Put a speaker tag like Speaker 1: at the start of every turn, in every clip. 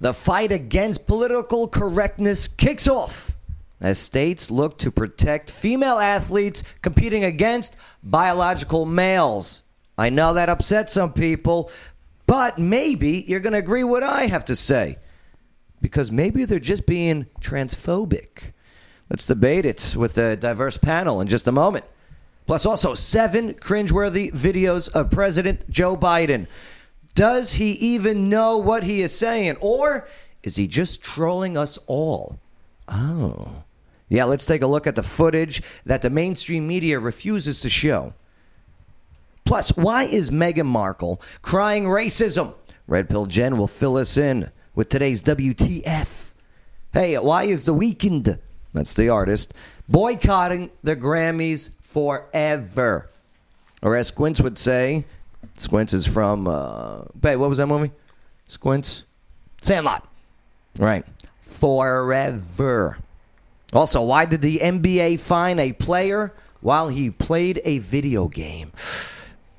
Speaker 1: The fight against political correctness kicks off as states look to protect female athletes competing against biological males. I know that upsets some people, but maybe you're going to agree what I have to say because maybe they're just being transphobic. Let's debate it with a diverse panel in just a moment. Plus, also seven cringeworthy videos of President Joe Biden. Does he even know what he is saying, or is he just trolling us all? Oh. Yeah, let's take a look at the footage that the mainstream media refuses to show. Plus, why is Meghan Markle crying racism? Red Pill Jen will fill us in with today's WTF. Hey, why is The Weekend, that's the artist, boycotting the Grammys forever? Or as Squints would say, Squints is from, uh, babe, what was that movie? Squints? Sandlot. Right. Forever. Also, why did the NBA fine a player while he played a video game?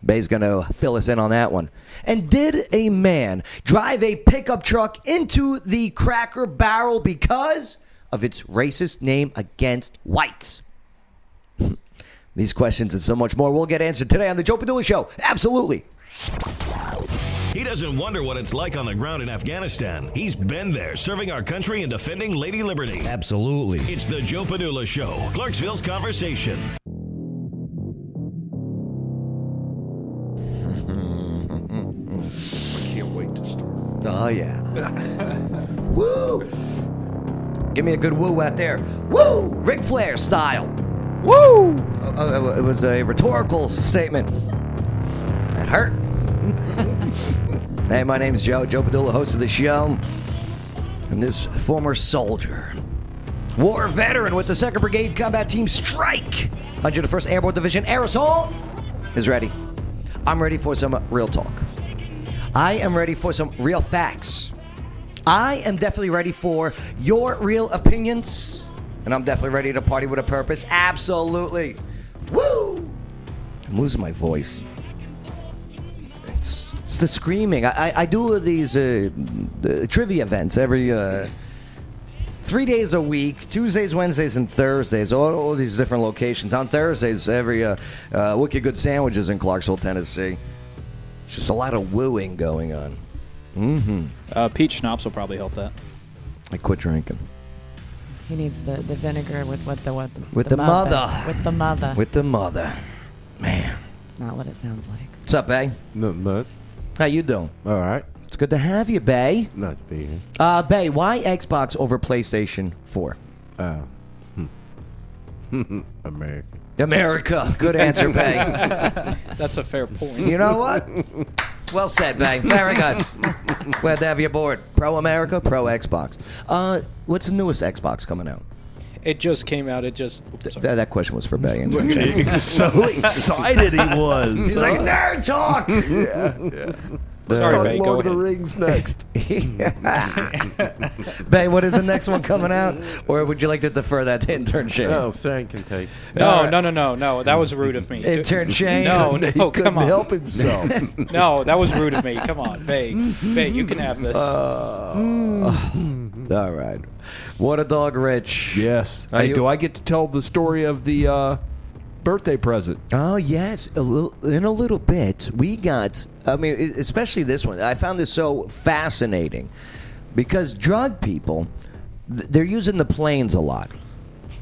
Speaker 1: Bay's going to fill us in on that one. And did a man drive a pickup truck into the cracker barrel because of its racist name against whites? These questions and so much more will get answered today on The Joe Padula Show. Absolutely.
Speaker 2: He doesn't wonder what it's like on the ground in Afghanistan. He's been there serving our country and defending Lady Liberty.
Speaker 3: Absolutely.
Speaker 2: It's The Joe Padula Show, Clarksville's Conversation.
Speaker 4: Can't wait to start.
Speaker 1: Oh, yeah. woo! Give me a good woo out there. Woo! Ric Flair style. Woo! it was a rhetorical statement. That hurt. hey, my name's Joe. Joe Padula, host of the show. And this former soldier, war veteran with the 2nd Brigade Combat Team Strike, 101st Airborne Division, Aerosol, is ready. I'm ready for some real talk. I am ready for some real facts. I am definitely ready for your real opinions. And I'm definitely ready to party with a purpose. Absolutely. Woo! I'm losing my voice. It's, it's the screaming. I, I, I do these uh, uh, trivia events every uh, three days a week Tuesdays, Wednesdays, and Thursdays, all, all these different locations. On Thursdays, every uh, uh, Wicked Good Sandwiches in Clarksville, Tennessee. It's just a lot of wooing going on. Mm-hmm.
Speaker 5: Uh, peach schnapps will probably help that.
Speaker 1: I quit drinking.
Speaker 6: He needs the, the vinegar with what the what the,
Speaker 1: With the mother.
Speaker 6: With the mother.
Speaker 1: With the mother. Man.
Speaker 6: it's not what it sounds like.
Speaker 1: What's up, Bay?
Speaker 4: Nothing much.
Speaker 1: How you doing?
Speaker 4: All right.
Speaker 1: It's good to have you, Bay.
Speaker 4: Nice being here.
Speaker 1: Uh, Bay, why Xbox over PlayStation 4?
Speaker 4: Uh, hmm. American.
Speaker 1: America. Good answer, Bay.
Speaker 5: That's a fair point.
Speaker 1: You know what? Well said, Bay. Very good. Glad to have you aboard. Pro America, pro Xbox. Uh, what's the newest Xbox coming out?
Speaker 5: It just came out. It just. oops, sorry.
Speaker 1: Th- that question was for Bay.
Speaker 7: so excited he was.
Speaker 1: He's like, nerd talk!
Speaker 5: Sorry, babe, go ahead.
Speaker 4: Rings next.
Speaker 1: Ah. Bay, what is the next one coming out? Or would you like to defer that to intern Shane?
Speaker 4: oh, Sam can take.
Speaker 5: No, no, no, no, no. That was rude of me. Do-
Speaker 1: Intern Shane?
Speaker 5: No, no, come on.
Speaker 4: himself.
Speaker 5: No, that was rude of me. Come on, Bay. Bay, you can have this.
Speaker 1: Uh.
Speaker 5: Mm.
Speaker 1: Oh. All right. What a dog, Rich.
Speaker 7: yes.
Speaker 1: Are
Speaker 7: Hey,
Speaker 1: you-
Speaker 7: do I get to tell the story of the uh, birthday present?
Speaker 1: Oh yes, a little, in a little bit we got. I mean, e- especially this one. I found this so fascinating because drug people, th- they're using the planes a lot.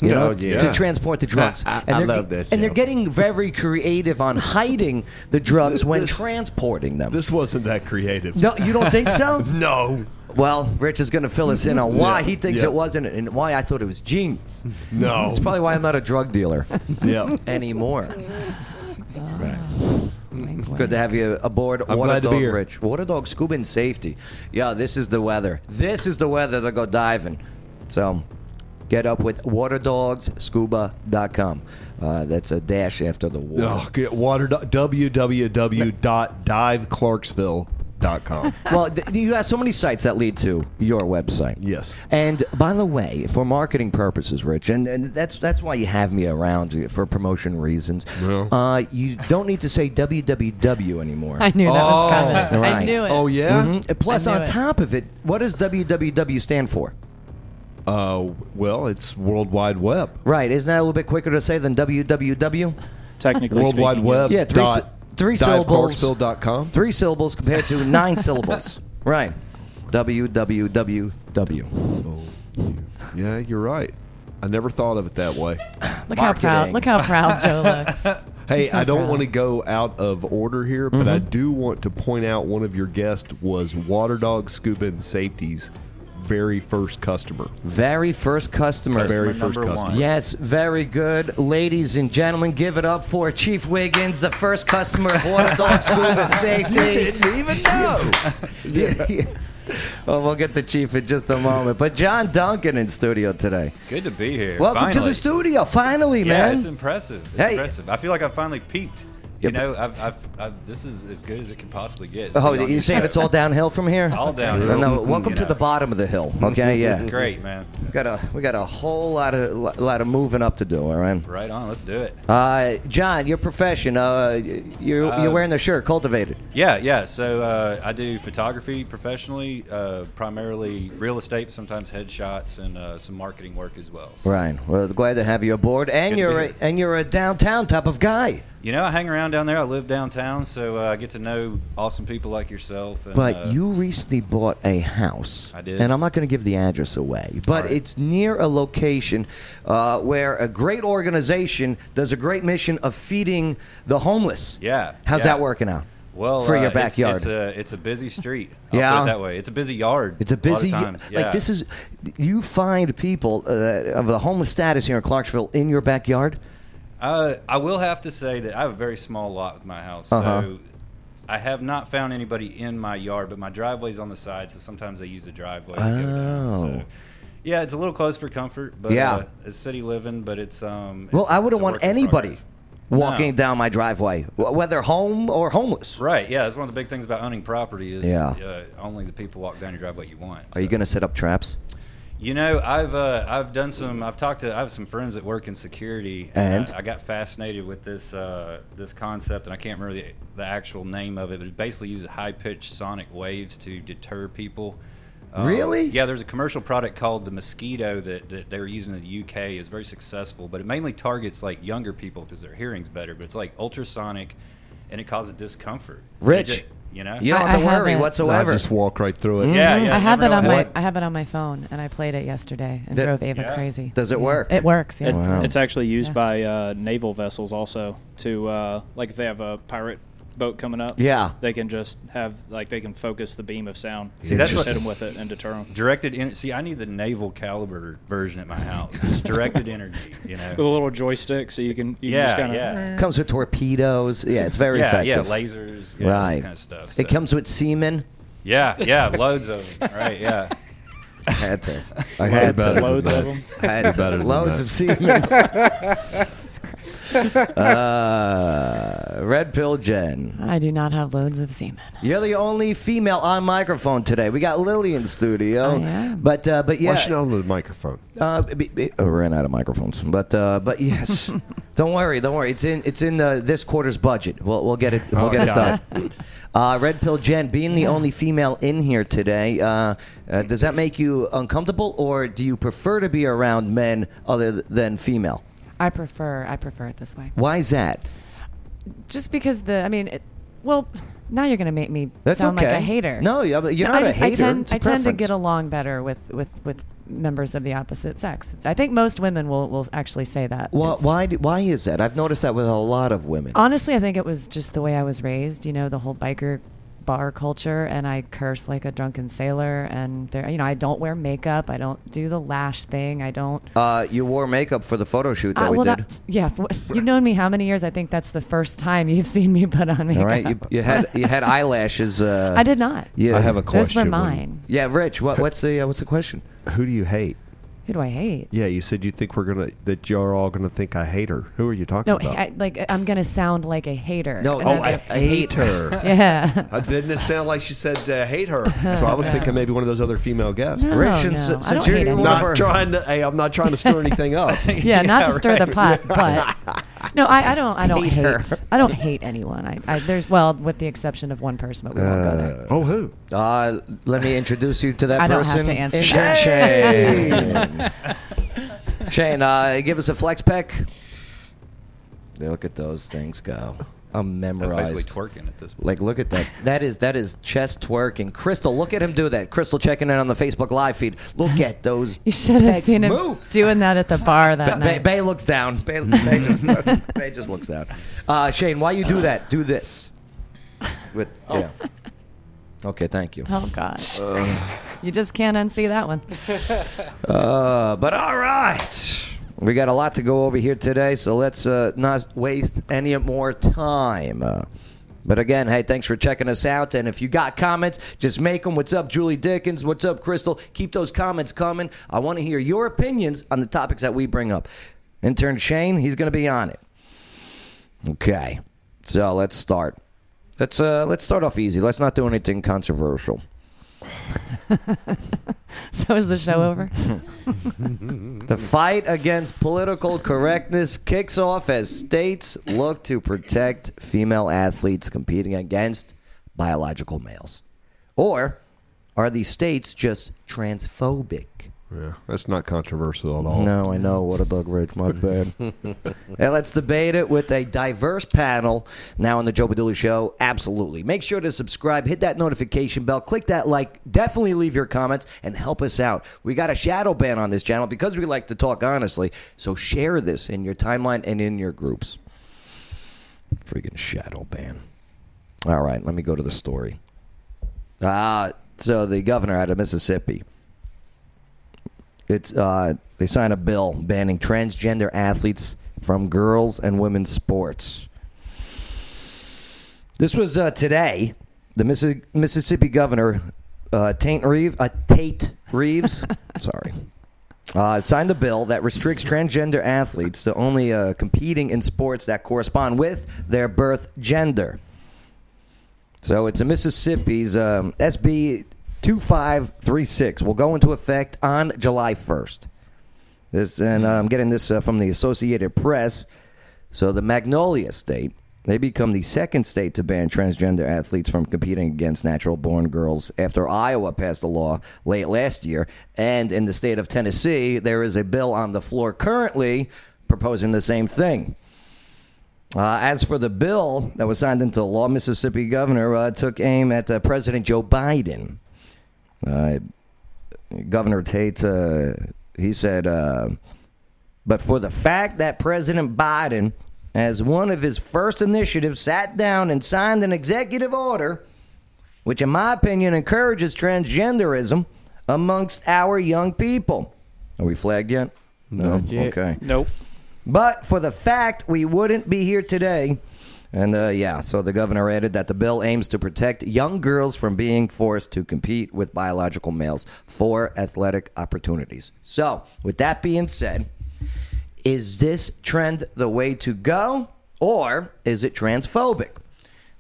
Speaker 1: You know,
Speaker 4: Oh, yeah.
Speaker 1: to transport the drugs.
Speaker 4: I- I- I
Speaker 1: they're
Speaker 4: love
Speaker 1: ge-
Speaker 4: this
Speaker 1: And they're
Speaker 4: show.
Speaker 1: getting very creative on hiding the drugs when
Speaker 4: This-
Speaker 1: transporting them.
Speaker 7: This wasn't that creative.
Speaker 1: no, you don't think so?
Speaker 7: No.
Speaker 1: Well, Rich is going to fill us in on why
Speaker 7: Yeah,
Speaker 1: he thinks
Speaker 7: yeah.
Speaker 1: it wasn't and why I thought it was genius.
Speaker 7: No.
Speaker 1: It's probably why I'm not a drug dealer
Speaker 7: yeah.
Speaker 1: anymore.
Speaker 6: Wink, wink.
Speaker 1: Good to have you aboard
Speaker 7: I'm
Speaker 1: Water
Speaker 7: glad to
Speaker 1: Dog
Speaker 7: be here.
Speaker 1: Rich. Water Dog Scuba and Safety. Yeah, this is the weather. This is the weather to go diving. So get up with waterdogscuba.com. Uh, that's a dash after the water.
Speaker 7: Oh, get water. dot- www.diveclarksville.com.
Speaker 3: com.
Speaker 1: Well, th- you have so many sites that lead to your website.
Speaker 3: Yes.
Speaker 1: And by the way, for marketing purposes, Rich, and, and that's that's why you have me around uh, for promotion reasons.
Speaker 3: Yeah.
Speaker 1: Uh, you don't need to say www anymore.
Speaker 6: I knew that was coming. I
Speaker 1: Right.
Speaker 6: knew it.
Speaker 3: Oh yeah.
Speaker 1: Mhm. And Oh. Plus,
Speaker 6: I knew
Speaker 1: on
Speaker 6: it.
Speaker 1: top of it, what does www stand for?
Speaker 3: Uh, well, it's World Wide Web.
Speaker 1: Right? Isn't that a little bit quicker to say than www?
Speaker 5: Technically
Speaker 3: World Wide
Speaker 5: speaking,
Speaker 3: Web.
Speaker 1: Yeah, three
Speaker 3: dot
Speaker 1: sy- three syllables.
Speaker 3: divecarseville.com.
Speaker 1: Three syllables compared to nine syllables. Right. www.
Speaker 3: Oh, Yeah, you're right. I never thought of it that way.
Speaker 6: look how proud!
Speaker 1: marketing.
Speaker 6: Look how proud Joe looks.
Speaker 3: Hey,
Speaker 6: I'm so
Speaker 3: I don't
Speaker 6: proud.
Speaker 3: want to go out of order here, but
Speaker 1: Mm-hmm.
Speaker 3: I do want to point out one of your guests was Water Dog Scuba and Safety's very first customer.
Speaker 1: Very first customer.
Speaker 3: Very
Speaker 5: Customer
Speaker 3: first
Speaker 5: number
Speaker 3: customer.
Speaker 5: one.
Speaker 1: Yes, very good. Ladies and gentlemen, give it up for Chief Wiggins, the first customer of Water Dog Scuba Safety.
Speaker 3: Didn't even know.
Speaker 1: oh, we'll get the chief in just a moment. But John Duncan in studio today.
Speaker 8: Good to be here.
Speaker 1: Welcome to
Speaker 8: finally.
Speaker 1: the studio, finally,
Speaker 8: Yeah,
Speaker 1: man.
Speaker 8: it's impressive. It's
Speaker 1: Hey.
Speaker 8: impressive. I feel like I finally peaked.
Speaker 1: Yeah,
Speaker 8: You
Speaker 1: but-
Speaker 8: know, I've, I've, I've, this is as good as it can possibly get.
Speaker 1: Oh, you're saying it's all downhill from here?
Speaker 8: All
Speaker 1: No,
Speaker 8: downhill.
Speaker 1: no, welcome
Speaker 8: You
Speaker 1: to
Speaker 8: know.
Speaker 1: the bottom of the hill. Okay, yeah.
Speaker 8: This is great, man.
Speaker 1: We got a we got a whole lot of lot of moving up to do. All right.
Speaker 8: Right on. Let's do it.
Speaker 1: Uh, John, your profession. Uh, you
Speaker 8: Uh,
Speaker 1: you're wearing the shirt, cultivated.
Speaker 8: Yeah, yeah. So uh, I do photography professionally, uh, primarily real estate, sometimes headshots, and uh, some marketing work as well. So,
Speaker 1: Right. Well, glad to have you aboard, and
Speaker 8: Good to be
Speaker 1: you're a,
Speaker 8: here.
Speaker 1: and you're a downtown type of guy.
Speaker 8: You know, I hang around down there. I live downtown, so uh, I get to know awesome people like yourself. And,
Speaker 1: But
Speaker 8: uh,
Speaker 1: you recently bought a house.
Speaker 8: I did.
Speaker 1: And I'm not going to give the address away, but
Speaker 8: All right.
Speaker 1: it's near a location uh, where a great organization does a great mission of feeding the homeless.
Speaker 8: Yeah,
Speaker 1: How's
Speaker 8: yeah.
Speaker 1: that working out?
Speaker 8: Well,
Speaker 1: for
Speaker 8: uh,
Speaker 1: your
Speaker 8: it's-
Speaker 1: backyard.
Speaker 8: It's, a it's a busy street. I'll
Speaker 1: Yeah.
Speaker 8: put it that way. It's a busy yard.
Speaker 1: It's a busy,
Speaker 8: lot of times.
Speaker 1: like
Speaker 8: yeah.
Speaker 1: this is. You find people uh, of the homeless status here in Clarksville in your backyard.
Speaker 8: Uh, I will have to say that I have a very small lot with my house,
Speaker 1: Uh-huh.
Speaker 8: so I have not found anybody in my yard. But my driveway's on the side, so sometimes I use the driveway. to go down,
Speaker 1: Oh.
Speaker 8: so. Yeah, it's a little close for comfort, but
Speaker 1: Yeah.
Speaker 8: uh, it's city living. But it's um.
Speaker 1: Well,
Speaker 8: it's-
Speaker 1: I
Speaker 8: it's
Speaker 1: wouldn't
Speaker 8: a
Speaker 1: want
Speaker 8: work in
Speaker 1: anybody
Speaker 8: progress.
Speaker 1: walking
Speaker 8: No.
Speaker 1: down my driveway, wh- whether home or homeless.
Speaker 8: Right. Yeah, that's one of the big things about owning property is
Speaker 1: Yeah.
Speaker 8: uh, only the people walk down your driveway you want.
Speaker 1: Are you
Speaker 8: so.
Speaker 1: going to set up traps?
Speaker 8: You know, I've uh, I've done some. I've talked to. I have some friends that work in security, uh,
Speaker 1: And?
Speaker 8: I, I got fascinated with this uh, this concept, and I can't remember the, the actual name of it, but it basically uses high pitched sonic waves to deter people. Um,
Speaker 1: Really?
Speaker 8: Yeah, there's a commercial product called the Mosquito that, that they were using in the UK. is very successful, but it mainly targets like younger people because their hearing's better. But it's like ultrasonic, and it causes discomfort. It
Speaker 1: Rich,
Speaker 8: ju- you know,
Speaker 1: You don't
Speaker 6: I-
Speaker 1: have
Speaker 6: I
Speaker 1: to worry
Speaker 6: haven't.
Speaker 1: whatsoever.
Speaker 3: I just walk right through it.
Speaker 8: yeah, yeah.
Speaker 6: I have
Speaker 8: never
Speaker 6: that on
Speaker 8: know
Speaker 6: my
Speaker 8: what-
Speaker 6: I have it on my phone, and I played it yesterday and
Speaker 1: That-
Speaker 6: drove Ava
Speaker 8: Yeah.
Speaker 6: crazy.
Speaker 1: Does it
Speaker 6: Yeah.
Speaker 1: work?
Speaker 6: It works. Yeah.
Speaker 5: It,
Speaker 1: Wow.
Speaker 5: It's actually used
Speaker 6: Yeah.
Speaker 5: by uh, naval vessels also to uh, like if they have a pirate boat coming up.
Speaker 1: Yeah.
Speaker 5: they can just have like they can focus the beam of sound.
Speaker 8: See, that's
Speaker 5: just
Speaker 8: what-
Speaker 5: hit them with it and deter them.
Speaker 8: Directed in see, I need the naval caliber version at my house. It's directed energy, you
Speaker 5: With a
Speaker 8: know.
Speaker 5: little joystick, so you can you
Speaker 8: Yeah,
Speaker 5: can just kind
Speaker 8: yeah.
Speaker 1: comes with torpedoes. Yeah, it's very
Speaker 8: yeah,
Speaker 1: effective.
Speaker 8: yeah, lasers, yeah,
Speaker 1: right.
Speaker 8: this kind of stuff.
Speaker 1: It
Speaker 8: so.
Speaker 1: comes with semen.
Speaker 8: yeah, yeah, loads of 'em, right, yeah.
Speaker 1: I had to. I
Speaker 3: had
Speaker 1: had
Speaker 3: better
Speaker 1: to.
Speaker 5: of
Speaker 3: than
Speaker 5: loads
Speaker 3: that.
Speaker 5: of them.
Speaker 1: I had to.
Speaker 3: Better than
Speaker 1: Loads
Speaker 3: that.
Speaker 1: of semen. uh, Red Pill Jen.
Speaker 6: I do not have loads of semen.
Speaker 1: You're the only female on microphone today. We got Lily in
Speaker 6: I
Speaker 1: studio.
Speaker 6: am.
Speaker 1: But uh, but yeah.
Speaker 3: Watch it on the microphone.
Speaker 1: Uh, b- b- I ran out of microphones, but uh, but yes, don't worry, don't worry. It's in it's in uh, this quarter's budget. We'll we'll get it we'll
Speaker 3: Oh,
Speaker 1: get
Speaker 3: got
Speaker 1: it done. Uh, Red Pill Jen, being the only female in here today, uh, uh, does that make you uncomfortable, or do you prefer to be around men other th- than female?
Speaker 6: I prefer I prefer it this way.
Speaker 1: Why is that?
Speaker 6: Just because the I mean, it, well, now you're gonna make me
Speaker 1: That's
Speaker 6: sound
Speaker 1: okay.
Speaker 6: like a hater.
Speaker 1: No, yeah, but you're
Speaker 6: No,
Speaker 1: not
Speaker 6: I
Speaker 1: a
Speaker 6: just,
Speaker 1: hater.
Speaker 6: I tend,
Speaker 1: It's a
Speaker 6: I tend to
Speaker 1: preference.
Speaker 6: get along better with with with members of the opposite sex. I think most women will will actually say that.
Speaker 1: Why
Speaker 6: It's-
Speaker 1: why, do, why is that? I've noticed that with a lot of women.
Speaker 6: Honestly, I think it was just the way I was raised. You know, the whole biker bar culture, and I curse like a drunken sailor. And there, you know, I don't wear makeup. I don't do the lash thing. I don't.
Speaker 1: Uh, you wore makeup for the photo shoot that
Speaker 6: Uh,
Speaker 1: we
Speaker 6: well,
Speaker 1: did.
Speaker 6: that, yeah, f- you've known me how many years? I think that's the first time you've seen me put on makeup.
Speaker 1: All right, you, you had you had eyelashes. Uh,
Speaker 6: I did not.
Speaker 1: Yeah,
Speaker 3: I have a
Speaker 6: Those
Speaker 3: question.
Speaker 6: were mine.
Speaker 1: Yeah, Rich, what, what's the uh, what's the question?
Speaker 3: Who do you hate?
Speaker 6: Who do I hate?
Speaker 3: Yeah, you said you think we're gonna that y'all are all gonna think I hate her. Who are you talking
Speaker 6: No,
Speaker 3: about?
Speaker 6: I, like I'm gonna sound like a hater.
Speaker 1: No,
Speaker 6: And
Speaker 1: oh,
Speaker 6: I'm
Speaker 1: I
Speaker 6: gonna-
Speaker 1: hate
Speaker 3: her.
Speaker 6: yeah.
Speaker 3: Uh, Didn't it sound like she said uh, hate her? So I was thinking maybe one of those other female guests.
Speaker 6: No,
Speaker 1: Rich,
Speaker 6: no,
Speaker 1: and si-
Speaker 6: I don't
Speaker 1: since you're
Speaker 6: hate anyone.
Speaker 1: one of
Speaker 3: Not
Speaker 1: our-
Speaker 3: trying to. Hey, I'm not trying to stir anything up.
Speaker 6: yeah, not to stir the pot, but no, I, I don't. I don't
Speaker 1: Hate
Speaker 6: hate.
Speaker 1: her.
Speaker 6: I don't hate anyone. I, I there's well, with the exception of one person, but we won't go there.
Speaker 3: oh, who?
Speaker 1: Uh, let me introduce you to that
Speaker 6: I don't
Speaker 1: person.
Speaker 6: have to answer that.
Speaker 1: Shane. Shane, uh, give us a flex pick. Look at those things go. I'm
Speaker 8: That's basically
Speaker 1: memorized.
Speaker 8: twerking at this point.
Speaker 1: Like, look at that. That is that is chest twerking. Crystal, look at him do that. Crystal checking in on the Facebook live feed. Look at those.
Speaker 6: You should have
Speaker 1: pecs
Speaker 6: seen him
Speaker 1: move.
Speaker 6: doing that at the bar that
Speaker 1: Ba- Ba-
Speaker 6: night.
Speaker 1: Bay looks down. Bay, Bay just, Bay just looks down. Uh, Shane, why you do that? Do this. With yeah. Okay, thank you.
Speaker 6: oh God, you just can't unsee that one.
Speaker 1: Uh, but all right, we got a lot to go over here today, so let's uh, not waste any more time. Uh, but again, hey, thanks for checking us out. And if you got comments, just make them. What's up, Julie Dickens? What's up, Crystal? Keep those comments coming. I want to hear your opinions on the topics that we bring up. Intern Shane, he's going to be on it. Okay, so let's start. Let's uh, let's start off easy. Let's not do anything controversial.
Speaker 6: So is the show over?
Speaker 1: The fight against political correctness kicks off as states look to protect female athletes competing against biological males. Or are these states just transphobic?
Speaker 3: Yeah, that's not controversial at all.
Speaker 1: No, I know. What a bug rich. My bad. and let's debate it with a diverse panel now on the Joe Padula Show. Absolutely. Make sure to subscribe, hit that notification bell, click that like, definitely leave your comments, and help us out. We got a shadow ban on this channel because we like to talk honestly. So share this in your timeline and in your groups. Freaking shadow ban. All right, let me go to the story. Uh, so the governor out of Mississippi it's uh, they signed a bill banning transgender athletes from girls and women's sports. This was uh, today. The Missi- Mississippi governor, uh, Tate Reeves, uh, Tate Reeves, sorry, uh, signed a bill that restricts transgender athletes to only uh, competing in sports that correspond with their birth gender. So it's a Mississippi's um, SB 2536 will go into effect on July 1st. This, and uh, I'm getting this uh, from the Associated Press. So the Magnolia State, they become the second state to ban transgender athletes from competing against natural born girls after Iowa passed a law late last year. And in the state of Tennessee, there is a bill on the floor currently proposing the same thing. Uh, as for the bill that was signed into law, Mississippi governor uh, took aim at uh, President Joe Biden. Uh, governor Tate, uh, he said, uh, but for the fact that President Biden, as one of his first initiatives, sat down and signed an executive order, which, in my opinion, encourages transgenderism amongst our young people. Are we flagged yet? No. Okay.
Speaker 5: Nope.
Speaker 1: But for the fact we wouldn't be here today. And uh, yeah, so the governor added that the bill aims to protect young girls from being forced to compete with biological males for athletic opportunities. So, with that being said, is this trend the way to go or is it transphobic?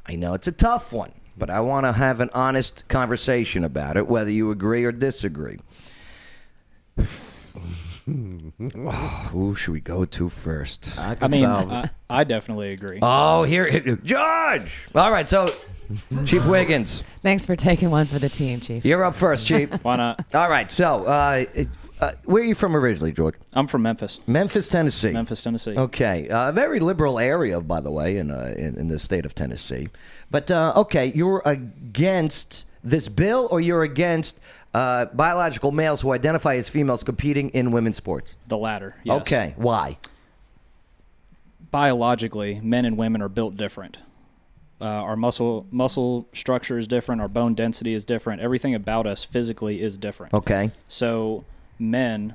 Speaker 1: I know it's a tough one, but I want to have an honest conversation about it, whether you agree or disagree. Who should we go to first?
Speaker 5: I mean, I, I definitely agree.
Speaker 1: Oh, here, George. All right, so Chief Wiggins,
Speaker 6: Thanks for taking one for the team, Chief.
Speaker 1: you're up first, Chief.
Speaker 5: Why not?
Speaker 1: All right, so uh, it- uh, where are you from originally, George?
Speaker 5: I'm from Memphis,
Speaker 1: Memphis, Tennessee.
Speaker 5: Memphis, Tennessee.
Speaker 1: Okay, uh, very liberal area, by the way, in uh, in, in the state of Tennessee. But uh, okay, you're against this bill, or you're against uh, biological males who identify as females competing in women's sports.
Speaker 5: The latter. yes.
Speaker 1: Okay, why?
Speaker 5: biologically, men and women are built different. Uh, our muscle muscle structure is different. Our bone density is different. Everything about us physically is different.
Speaker 1: Okay,
Speaker 5: So men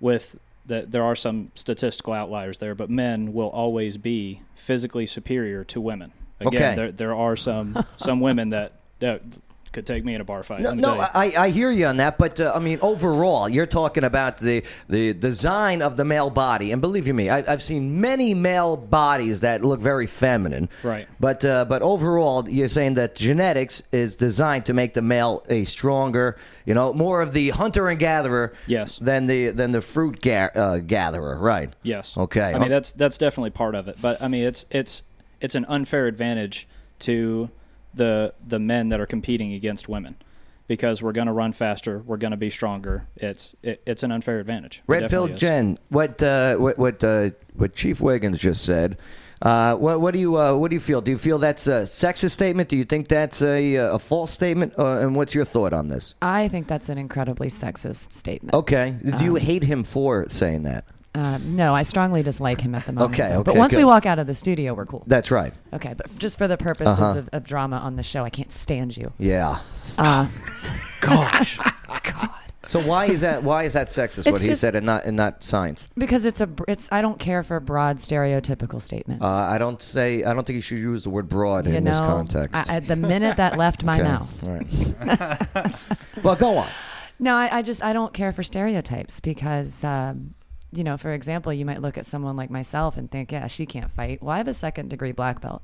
Speaker 5: with that there are some statistical outliers there, but men will always be physically superior to women. Again,
Speaker 1: Okay.
Speaker 5: there there are some some women that, that could take me in a bar fight.
Speaker 1: No,
Speaker 5: let me
Speaker 1: no
Speaker 5: tell you.
Speaker 1: I, I hear you on that, but uh, I mean, overall, you're talking about the the design of the male body, and believe you me, I, I've seen many male bodies that look very feminine.
Speaker 5: Right.
Speaker 1: But uh, but overall, you're saying that genetics is designed to make the male a stronger, you know, more of the hunter and gatherer.
Speaker 5: Yes.
Speaker 1: Than the than the fruit ga- uh, gatherer, right?
Speaker 5: Yes.
Speaker 1: Okay.
Speaker 5: I mean that's that's definitely part of it, but I mean it's it's it's an unfair advantage to the the men that are competing against women because we're going to run faster, we're going to be stronger. It's it, it's an unfair advantage. It
Speaker 1: Red
Speaker 5: definitely
Speaker 1: Pill
Speaker 5: is.
Speaker 1: Jen, what uh, what what uh, what Chief Wiggins just said. Uh, what what do you uh, what do you feel? Do you feel that's a sexist statement? Do you think that's a uh, a false statement? Uh, and what's your thought on this?
Speaker 6: I think that's an incredibly sexist statement. Um,
Speaker 1: Okay, do you hate him for saying that?
Speaker 6: Uh, no, I strongly dislike him at the moment.
Speaker 1: Okay,
Speaker 6: though. But
Speaker 1: okay,
Speaker 6: once we
Speaker 1: good.
Speaker 6: walk out of the studio, we're cool.
Speaker 1: That's right. Uh-huh.
Speaker 6: okay, but just for the purposes of, of drama on the show, I can't stand you.
Speaker 1: Yeah.
Speaker 6: Uh,
Speaker 1: So why is that? Why is that sexist? what
Speaker 6: It's
Speaker 1: he
Speaker 6: just-
Speaker 1: said, and not and not science.
Speaker 6: because it's a br- it's I don't care for broad stereotypical statements.
Speaker 1: Uh, I don't say. I don't think you should use the word broad
Speaker 6: you
Speaker 1: in
Speaker 6: know,
Speaker 1: this context.
Speaker 6: I, I- the minute that left my
Speaker 1: Okay.
Speaker 6: mouth,
Speaker 1: All right. well, go on.
Speaker 6: no, I, I just I don't care for stereotypes because. Um, you know, for example, you might look at someone like myself and think, yeah, she can't fight. Well, I have a second degree black belt.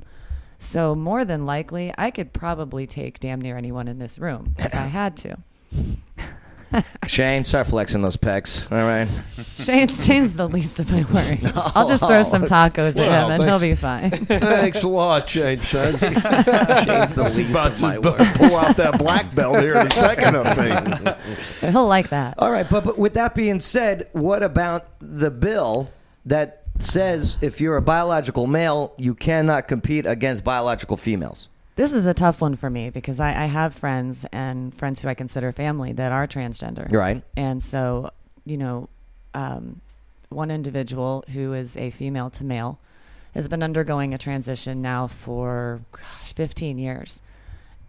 Speaker 6: So, more than likely, I could probably take damn near anyone in this room if I had to.
Speaker 1: Shane, start flexing those pecs. All right.
Speaker 6: Shane's, Shane's the least of my worries. I'll just throw some tacos at
Speaker 3: Wow,
Speaker 6: him and he'll
Speaker 3: thanks.
Speaker 6: be fine.
Speaker 3: Thanks a lot, Shane Sons.
Speaker 1: Shane's the least
Speaker 3: About to bu- pull out that black belt here in a second, I think.
Speaker 6: he'll like that.
Speaker 1: All right, but, but with that being said, what about the bill that says if you're a biological male, you cannot compete against biological females?
Speaker 6: This is a tough one for me because I, I have friends and friends who I consider family that are transgender.
Speaker 1: Right.
Speaker 6: And so, you know, um, one individual who is a female to male has been undergoing a transition now for gosh, 15 years.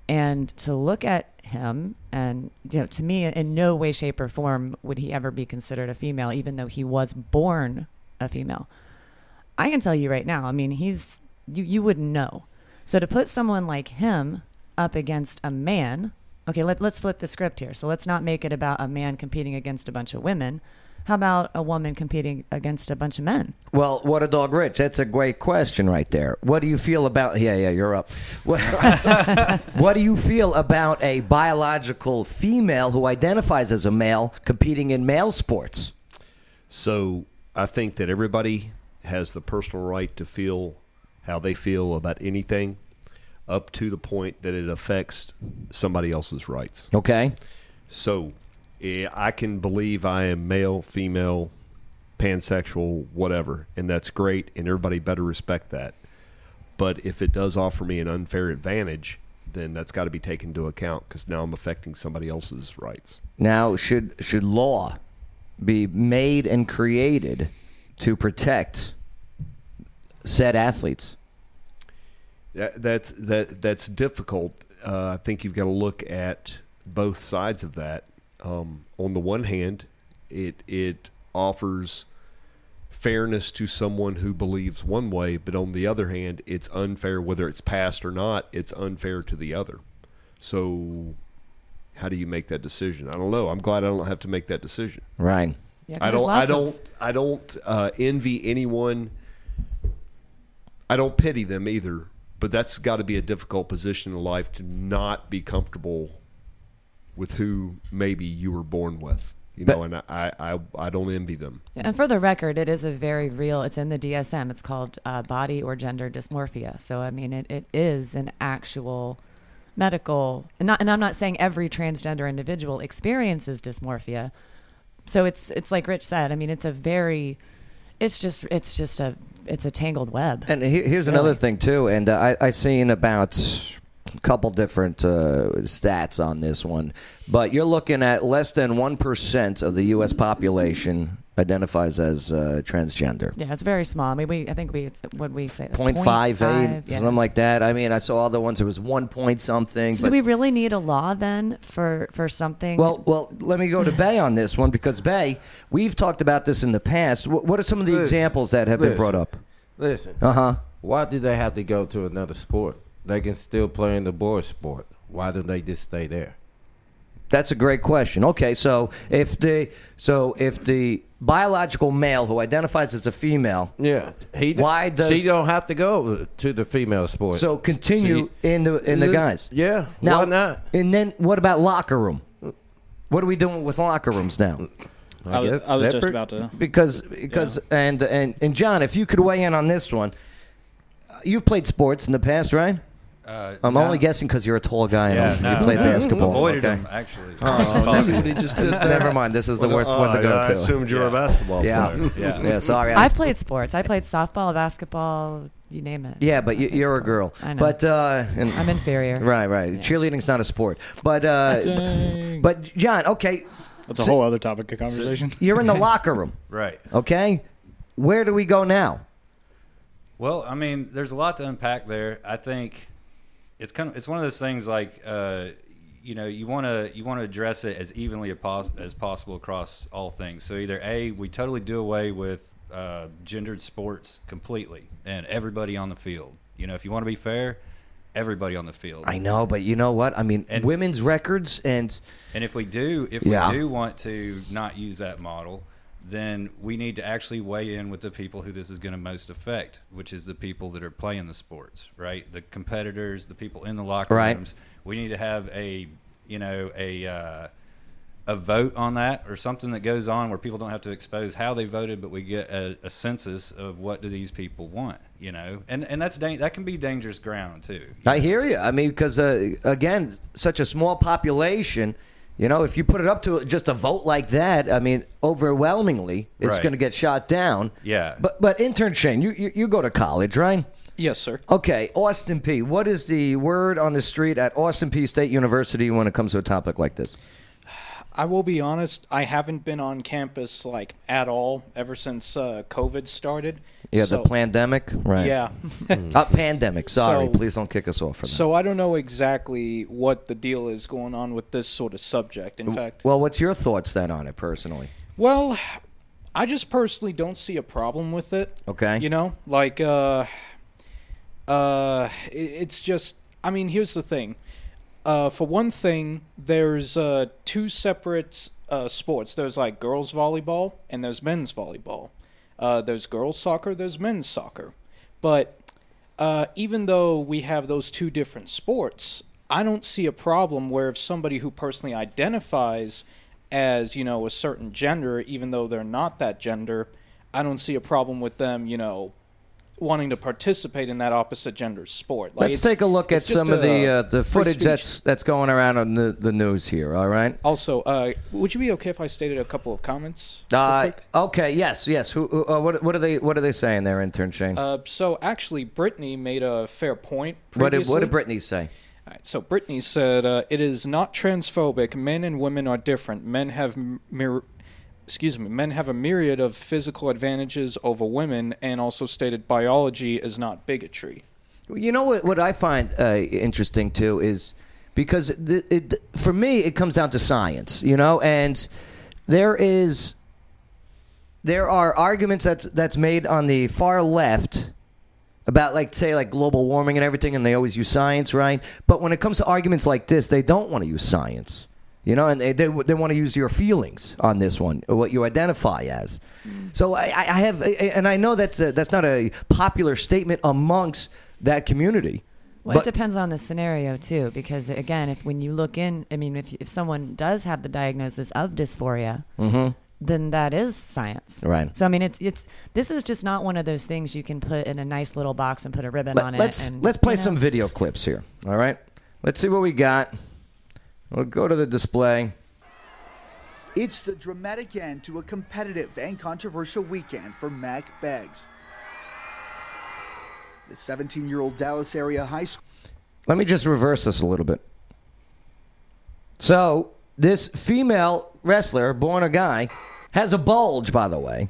Speaker 6: And to look at him, and you know, to me, in no way, shape, or form would he ever be considered a female, even though he was born a female. I can tell you right now. I mean, he's you you wouldn't know. So to put someone like him up against a man, okay, let, let's flip the script here. So let's not make it about a man competing against a bunch of women. How about a woman competing against a bunch of men?
Speaker 1: Well, what a dog, Rich. That's a great question right there. What do you feel about? Yeah, yeah, you're up. What, what do you feel about a biological female who identifies as a male competing in male sports?
Speaker 3: So I think that everybody has the personal right to feel how they feel about anything up to the point that it affects somebody else's rights.
Speaker 1: Okay.
Speaker 3: So eh, I can believe I am male, female, pansexual, whatever, and that's great, and everybody better respect that. But if it does offer me an unfair advantage, then that's got to be taken into account because now I'm affecting somebody else's rights.
Speaker 1: Now, should should law be made and created to protect said athletes?
Speaker 3: That, that's that that's difficult. Uh, I think you've got to look at both sides of that. Um, on the one hand, it it offers fairness to someone who believes one way, but on the other hand, it's unfair whether it's passed or not. It's unfair to the other. So, how do you make that decision? I don't know. I'm glad I don't have to make that decision.
Speaker 1: Right.
Speaker 6: Yeah, 'cause there's
Speaker 3: I don't. I
Speaker 6: lots of-
Speaker 3: don't. I don't uh, envy anyone. I don't pity them either. But that's got to be a difficult position in life to not be comfortable with who maybe you were born with. You know, and I, I, I, I don't envy them.
Speaker 6: And for the record, it is a very real. It's in the DSM. It's called uh, body or gender dysmorphia. So I mean, it, it is an actual medical. And, not, and I'm not saying every transgender individual experiences dysmorphia. So it's it's like Rich said. I mean, it's a very, it's just it's just a it's a tangled web.
Speaker 1: And he- here's another thing too, and uh, I I seen about a couple different uh, stats on this one, but you're looking at less than one percent of the U.S. population identifies as uh, transgender.
Speaker 6: yeah, it's very small. I mean, we I think we it's what we say
Speaker 1: Point five eight, something like that. I mean, I saw other ones. It was one point something.
Speaker 6: So
Speaker 1: but-
Speaker 6: do we really need a law then for for something?
Speaker 1: Well, well, let me go to Bay on this one because Bay, we've talked about this in the past. What, what are some of the
Speaker 9: Listen,
Speaker 1: examples that have been brought up?
Speaker 9: listen. Listen,
Speaker 1: Uh huh.
Speaker 9: why do they have to go to another sport? They can still play in the boys' sport. Why don't they just stay there?
Speaker 1: That's a great question. Oh, Okay, so if the so if the biological male who identifies as a female,
Speaker 9: Yeah, he.
Speaker 1: Why does-
Speaker 9: she don't have to go to the female sport?
Speaker 1: so continue in the in the guys.
Speaker 9: Yeah,
Speaker 1: Now,
Speaker 9: why not?
Speaker 1: And then what about locker room? What are we doing with locker rooms now?
Speaker 5: I, was,
Speaker 9: guess
Speaker 5: I was just
Speaker 9: separate.
Speaker 5: about to.
Speaker 1: Because because and and and John, if you could weigh in on this one, uh, you've played sports in the past, right?
Speaker 8: Uh,
Speaker 1: I'm
Speaker 8: no.
Speaker 1: only guessing because you're a tall guy and
Speaker 8: Yeah,
Speaker 1: you
Speaker 8: no,
Speaker 1: played
Speaker 8: no.
Speaker 1: basketball.
Speaker 8: Avoided
Speaker 1: okay.
Speaker 8: him actually.
Speaker 9: Oh,
Speaker 1: Never mind. This is the worst one to go
Speaker 3: uh, I
Speaker 1: to.
Speaker 3: assumed you were a basketball
Speaker 1: yeah.
Speaker 3: player.
Speaker 1: yeah, Sorry, I-
Speaker 6: I've played sports. I played softball, basketball, you name it.
Speaker 1: yeah, but you,
Speaker 6: I've played
Speaker 1: you're a
Speaker 6: sport.
Speaker 1: girl.
Speaker 6: I know.
Speaker 1: But uh, and,
Speaker 6: I'm inferior.
Speaker 1: right, right. Cheerleading's not a sport. But uh,
Speaker 5: Dang.
Speaker 1: but John, okay,
Speaker 5: That's a whole other topic of conversation.
Speaker 1: you're in the locker room.
Speaker 8: Right.
Speaker 1: Okay, where do we go now?
Speaker 8: Well, I mean, there's a lot to unpack there. I think it's kind of it's one of those things like uh, you know you want to you want to address it as evenly a pos- as possible across all things. So either a we totally do away with uh, gendered sports completely and everybody on the field. You know, if you want to be fair, everybody on the field.
Speaker 1: I know, but you know what? I mean,
Speaker 8: And-
Speaker 1: women's records and
Speaker 8: And if we do, if
Speaker 1: Yeah.
Speaker 8: we do want to not use that model, then we need to actually weigh in with the people who this is going to most affect, which is the people that are playing the sports, right? The competitors, the people in the locker
Speaker 1: Right.
Speaker 8: rooms. We need to have a, you know, a uh, a vote on that or something that goes on where people don't have to expose how they voted, but we get a, a census of what do these people want, you know? And and that's dang- that can be dangerous ground too.
Speaker 1: I hear you. I mean, because uh, again, such a small population. You know, if you put it up to just a vote like that, I mean, overwhelmingly, it's
Speaker 8: Right.
Speaker 1: going to get shot down.
Speaker 8: Yeah.
Speaker 1: But but intern Shane, you, you you go to college, right?
Speaker 5: Yes, sir.
Speaker 1: Okay, Austin P. What is the word on the street at Austin P. State University when it comes to a topic like this?
Speaker 10: I will be honest. I haven't been on campus like at all ever since uh, COVID started.
Speaker 1: Yeah,
Speaker 10: So-
Speaker 1: the pandemic, right?
Speaker 10: Yeah.
Speaker 1: Uh, pandemic. Sorry,
Speaker 10: So-
Speaker 1: please don't kick us off for that.
Speaker 10: so I don't know exactly what the deal is going on with this sort of subject. In fact,
Speaker 1: well, what's your thoughts then on it personally?
Speaker 10: Well, I just personally don't see a problem with it.
Speaker 1: Okay.
Speaker 10: You know, like uh uh it- it's just I mean, here's the thing. Uh for one thing, there's uh two separate uh sports. There's like girls volleyball and there's men's volleyball. Uh there's girls soccer, there's men's soccer. But uh, even though we have those two different sports, I don't see a problem where if somebody who personally identifies as, you know, a certain gender, even though they're not that gender, I don't see a problem with them, you know, wanting to participate in that opposite gender sport. Like,
Speaker 1: Let's
Speaker 10: it's-
Speaker 1: take a look at
Speaker 10: it's just
Speaker 1: some of the
Speaker 10: a
Speaker 1: uh, the
Speaker 10: free
Speaker 1: footage
Speaker 10: speech.
Speaker 1: that's that's going around on the, the news here. All right.
Speaker 10: Also, uh, would you be okay if I stated a couple of comments? real
Speaker 1: Uh,
Speaker 10: quick?
Speaker 1: okay. Yes. Yes. Who? who- Uh, what? What are they? What are they saying there, intern Shane?
Speaker 10: Uh, so actually, Brittany made a fair point.
Speaker 1: what did What
Speaker 10: previously.
Speaker 1: did Brittany say?
Speaker 10: All right, so Brittany said uh, it is not transphobic. Men and women are different. Men have m- mir- excuse me, men have a myriad of physical advantages over women, and also stated biology is not bigotry.
Speaker 1: Well, You know what? What I find uh, interesting too is because the, it, for me it comes down to science, you know, and there is there are arguments that's that's made on the far left about like say like global warming and everything, and they always use science, right? But when it comes to arguments like this, they don't want to use science. You know, and they, they, they want to use your feelings on this one, or what you identify as.
Speaker 6: Mm.
Speaker 1: So I, I I have, and I know that's a, that's not a popular statement amongst that community.
Speaker 6: Well,
Speaker 1: but-
Speaker 6: it depends on the scenario too, because again, if when you look in, I mean, if if someone does have the diagnosis of dysphoria, then that is science,
Speaker 1: Mm-hmm. Right.
Speaker 6: So I mean, it's it's this is just not one of those things you can put in a nice little box and put a ribbon on it.
Speaker 1: Let, us
Speaker 6: and,
Speaker 1: let's play
Speaker 6: you know.
Speaker 1: some video clips here. All right, let's see what we got. We'll go to the display.
Speaker 11: It's the dramatic end to a competitive and controversial weekend for Mac Beggs. The 17 year old Dallas area high school.
Speaker 1: Let me just reverse this a little bit. So this female wrestler, born a guy, has a bulge, by the way.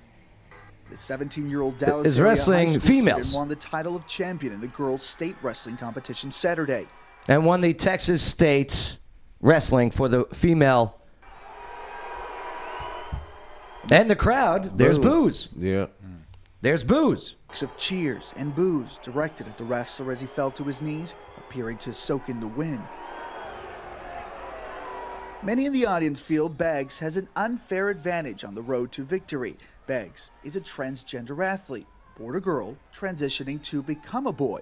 Speaker 11: The 17 year old Dallas
Speaker 1: Is
Speaker 11: area
Speaker 1: wrestling
Speaker 11: high school
Speaker 1: females?
Speaker 11: student won the title of champion in the girls' state wrestling competition Saturday.
Speaker 1: and won the Texas State wrestling for the female. And the crowd, there's
Speaker 9: Boo.
Speaker 1: booze.
Speaker 9: Yeah,
Speaker 1: There's booze.
Speaker 11: Mix Of cheers and boos directed at the wrestler as he fell to his knees, appearing to soak in the wind. Many in the audience feel Beggs has an unfair advantage on the road to victory. Beggs is a transgender athlete, born a girl, transitioning to become a boy.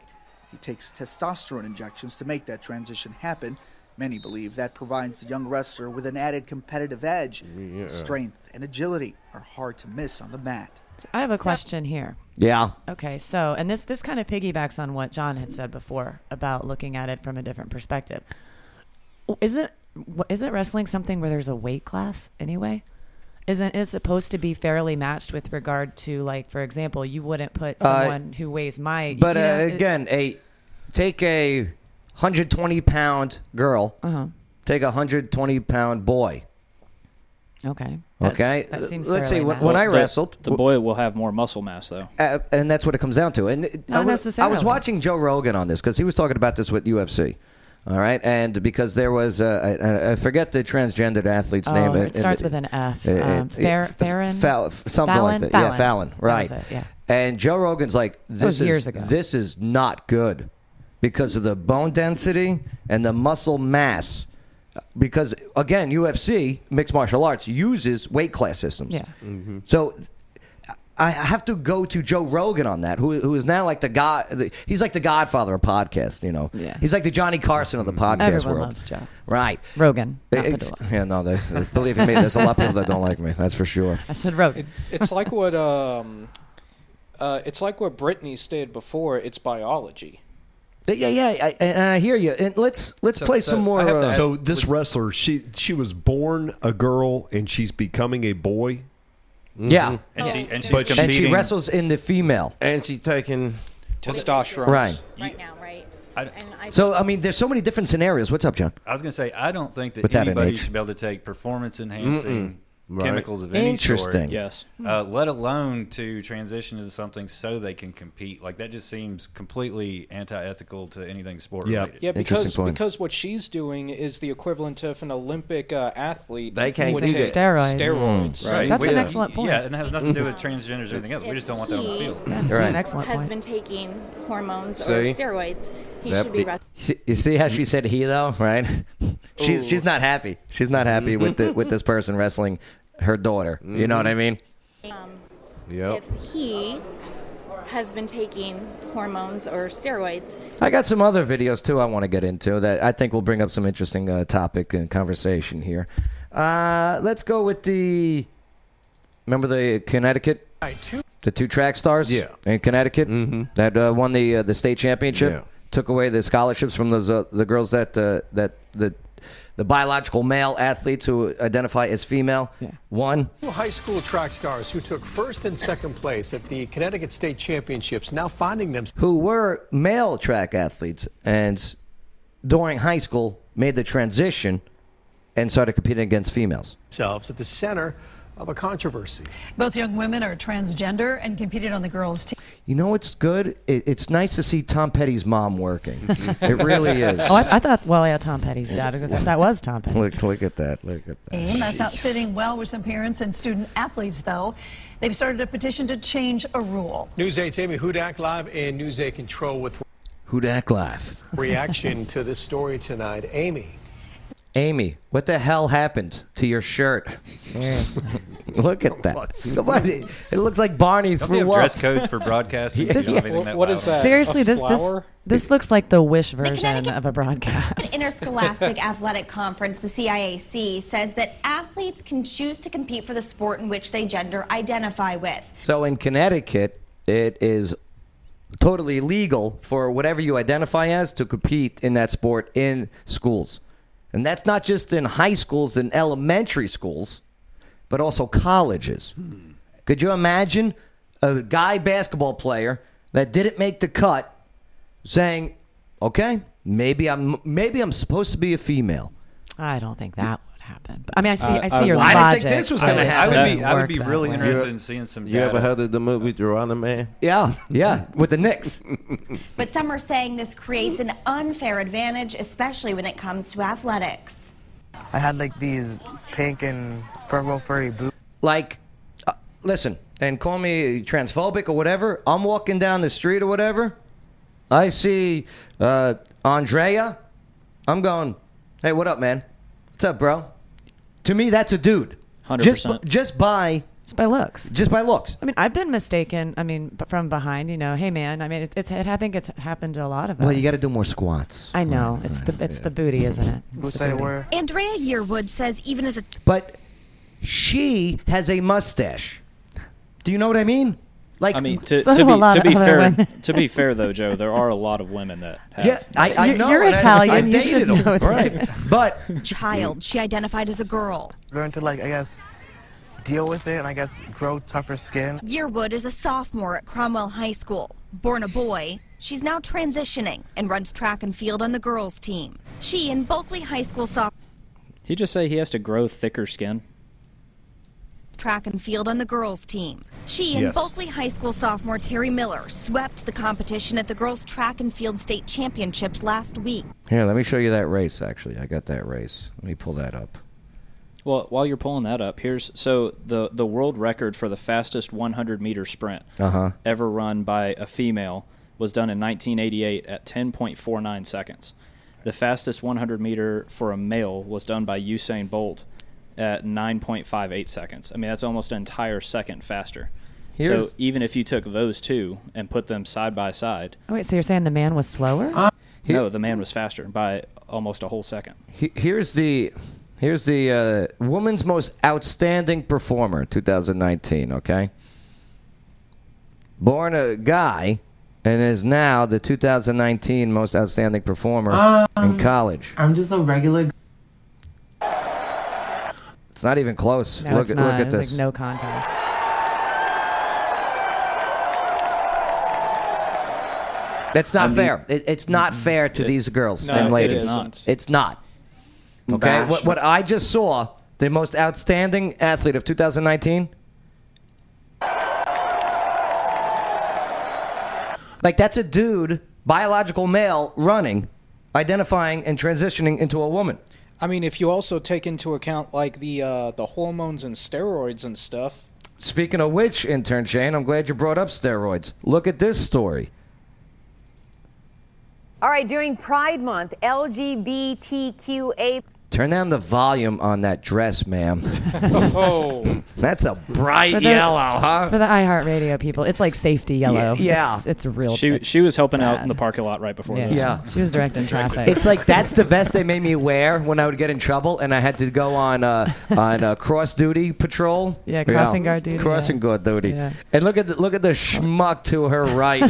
Speaker 11: He takes testosterone injections to make that transition happen. Many believe that provides the young wrestler with an added competitive edge.
Speaker 9: Yeah.
Speaker 11: Strength and agility are hard to miss on the mat.
Speaker 6: I have a question here.
Speaker 1: Yeah.
Speaker 6: Okay, so and this this kind of piggybacks on what John had said before about looking at it from a different perspective. Isn't Oh, wh- isn't wrestling something where there's a weight class anyway? Isn't it supposed to be fairly matched with regard to like, for example, you wouldn't put
Speaker 1: Uh,
Speaker 6: someone who weighs my.
Speaker 1: But
Speaker 6: you know,
Speaker 1: uh,
Speaker 6: it-
Speaker 1: again, a take a 120 pound girl,
Speaker 6: Uh-huh.
Speaker 1: take a 120 pound boy.
Speaker 6: okay.
Speaker 1: Okay,
Speaker 6: that seems
Speaker 1: let's see.
Speaker 6: fairly
Speaker 1: When,
Speaker 6: matched.
Speaker 1: when I
Speaker 5: The-
Speaker 1: wrestled,
Speaker 5: the boy will have more muscle mass though.
Speaker 1: Uh, and that's what it comes down to. And it-
Speaker 5: Not
Speaker 1: I, was, I was
Speaker 5: necessarily.
Speaker 1: watching Joe Rogan on this because he was talking about this with UFC. All right, and because there was uh, I- I, I forget the transgendered athlete's
Speaker 6: Oh,
Speaker 1: name.
Speaker 6: it starts with an F. Um, Fer- Farron?
Speaker 1: Fal- something like
Speaker 6: Fallon?
Speaker 1: that. Yeah,
Speaker 6: Fallon.
Speaker 1: Fallon.
Speaker 6: That
Speaker 1: Right.
Speaker 6: was it, yeah.
Speaker 1: And Joe Rogan's like,
Speaker 6: That was
Speaker 1: this is
Speaker 6: years ago.
Speaker 1: this is not good because of the bone density and the muscle mass. Because again, UFC mixed martial arts uses weight class systems.
Speaker 6: Yeah.
Speaker 12: Mm-hmm.
Speaker 1: So I have to go to Joe Rogan on that, who who is now like the god. The, he's like the Godfather of podcast. You know,
Speaker 6: Yeah.
Speaker 1: he's like the Johnny Carson of the podcast
Speaker 6: Everyone
Speaker 1: world.
Speaker 6: loves Joe.
Speaker 1: Right,
Speaker 6: Rogan. not
Speaker 1: Ex-
Speaker 6: Padula.
Speaker 1: yeah, no, they, they- believe me, there's a lot of people that don't like me. That's for sure.
Speaker 6: I said Rogan.
Speaker 10: It's like what um, uh, it's like where Brittany stated before. It's biology.
Speaker 1: Yeah, yeah, I, and I hear you. And let's let's
Speaker 10: So-
Speaker 1: play some more. uh,
Speaker 3: so this wrestler, she she was born a girl and she's becoming a boy.
Speaker 1: yeah,
Speaker 8: And she- and she's
Speaker 1: But she- and she
Speaker 8: competing-
Speaker 1: wrestles in the female.
Speaker 9: And she taking
Speaker 10: testosterone.
Speaker 1: Right.
Speaker 13: right now, right?
Speaker 8: I-
Speaker 13: and I
Speaker 1: So I mean, there's so many different scenarios. What's up, John?
Speaker 8: I was going to say, I don't think that
Speaker 1: With that in
Speaker 8: anybody
Speaker 1: H.
Speaker 8: should be able to take performance enhancing
Speaker 1: Mm-mm. Right.
Speaker 8: chemicals of any sort.
Speaker 1: Interesting. Yes.
Speaker 8: Uh, let alone to transition into something so they can compete. Like that just seems completely anti-ethical to anything sport related.
Speaker 10: Yeah, because because what she's doing is the equivalent of an Olympic uh, athlete.
Speaker 8: They can't
Speaker 10: would
Speaker 8: do
Speaker 10: take.
Speaker 8: that. Steroids.
Speaker 10: Steroids.
Speaker 8: Right.
Speaker 6: That's
Speaker 8: We-
Speaker 6: an excellent point.
Speaker 8: Yeah, and it has nothing to do with transgenders or anything else. We just don't want that on the
Speaker 13: he
Speaker 8: field.
Speaker 1: Right.
Speaker 6: an excellent
Speaker 13: has
Speaker 6: point.
Speaker 13: been taking hormones
Speaker 1: See?
Speaker 13: or steroids. He
Speaker 1: That
Speaker 13: should be,
Speaker 1: be-
Speaker 13: rest-
Speaker 1: You see how she said he though, right? She's she's not happy. She's not happy with the, with this person wrestling her daughter. You know what I mean?
Speaker 13: um,
Speaker 1: Yep.
Speaker 13: if he has been taking hormones or steroids.
Speaker 1: I got some other videos too I want to get into that I think will bring up some interesting uh, topic and conversation here. Uh, let's go with the. Remember the Connecticut, the two track stars,
Speaker 9: Yeah. Mm-hmm.
Speaker 1: in Connecticut that uh, won the uh, the state championship.
Speaker 9: Yeah.
Speaker 1: Took away the scholarships from those uh, the girls that uh, that the the biological male athletes who identify as female. One.
Speaker 14: Two high school track stars who took first and second place at the Connecticut State Championships now finding themselves
Speaker 1: who were male track athletes and during high school made the transition and started competing against females.
Speaker 14: at the center of a controversy.
Speaker 15: Both young women are transgender and competed on the girls' team.
Speaker 1: You know what's good? It, it's nice to see Tom Petty's mom working. it really is.
Speaker 6: Oh, I, I thought. Well, yeah, Tom Petty's dad. I was gonna say, That was Tom Petty.
Speaker 1: Look, look at that. Look at that.
Speaker 15: That's not sitting well with some parents and student athletes, though. They've started a petition to change a rule.
Speaker 14: News 8's Amy Hudak live in News 8 Control with
Speaker 1: Hudak Live.
Speaker 14: reaction to this story tonight. Amy,
Speaker 1: Amy, what the hell happened to your shirt? look at that. Come on. It, it looks like Barney
Speaker 8: Don't they have
Speaker 1: threw up.
Speaker 8: dress codes for broadcasting?
Speaker 1: Yes.
Speaker 8: You don't have anything that loud.
Speaker 6: Seriously, this this this looks like the Wish version of a broadcast.
Speaker 16: Interscholastic Athletic Conference, the CIAC, says that athletes can choose to compete for the sport in which they gender identify with.
Speaker 1: So in Connecticut, it is totally legal for whatever you identify as to compete in that sport in schools. And that's not just in high schools and elementary schools, but also colleges. Could you imagine a guy basketball player that didn't make the cut saying, "Okay, maybe I'm maybe I'm supposed to be a female."
Speaker 6: I don't think that would happen. But, I mean, I see. I see
Speaker 1: Uh,
Speaker 6: your
Speaker 1: I
Speaker 6: logic.
Speaker 1: didn't think this was gonna
Speaker 6: but it
Speaker 1: happen.
Speaker 6: doesn't
Speaker 1: I would be- I would
Speaker 6: work
Speaker 1: be
Speaker 6: that
Speaker 8: really
Speaker 6: way.
Speaker 8: interested in seeing some
Speaker 9: You ever
Speaker 8: data.
Speaker 9: heard of the movie Toronto Man?
Speaker 1: Yeah, yeah, with the Knicks.
Speaker 16: But some are saying this creates an unfair advantage, especially when it comes to athletics.
Speaker 12: I had like these pink and purple furry boots.
Speaker 1: like uh, listen and call me transphobic or whatever i'm walking down the street or whatever i see uh, andrea i'm going hey what up man what's up bro To me, that's a dude.
Speaker 5: 100%.
Speaker 1: Just b- just by
Speaker 6: It's by looks.
Speaker 1: Just by looks.
Speaker 6: I mean, I've been mistaken. I mean, b- from behind, you know, hey man. I mean, it, it's. It, I think it's happened to a lot of us.
Speaker 1: well, you got to do more squats.
Speaker 6: I know. It's the it's the booty, isn't it? It's the booty.
Speaker 16: Andrea Yearwood says even as a
Speaker 1: But she has a mustache. Do you know what I mean? Like
Speaker 5: I mean, to, to be, to be fair, to be fair though, Joe, there are a lot of women that have.
Speaker 1: Yeah, I, I
Speaker 5: You're-
Speaker 1: know.
Speaker 5: you're
Speaker 1: and I-
Speaker 5: Italian,
Speaker 1: I've
Speaker 5: you
Speaker 1: dated
Speaker 5: should
Speaker 1: them,
Speaker 5: know that.
Speaker 1: right? But
Speaker 16: child, she identified as a girl.
Speaker 12: Learn to like, I guess, deal with it and I guess grow tougher skin.
Speaker 16: Yearwood is a sophomore at Cromwell High School. Born a boy, she's now transitioning and runs track and field on the girls' team. She and Bulkley High School sophomore
Speaker 5: Did he just say he has to grow thicker skin?
Speaker 16: track and field on the girls' team. She and
Speaker 5: Yes.
Speaker 16: Bulkley High School sophomore Terry Miller swept the competition at the girls' track and field state championships last week.
Speaker 1: Here, let me show you that race. Actually, I got that race. Let me pull that up.
Speaker 5: Well, while you're pulling that up, here's so the the world record for the fastest 100 meter sprint
Speaker 1: Uh-huh.
Speaker 5: ever run by a female was done in 1988 at 10.49 seconds. The fastest 100 meter for a male was done by Usain Bolt at 9.58 seconds. I mean, that's almost an entire second faster.
Speaker 6: Here's-
Speaker 5: so even if you took those two and put them side by side,
Speaker 6: Oh, wait, so you're saying the man was slower?
Speaker 5: no, the man was faster by almost a whole second.
Speaker 1: He- here's the here's the uh, woman's most outstanding performer 2019 okay born a guy and is now the 2019 most outstanding performer
Speaker 6: Um,
Speaker 1: in college
Speaker 17: I'm just a regular.
Speaker 1: it's not even close
Speaker 6: No,
Speaker 1: look,
Speaker 6: it's
Speaker 1: at-
Speaker 6: not.
Speaker 1: look at
Speaker 6: It's
Speaker 1: this
Speaker 6: like no contest.
Speaker 1: that's not
Speaker 6: I mean-
Speaker 1: fair it, it's not fair to these girls
Speaker 5: No,
Speaker 1: and
Speaker 5: it
Speaker 1: ladies
Speaker 5: is not.
Speaker 1: it's not okay
Speaker 5: Gosh.
Speaker 1: what, what i just saw the most outstanding athlete of 2019 Like that's a dude, biological male, running, identifying and transitioning into a woman.
Speaker 10: I mean, if you also take into account like the uh, the hormones and steroids and stuff,
Speaker 1: Speaking of which, intern Shane, I'm glad you brought up steroids. Look at this story.
Speaker 18: All right, during Pride Month, LGBTQA.
Speaker 1: Turn down the volume on that dress, ma'am.
Speaker 18: Oh.
Speaker 1: That's a bright
Speaker 6: For the-
Speaker 1: yellow, huh?
Speaker 6: For the iHeartRadio people, it's like safety yellow.
Speaker 1: yeah.
Speaker 6: It's, it's real.
Speaker 5: She
Speaker 6: it's
Speaker 5: she was helping out
Speaker 6: bad.
Speaker 5: in the parking lot right before
Speaker 6: Yeah.
Speaker 5: this.
Speaker 1: Yeah.
Speaker 6: She was directing traffic.
Speaker 1: It's like that's the vest they made me wear when I would get in trouble, and I had to go on uh, on uh, cross duty patrol.
Speaker 6: Yeah, crossing guard duty,
Speaker 1: Crossing
Speaker 6: yeah.
Speaker 1: guard duty.
Speaker 6: Yeah.
Speaker 1: And look at the, look at the schmuck to her right.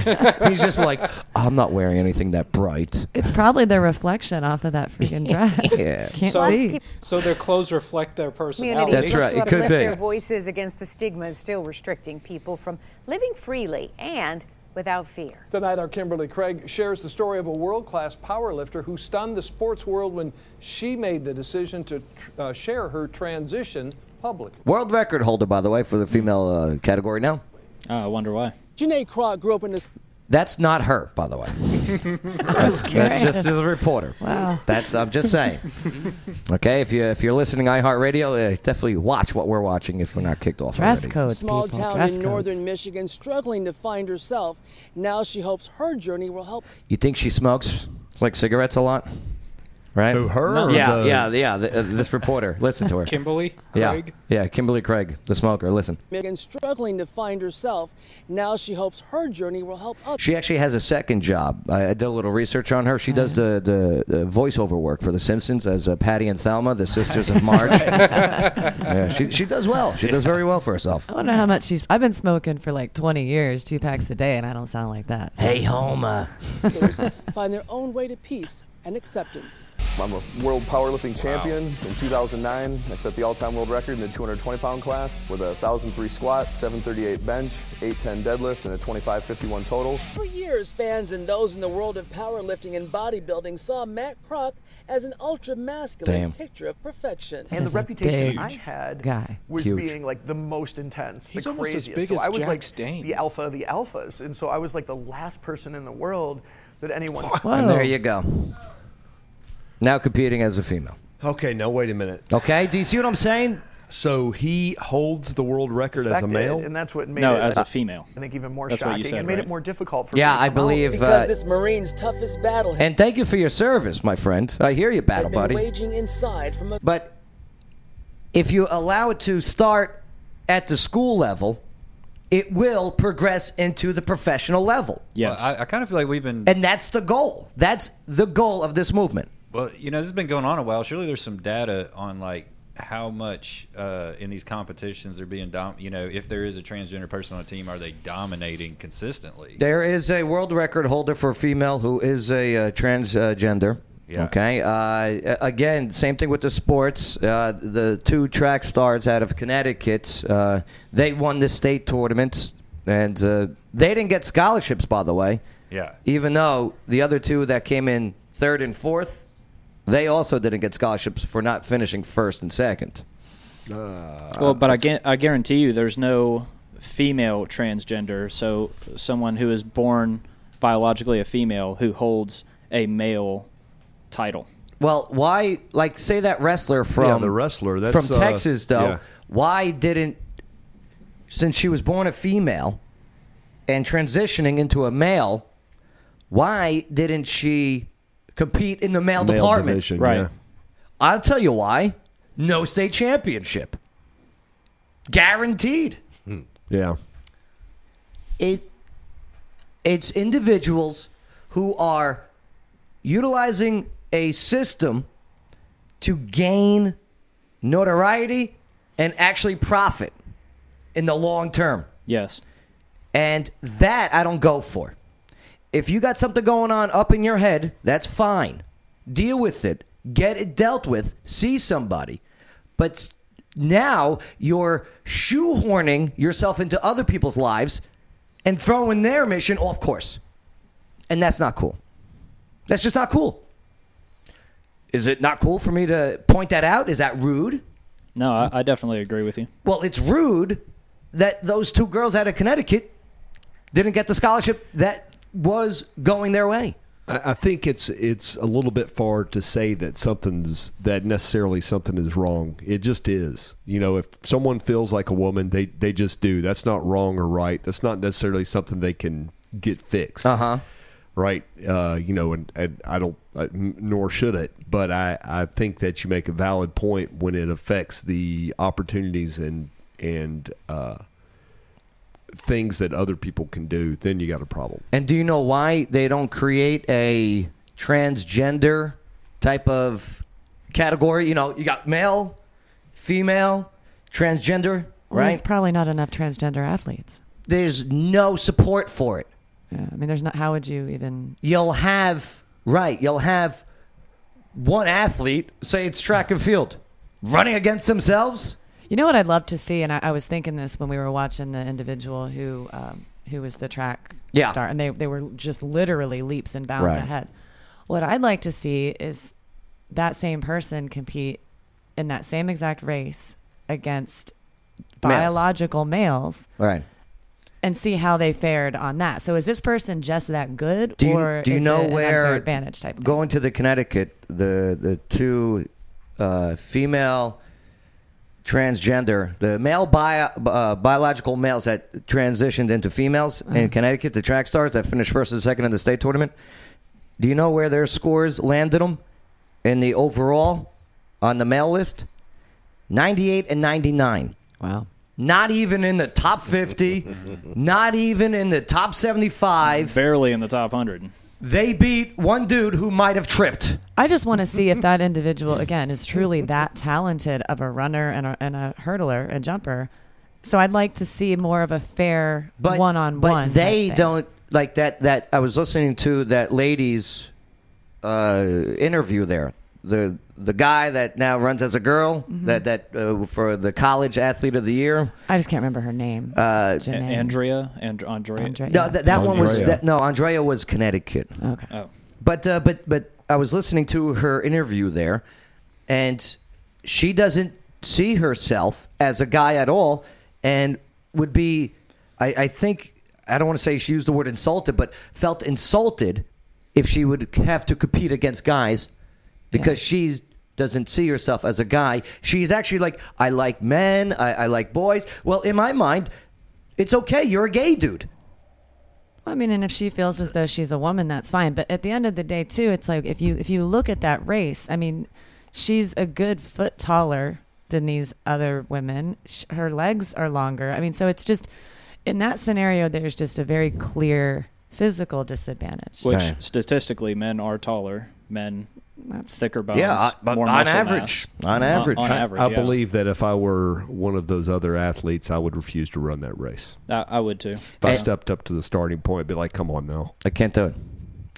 Speaker 1: He's just like, I'm not wearing anything that bright.
Speaker 6: It's probably the reflection off of that freaking dress.
Speaker 1: Yeah.
Speaker 6: Can't
Speaker 10: so
Speaker 6: see.
Speaker 10: so their clothes reflect their personality.
Speaker 18: Communities
Speaker 1: That's right,
Speaker 18: just
Speaker 1: it
Speaker 18: to
Speaker 1: could
Speaker 18: uplift
Speaker 1: be.
Speaker 18: their voices against the stigmas still restricting people from living freely and without fear.
Speaker 7: Tonight, our Kimberly Craig shares the story of a world class powerlifter who stunned the sports world when she made the decision to tr- uh, share her transition publicly.
Speaker 1: World record holder, by the way, for the female uh, category now.
Speaker 5: Uh, I wonder why.
Speaker 7: Janae Krog grew up in the.
Speaker 1: That's not her, by the way. That's, that's just the reporter.
Speaker 6: Wow.
Speaker 1: That's I'm just saying. Okay, if you if you're listening iHeartRadio, uh, definitely watch what we're watching if we're not kicked off
Speaker 6: Dress
Speaker 1: already.
Speaker 6: codes,
Speaker 19: Small
Speaker 6: people.
Speaker 19: town
Speaker 6: dress
Speaker 19: in
Speaker 6: codes.
Speaker 19: northern Michigan, struggling to find herself. Now she hopes her journey will help.
Speaker 1: You think she smokes like cigarettes a lot, right?
Speaker 3: her or
Speaker 1: yeah,
Speaker 3: the-
Speaker 1: yeah, yeah. th- uh, this reporter, listen to her.
Speaker 10: Kimberly
Speaker 1: yeah,
Speaker 10: Craig?
Speaker 1: yeah. Kimberly Craig, the smoker. Listen,
Speaker 19: Michigan, struggling to find herself. Now she hopes her journey will help others.
Speaker 1: she actually has a second job. I, I did a little research on her. She does the, the the voiceover work for The Simpsons as uh, Patty and Thelma, the sisters of Marge. yeah, she she does well. She does very well for herself.
Speaker 6: I don't know how much she's. I've been smoking for like 20 years, two packs a day, and I don't sound like that.
Speaker 1: Hey, Homer.
Speaker 19: find their own way to peace and acceptance.
Speaker 20: I'm a world powerlifting champion. In 2009, I set the all-time world record in the 220-pound class with a 1,003 squat, 738 bench, 810 deadlift, and a 2551 total.
Speaker 19: For years, fans and those in the world of powerlifting and bodybuilding saw Matt Kroc as an ultra masculine
Speaker 20: Damn.
Speaker 19: picture of perfection.
Speaker 12: And the reputation I had
Speaker 19: guy.
Speaker 12: was
Speaker 19: Huge.
Speaker 12: being like the most intense,
Speaker 19: He's
Speaker 12: the
Speaker 19: almost as
Speaker 12: craziest.
Speaker 19: big
Speaker 12: so
Speaker 19: as
Speaker 12: I was
Speaker 19: Jack
Speaker 12: like
Speaker 19: Stane.
Speaker 12: the alpha of the alphas, and so I was like the last person in the world that anyone.
Speaker 1: And there you go. Now competing as a female.
Speaker 3: Okay, now wait a minute.
Speaker 1: Okay, do you see what I'm saying?
Speaker 3: So he holds the world record as a
Speaker 12: Expected,
Speaker 3: male,
Speaker 12: and that's what made
Speaker 5: No,
Speaker 12: it.
Speaker 5: as a female.
Speaker 12: I think even more
Speaker 5: That's what
Speaker 12: shocking.
Speaker 5: you said,
Speaker 12: it made
Speaker 5: right?
Speaker 12: it more difficult for.
Speaker 1: Yeah,
Speaker 12: me to
Speaker 1: I
Speaker 12: come out.
Speaker 1: believe.
Speaker 19: Because
Speaker 1: Uh,
Speaker 19: this Marine's toughest battle
Speaker 1: and thank you for your service, my friend. I hear you,
Speaker 19: had
Speaker 1: battle
Speaker 19: been
Speaker 1: buddy.
Speaker 19: waging inside from a
Speaker 1: But if you allow it to start at the school level, it will progress into the professional level.
Speaker 8: Yes. Well, I, I kind of feel like we've been
Speaker 1: And that's the goal. That's the goal of this movement.
Speaker 8: Well, you know, this has been going on a while. Surely there's some data on like how much uh, in these competitions they're being dom. You know, if there is a transgender person on a team, are they dominating consistently?
Speaker 1: There is a world record holder for a female who is a uh, transgender.
Speaker 8: Yeah.
Speaker 1: Okay. Uh, again, same thing with the sports. Uh, the two track stars out of Connecticut, uh, they won the state tournament, and uh, they didn't get scholarships, by the way.
Speaker 8: Yeah.
Speaker 1: Even though the other two that came in third and fourth, they also didn't get scholarships for not finishing first and second.
Speaker 3: Uh,
Speaker 1: Uh,
Speaker 5: well, but I, gu- I guarantee you, there's no female transgender. So someone who is born biologically a female who holds a male title.
Speaker 1: Well, why? Like, say that wrestler from
Speaker 3: Yeah, the wrestler, that's,
Speaker 1: from
Speaker 3: uh,
Speaker 1: Texas, though.
Speaker 3: yeah.
Speaker 1: Why didn't, since she was born a female, and transitioning into a male, why didn't she compete in the male,
Speaker 3: Male
Speaker 1: department?
Speaker 3: division, Right. yeah.
Speaker 1: I'll tell you why. No state championship, guaranteed.
Speaker 3: hmm. Yeah.
Speaker 1: it it's individuals who are utilizing a system to gain notoriety and actually profit in the long term.
Speaker 5: Yes.
Speaker 1: And that I don't go for. If you got something going on up in your head, that's fine. Deal with it. Get it dealt with. See somebody. But s- now you're shoehorning yourself into other people's lives and throwing their mission off course. And that's not cool. That's just not cool. Is it not cool for me to point that out? Is that rude?
Speaker 5: No, I, I definitely agree with you.
Speaker 1: Well, it's rude that those two girls out of Connecticut didn't get the scholarship that was going their way.
Speaker 3: I I think it's it's a little bit far to say that something's that necessarily something is wrong. It just is. You know, if someone feels like a woman, they they just do. That's not wrong or right. That's not necessarily something they can get fixed. Uh
Speaker 1: huh.
Speaker 3: Right. Uh, you know, and, and I don't, I, n- nor should it. But I I think that you make a valid point when it affects the opportunities and and uh, things that other people can do. Then you got a problem.
Speaker 1: And do you know why they don't create a transgender type of category? You know, you got male, female, transgender,
Speaker 6: Well,
Speaker 1: right?
Speaker 6: There's probably not enough transgender athletes.
Speaker 1: There's no support for it.
Speaker 6: Yeah, I mean, there's not. How would you even?
Speaker 1: You'll have, right, you'll have one athlete, say it's track and field, running against themselves.
Speaker 6: You know what I'd love to see, and I, I was thinking this when we were watching the individual who um, who was the track
Speaker 1: Yeah.
Speaker 6: star, and they they were just literally leaps and bounds
Speaker 1: Right.
Speaker 6: ahead. What I'd like to see is that same person compete in that same exact race against
Speaker 1: Males.
Speaker 6: biological males
Speaker 1: Right.
Speaker 6: and see how they fared on that. So is this person just that good,
Speaker 1: Do you,
Speaker 6: or
Speaker 1: do you
Speaker 6: is it
Speaker 1: know
Speaker 6: an
Speaker 1: where
Speaker 6: unfair advantage type? thing?
Speaker 1: going to the Connecticut the the two uh, female transgender the male bio, uh, biological males that transitioned into females
Speaker 6: Uh-huh.
Speaker 1: in Connecticut the track stars that finished first and second in the state tournament do you know where their scores landed them in the overall on the male list 98 and 99
Speaker 6: wow
Speaker 1: not even in the top 50 not even in the top 75
Speaker 5: barely in the top 100
Speaker 1: they beat one dude who might have tripped
Speaker 6: I just want to see if that individual again is truly that talented of a runner and a, and a hurdler, a jumper. So I'd like to see more of a fair
Speaker 1: but
Speaker 6: one on one.
Speaker 1: But they don't like that. That I was listening to that lady's uh, interview there. The the guy that now runs as a girl that that uh, for the college athlete of the year.
Speaker 6: I just can't remember her name.
Speaker 1: Uh,
Speaker 5: A- Andrea and Andrea.
Speaker 1: no, that, that one was
Speaker 5: Oh, Andrea.
Speaker 1: that, no. Andrea was Connecticut.
Speaker 6: Okay.
Speaker 5: Oh.
Speaker 1: But uh, but but I was listening to her interview there, and she doesn't see herself as a guy at all, and would be, I, I think I don't want to say she used the word insulted, but felt insulted if she would have to compete against guys because she doesn't see herself as a guy. She's actually like, I like men, I, I like boys. Well, in my mind, it's okay. You're a gay dude.
Speaker 6: I mean, and if she feels as though she's a woman, that's fine. But at the end of the day, too, it's like if you if you look at that race, I mean, she's a good foot taller than these other women. Sh- Her legs are longer. I mean, so it's just in that scenario, there's just a very clear physical disadvantage.
Speaker 5: Which statistically, men are taller. Men thicker bones.
Speaker 1: Yeah, I- but
Speaker 5: more
Speaker 1: on
Speaker 5: muscle
Speaker 1: average.
Speaker 5: mass.
Speaker 1: On average.
Speaker 5: on,
Speaker 1: I-
Speaker 5: average,
Speaker 3: I
Speaker 5: yeah.
Speaker 3: believe that if I were one of those other athletes, I would refuse to run that race.
Speaker 5: I, I would too.
Speaker 3: If I
Speaker 5: Yeah.
Speaker 3: stepped up to the starting point, be like, come on now.
Speaker 1: I can't do it.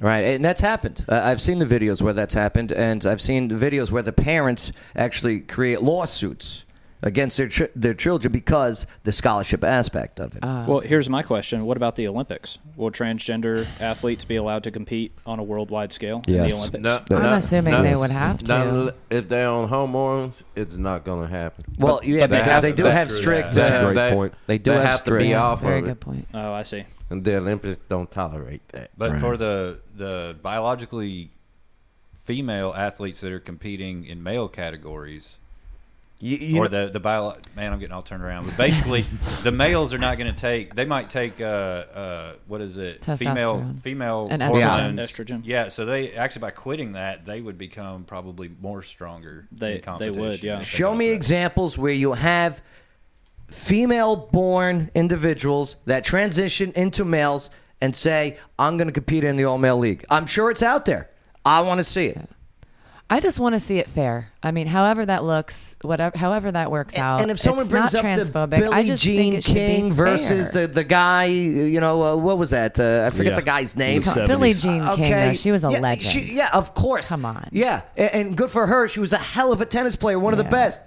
Speaker 1: Right, and that's happened. Uh, I've seen the videos where that's happened, and I've seen the videos where the parents actually create lawsuits against their ch- their children because the scholarship aspect of it.
Speaker 6: Ah.
Speaker 5: well, here's my question: What about the Olympics? Will transgender athletes be allowed to compete on a worldwide scale in the Olympics?
Speaker 9: not unle- if they're on hormones, it's not going to happen.
Speaker 1: Well, But- yeah, but they because have they to do go have through strict, that. That's a
Speaker 9: They-
Speaker 1: great
Speaker 9: they-
Speaker 1: point. They do have
Speaker 9: have, to be
Speaker 1: strict-
Speaker 9: off
Speaker 1: Very
Speaker 9: of it.
Speaker 1: good point.
Speaker 5: Oh, I see.
Speaker 9: And the Olympics don't tolerate that.
Speaker 8: But for the the biologically female athletes that are competing in male categories,
Speaker 1: you
Speaker 8: or
Speaker 1: know-
Speaker 8: the the bio man, I'm getting all turned around. But basically, the males are not going to take. They might take uh, uh, what is it? Female
Speaker 5: Testosterone.
Speaker 8: female
Speaker 5: And
Speaker 8: hormones.
Speaker 5: estrogen. Estrogen.
Speaker 8: Yeah. So they actually by quitting that, they would become probably more stronger.
Speaker 5: They-
Speaker 8: in
Speaker 5: they
Speaker 8: competition
Speaker 5: would,
Speaker 8: if
Speaker 5: yeah.
Speaker 8: they
Speaker 1: Show me examples where you have female-born individuals that transition into males and say, "I'm going to compete in the all-male league." I'm sure it's out there. I want to see it.
Speaker 6: I just want to see it fair. I mean, however that looks, whatever, however that works out.
Speaker 1: And if someone
Speaker 6: it's
Speaker 1: brings
Speaker 6: not
Speaker 1: up the
Speaker 6: transphobic, I
Speaker 1: Billie
Speaker 6: just think
Speaker 1: Jean
Speaker 6: it should be
Speaker 1: King versus
Speaker 6: fair.
Speaker 1: the, the guy, you know, uh, what was that? Uh, I forget
Speaker 6: Yeah.
Speaker 1: the guy's
Speaker 6: In the
Speaker 1: name. Uh,
Speaker 6: Come- Billie 70s. Jean King, though, she was a
Speaker 1: yeah,
Speaker 6: legend.
Speaker 1: she- yeah, of course. Come on. Yeah, and, and good for her. She was a hell of a tennis player, one of the best.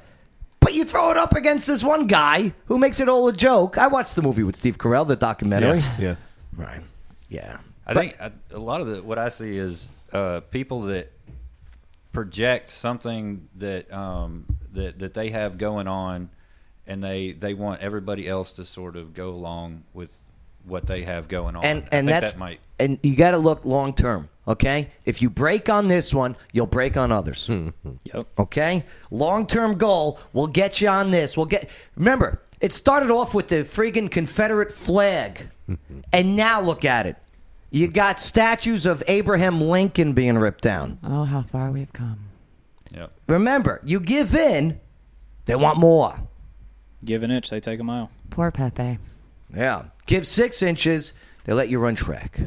Speaker 1: But you throw it up against this one guy who makes it all a joke. I watched the movie with Steve Carell, the documentary.
Speaker 3: yeah.
Speaker 1: Right. Yeah.
Speaker 8: I
Speaker 1: But-
Speaker 8: think I, a lot of the, what I see is uh, people that project something that um, that that they have going on, and they they want everybody else to sort of go along with what they have going on. I
Speaker 1: and
Speaker 8: think
Speaker 1: and that's
Speaker 8: that might
Speaker 1: and you got to look long term. Okay, if you break on this one, you'll break on others.
Speaker 5: yep.
Speaker 1: Okay, long term goal will get you on this. We'll get. Remember, it started off with the friggin' Confederate flag, and now look at it. You got statues of Abraham Lincoln being ripped down.
Speaker 6: Oh, how far we've come.
Speaker 1: Remember, you give in, they want more.
Speaker 5: Give an inch, they take a mile.
Speaker 6: Poor Pepe.
Speaker 1: Yeah, give six inches, they let you run track.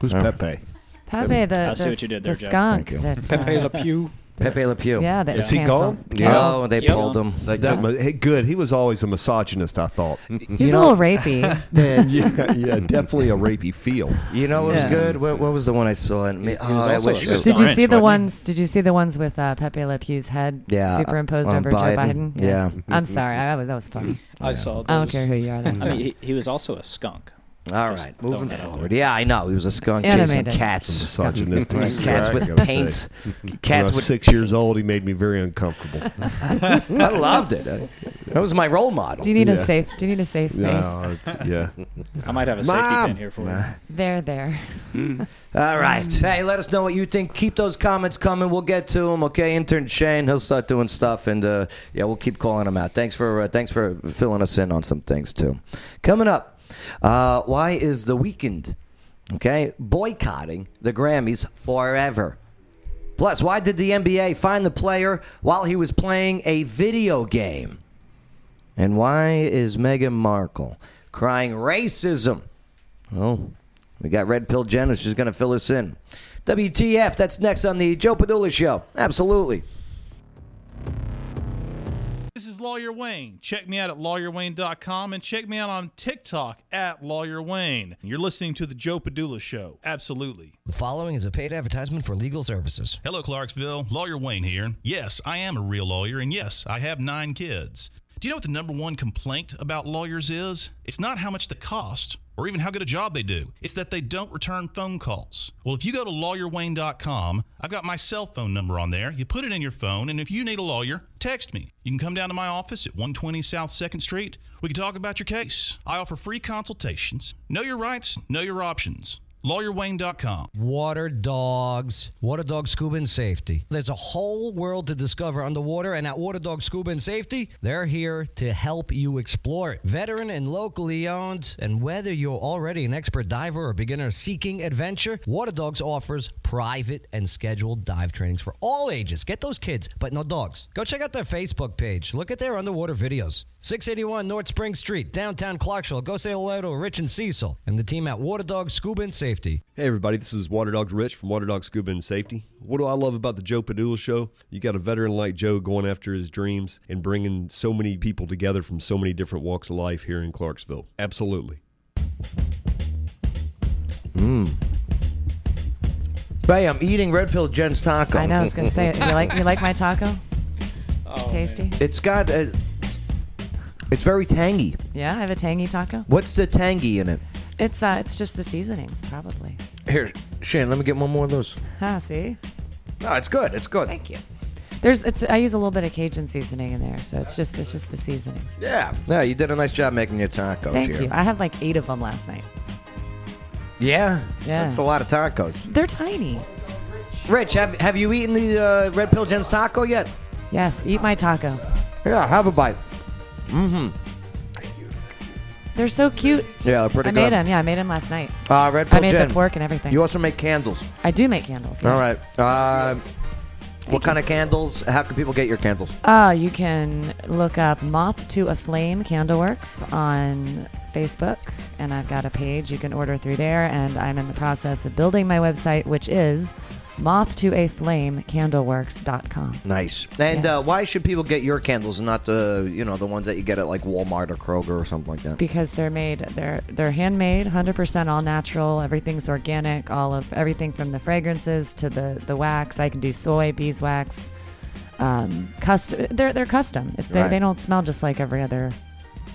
Speaker 3: Who's Pepe?
Speaker 6: Pepe, the,
Speaker 5: I see
Speaker 6: the-
Speaker 5: what you did there,
Speaker 6: the
Speaker 5: Jeff.
Speaker 6: skunk.
Speaker 5: Thank you.
Speaker 6: That, uh,
Speaker 5: Pepe Le
Speaker 10: Pew.
Speaker 1: Pepe Le Pew.
Speaker 6: Yeah, that
Speaker 3: Is he
Speaker 6: canceled.
Speaker 3: gone?
Speaker 1: Canceled. Oh, they Yep. pulled him.
Speaker 3: That-
Speaker 1: Yeah.
Speaker 3: that- hey, good. He was always a misogynist. I thought
Speaker 6: He's a little rapey.
Speaker 3: yeah, yeah, definitely a rapey feel.
Speaker 1: You know what was
Speaker 6: Yeah.
Speaker 1: good? What, what was the one I saw? And me, oh,
Speaker 3: was
Speaker 1: I
Speaker 3: also
Speaker 1: wish.
Speaker 3: a-
Speaker 6: Did you see the ones? Did you see the ones with uh, Pepe Le Pew's head
Speaker 1: Yeah, uh,
Speaker 6: superimposed
Speaker 1: on
Speaker 6: over Joe
Speaker 1: Biden.
Speaker 6: Biden?
Speaker 1: Yeah.
Speaker 6: I'm sorry. I, that was- that was funny.
Speaker 5: I saw. Those.
Speaker 6: I don't care who you are. That's
Speaker 5: I mean,
Speaker 6: fine.
Speaker 5: he, he was also a skunk.
Speaker 1: All
Speaker 5: Just
Speaker 1: right,
Speaker 5: throwing
Speaker 1: moving
Speaker 5: that out
Speaker 1: forward. Yeah, I know. He was a skunk chasing
Speaker 5: Animated.
Speaker 1: cats.
Speaker 3: Misogynistic.
Speaker 1: cats
Speaker 3: smack, I
Speaker 1: with
Speaker 3: gotta
Speaker 1: paint.
Speaker 3: say. When I
Speaker 1: Cats
Speaker 3: was
Speaker 1: with
Speaker 3: six years old. He made me very uncomfortable.
Speaker 1: I loved it. I- That was my role model.
Speaker 6: Do you need
Speaker 3: Yeah.
Speaker 6: a safe? Do you need a safe space?
Speaker 3: No, it's- yeah.
Speaker 5: I might have a safety
Speaker 1: Mom!
Speaker 5: pin here for you.
Speaker 6: There, there.
Speaker 1: Mm. All right. Hey, let us know what you think. Keep those comments coming. We'll get to them. Okay, intern Shane, he'll start doing stuff, and uh, yeah, we'll keep calling him out. Thanks for uh, thanks for filling us in on some things too. Coming up, uh, why is the weekend okay boycotting the Grammys forever? Plus, why did the NBA find the player while he was playing a video game? And why is Meghan Markle crying racism? Well, we got Red Pill Jenna. She's going to fill us in. WTF, that's next on the Joe Padula Show. Absolutely.
Speaker 17: This is Lawyer Wayne. Check me out at lawyerwayne.com and check me out on TikTok at Lawyer Wayne. You're listening to The Joe Padula Show. Absolutely.
Speaker 1: The following is a paid advertisement for legal services.
Speaker 17: Hello, Clarksville. Lawyer Wayne here. Yes, I am a real lawyer, and yes, I have nine kids. Do you know what the number one complaint about lawyers is? It's not how much they cost or even how good a job they do, it's that they don't return phone calls. Well, if you go to lawyerwayne.com, I've got my cell phone number on there. You put it in your phone, and if you need a lawyer, text me. You can come down to my office at 120 South 2nd Street. We can talk about your case. I offer free consultations. Know your rights, know your options. LawyerWayne.com.
Speaker 21: Water dogs, Water Dog Scuba and Safety. There's a whole world to discover underwater, and at Water Dog Scuba and Safety, they're here to help you explore it. Veteran and locally owned, and whether you're already an expert diver or beginner seeking adventure, Water Dogs offers private and scheduled dive trainings for all ages. Get those kids, but no dogs. Go check out their Facebook page. Look at their underwater videos. 681 North Spring Street, downtown Clarksville. Go say hello to Rich and Cecil and the team at Water Dog Scuba and Safety.
Speaker 3: Hey everybody, this is Water Dogs Rich from Water Dog Scuba and Safety. What do I love about the Joe Padula show? You got a veteran like Joe going after his dreams and bringing so many people together from so many different walks of life here in Clarksville. Absolutely. Mm.
Speaker 1: Mmm. Bay, I'm eating Red Pill Jen's taco.
Speaker 6: I know. I was gonna say it. You like you like my taco? Tasty.
Speaker 1: It's got a. It's very tangy.
Speaker 6: Yeah, I have a tangy taco.
Speaker 1: What's the tangy in it?
Speaker 6: It's uh, it's just the seasonings probably.
Speaker 1: Here, Shane, let me get one more of those.
Speaker 6: Ah, see.
Speaker 1: No, it's good. It's good.
Speaker 6: Thank you. There's it's I use a little bit of Cajun seasoning in there, so it's just it's just the seasonings.
Speaker 1: Yeah. Yeah, you did a nice job making your tacos
Speaker 6: Thank
Speaker 1: here.
Speaker 6: you. I had like eight of them last night.
Speaker 1: Yeah.
Speaker 6: Yeah.
Speaker 1: That's a lot of tacos.
Speaker 6: They're tiny.
Speaker 1: Rich, have, have you eaten the uh, Red Pill Jen's taco yet?
Speaker 6: Yes. Eat my taco.
Speaker 1: Yeah, have a bite. Mm-hmm.
Speaker 6: They're so cute.
Speaker 1: Yeah, they're pretty
Speaker 6: I
Speaker 1: good.
Speaker 6: made them. Yeah, I made them last night.
Speaker 1: Uh, Red
Speaker 6: I
Speaker 1: Pill
Speaker 6: made the
Speaker 1: Jen.
Speaker 6: pork and everything.
Speaker 1: You also make candles.
Speaker 6: I do make candles.
Speaker 1: All
Speaker 6: yes.
Speaker 1: right. Uh, what kind of candles? How can people get your candles?
Speaker 6: Uh, you can look up Moth to a Flame Candleworks on Facebook, and I've got a page you can order through there. And I'm in the process of building my website, which is moth to a flame candleworks.com.
Speaker 1: Nice. And uh, why should people get your candles and not the you know the ones that you get at like Walmart or Kroger or something like that?
Speaker 6: Because they're made, they're they're handmade, 100% all natural. Everything's organic. All of everything from the fragrances to the the wax. I can do soy, beeswax, um, custom. They're they're custom. They,
Speaker 1: Right.
Speaker 6: they don't smell just like every other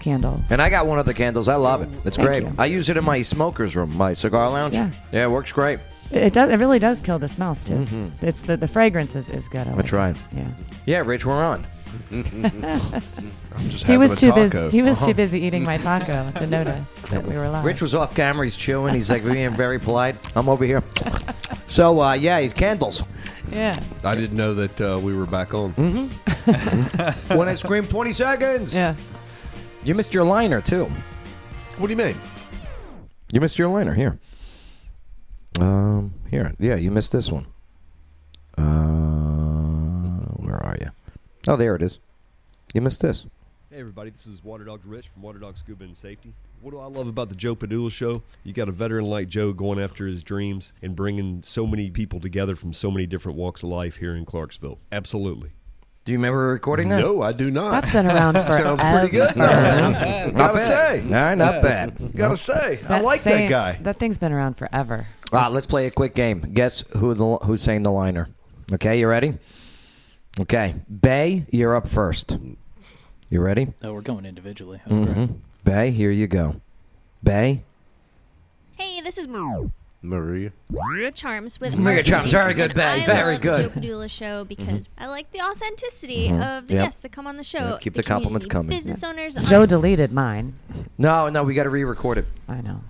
Speaker 6: candle.
Speaker 1: And I got one of the candles. I love it. It's
Speaker 6: Thank
Speaker 1: great.
Speaker 6: you.
Speaker 1: I use it in my smoker's room, my cigar lounge.
Speaker 6: Yeah.
Speaker 1: it works great.
Speaker 6: It does. It really does kill the smells too.
Speaker 1: Mhm.
Speaker 6: It's the the fragrance is, is good. I like it.
Speaker 1: That's right.
Speaker 6: Yeah.
Speaker 1: Yeah, Rich, we're on.
Speaker 6: I'm just He was too busy. He was
Speaker 3: Uh-huh.
Speaker 1: uh-huh.
Speaker 6: too busy eating my taco to notice that we were live.
Speaker 1: Rich was off camera. He's chewing. He's like being very polite. I'm over here. So uh, yeah, candles.
Speaker 6: Yeah.
Speaker 3: I didn't know that uh, we were back on.
Speaker 1: Mm-hmm. when I scream 20 seconds.
Speaker 6: Yeah.
Speaker 1: You missed your liner too.
Speaker 3: What do you mean?
Speaker 1: You missed your liner here. Um, here, yeah, you missed this one. Uh, where are you? Oh, there it is. You missed this.
Speaker 3: Hey everybody, this is Water Dogs Rich from Water Dogs Scuba and Safety. What do I love about the Joe Padula show? You got a veteran like Joe going after his dreams and bringing so many people together from so many different walks of life here in Clarksville. Absolutely.
Speaker 1: Do you remember recording that?
Speaker 3: No, I do not.
Speaker 6: That's been around for
Speaker 3: Sounds pretty good. though.
Speaker 1: Mhm.
Speaker 3: Gotta
Speaker 1: bad.
Speaker 3: say.
Speaker 1: All right, not bad.
Speaker 3: Gotta say, I
Speaker 6: That
Speaker 3: like that
Speaker 6: same-
Speaker 3: guy.
Speaker 6: That thing's been around forever.
Speaker 1: Ah, let's play a quick game. Guess who the who sang the liner? Okay, you ready? Okay, Bay, you're up first. You ready?
Speaker 5: Oh, we're going individually.
Speaker 1: hmm Bay, here you go. Bay,
Speaker 22: Hey, this is Maria
Speaker 1: Maria.
Speaker 22: Charms with
Speaker 1: Maria Charms, very good, babe,
Speaker 22: I
Speaker 1: very
Speaker 22: love
Speaker 1: good.
Speaker 22: The Joe Padula show because I like the authenticity
Speaker 1: Mhm.
Speaker 22: of the
Speaker 1: Yep.
Speaker 22: guests that come on the show.
Speaker 1: Yep, keep the compliments
Speaker 22: community,
Speaker 1: coming.
Speaker 22: Business owners.
Speaker 6: Joe deleted mine.
Speaker 1: No, no, we got to re-record it.
Speaker 6: I know.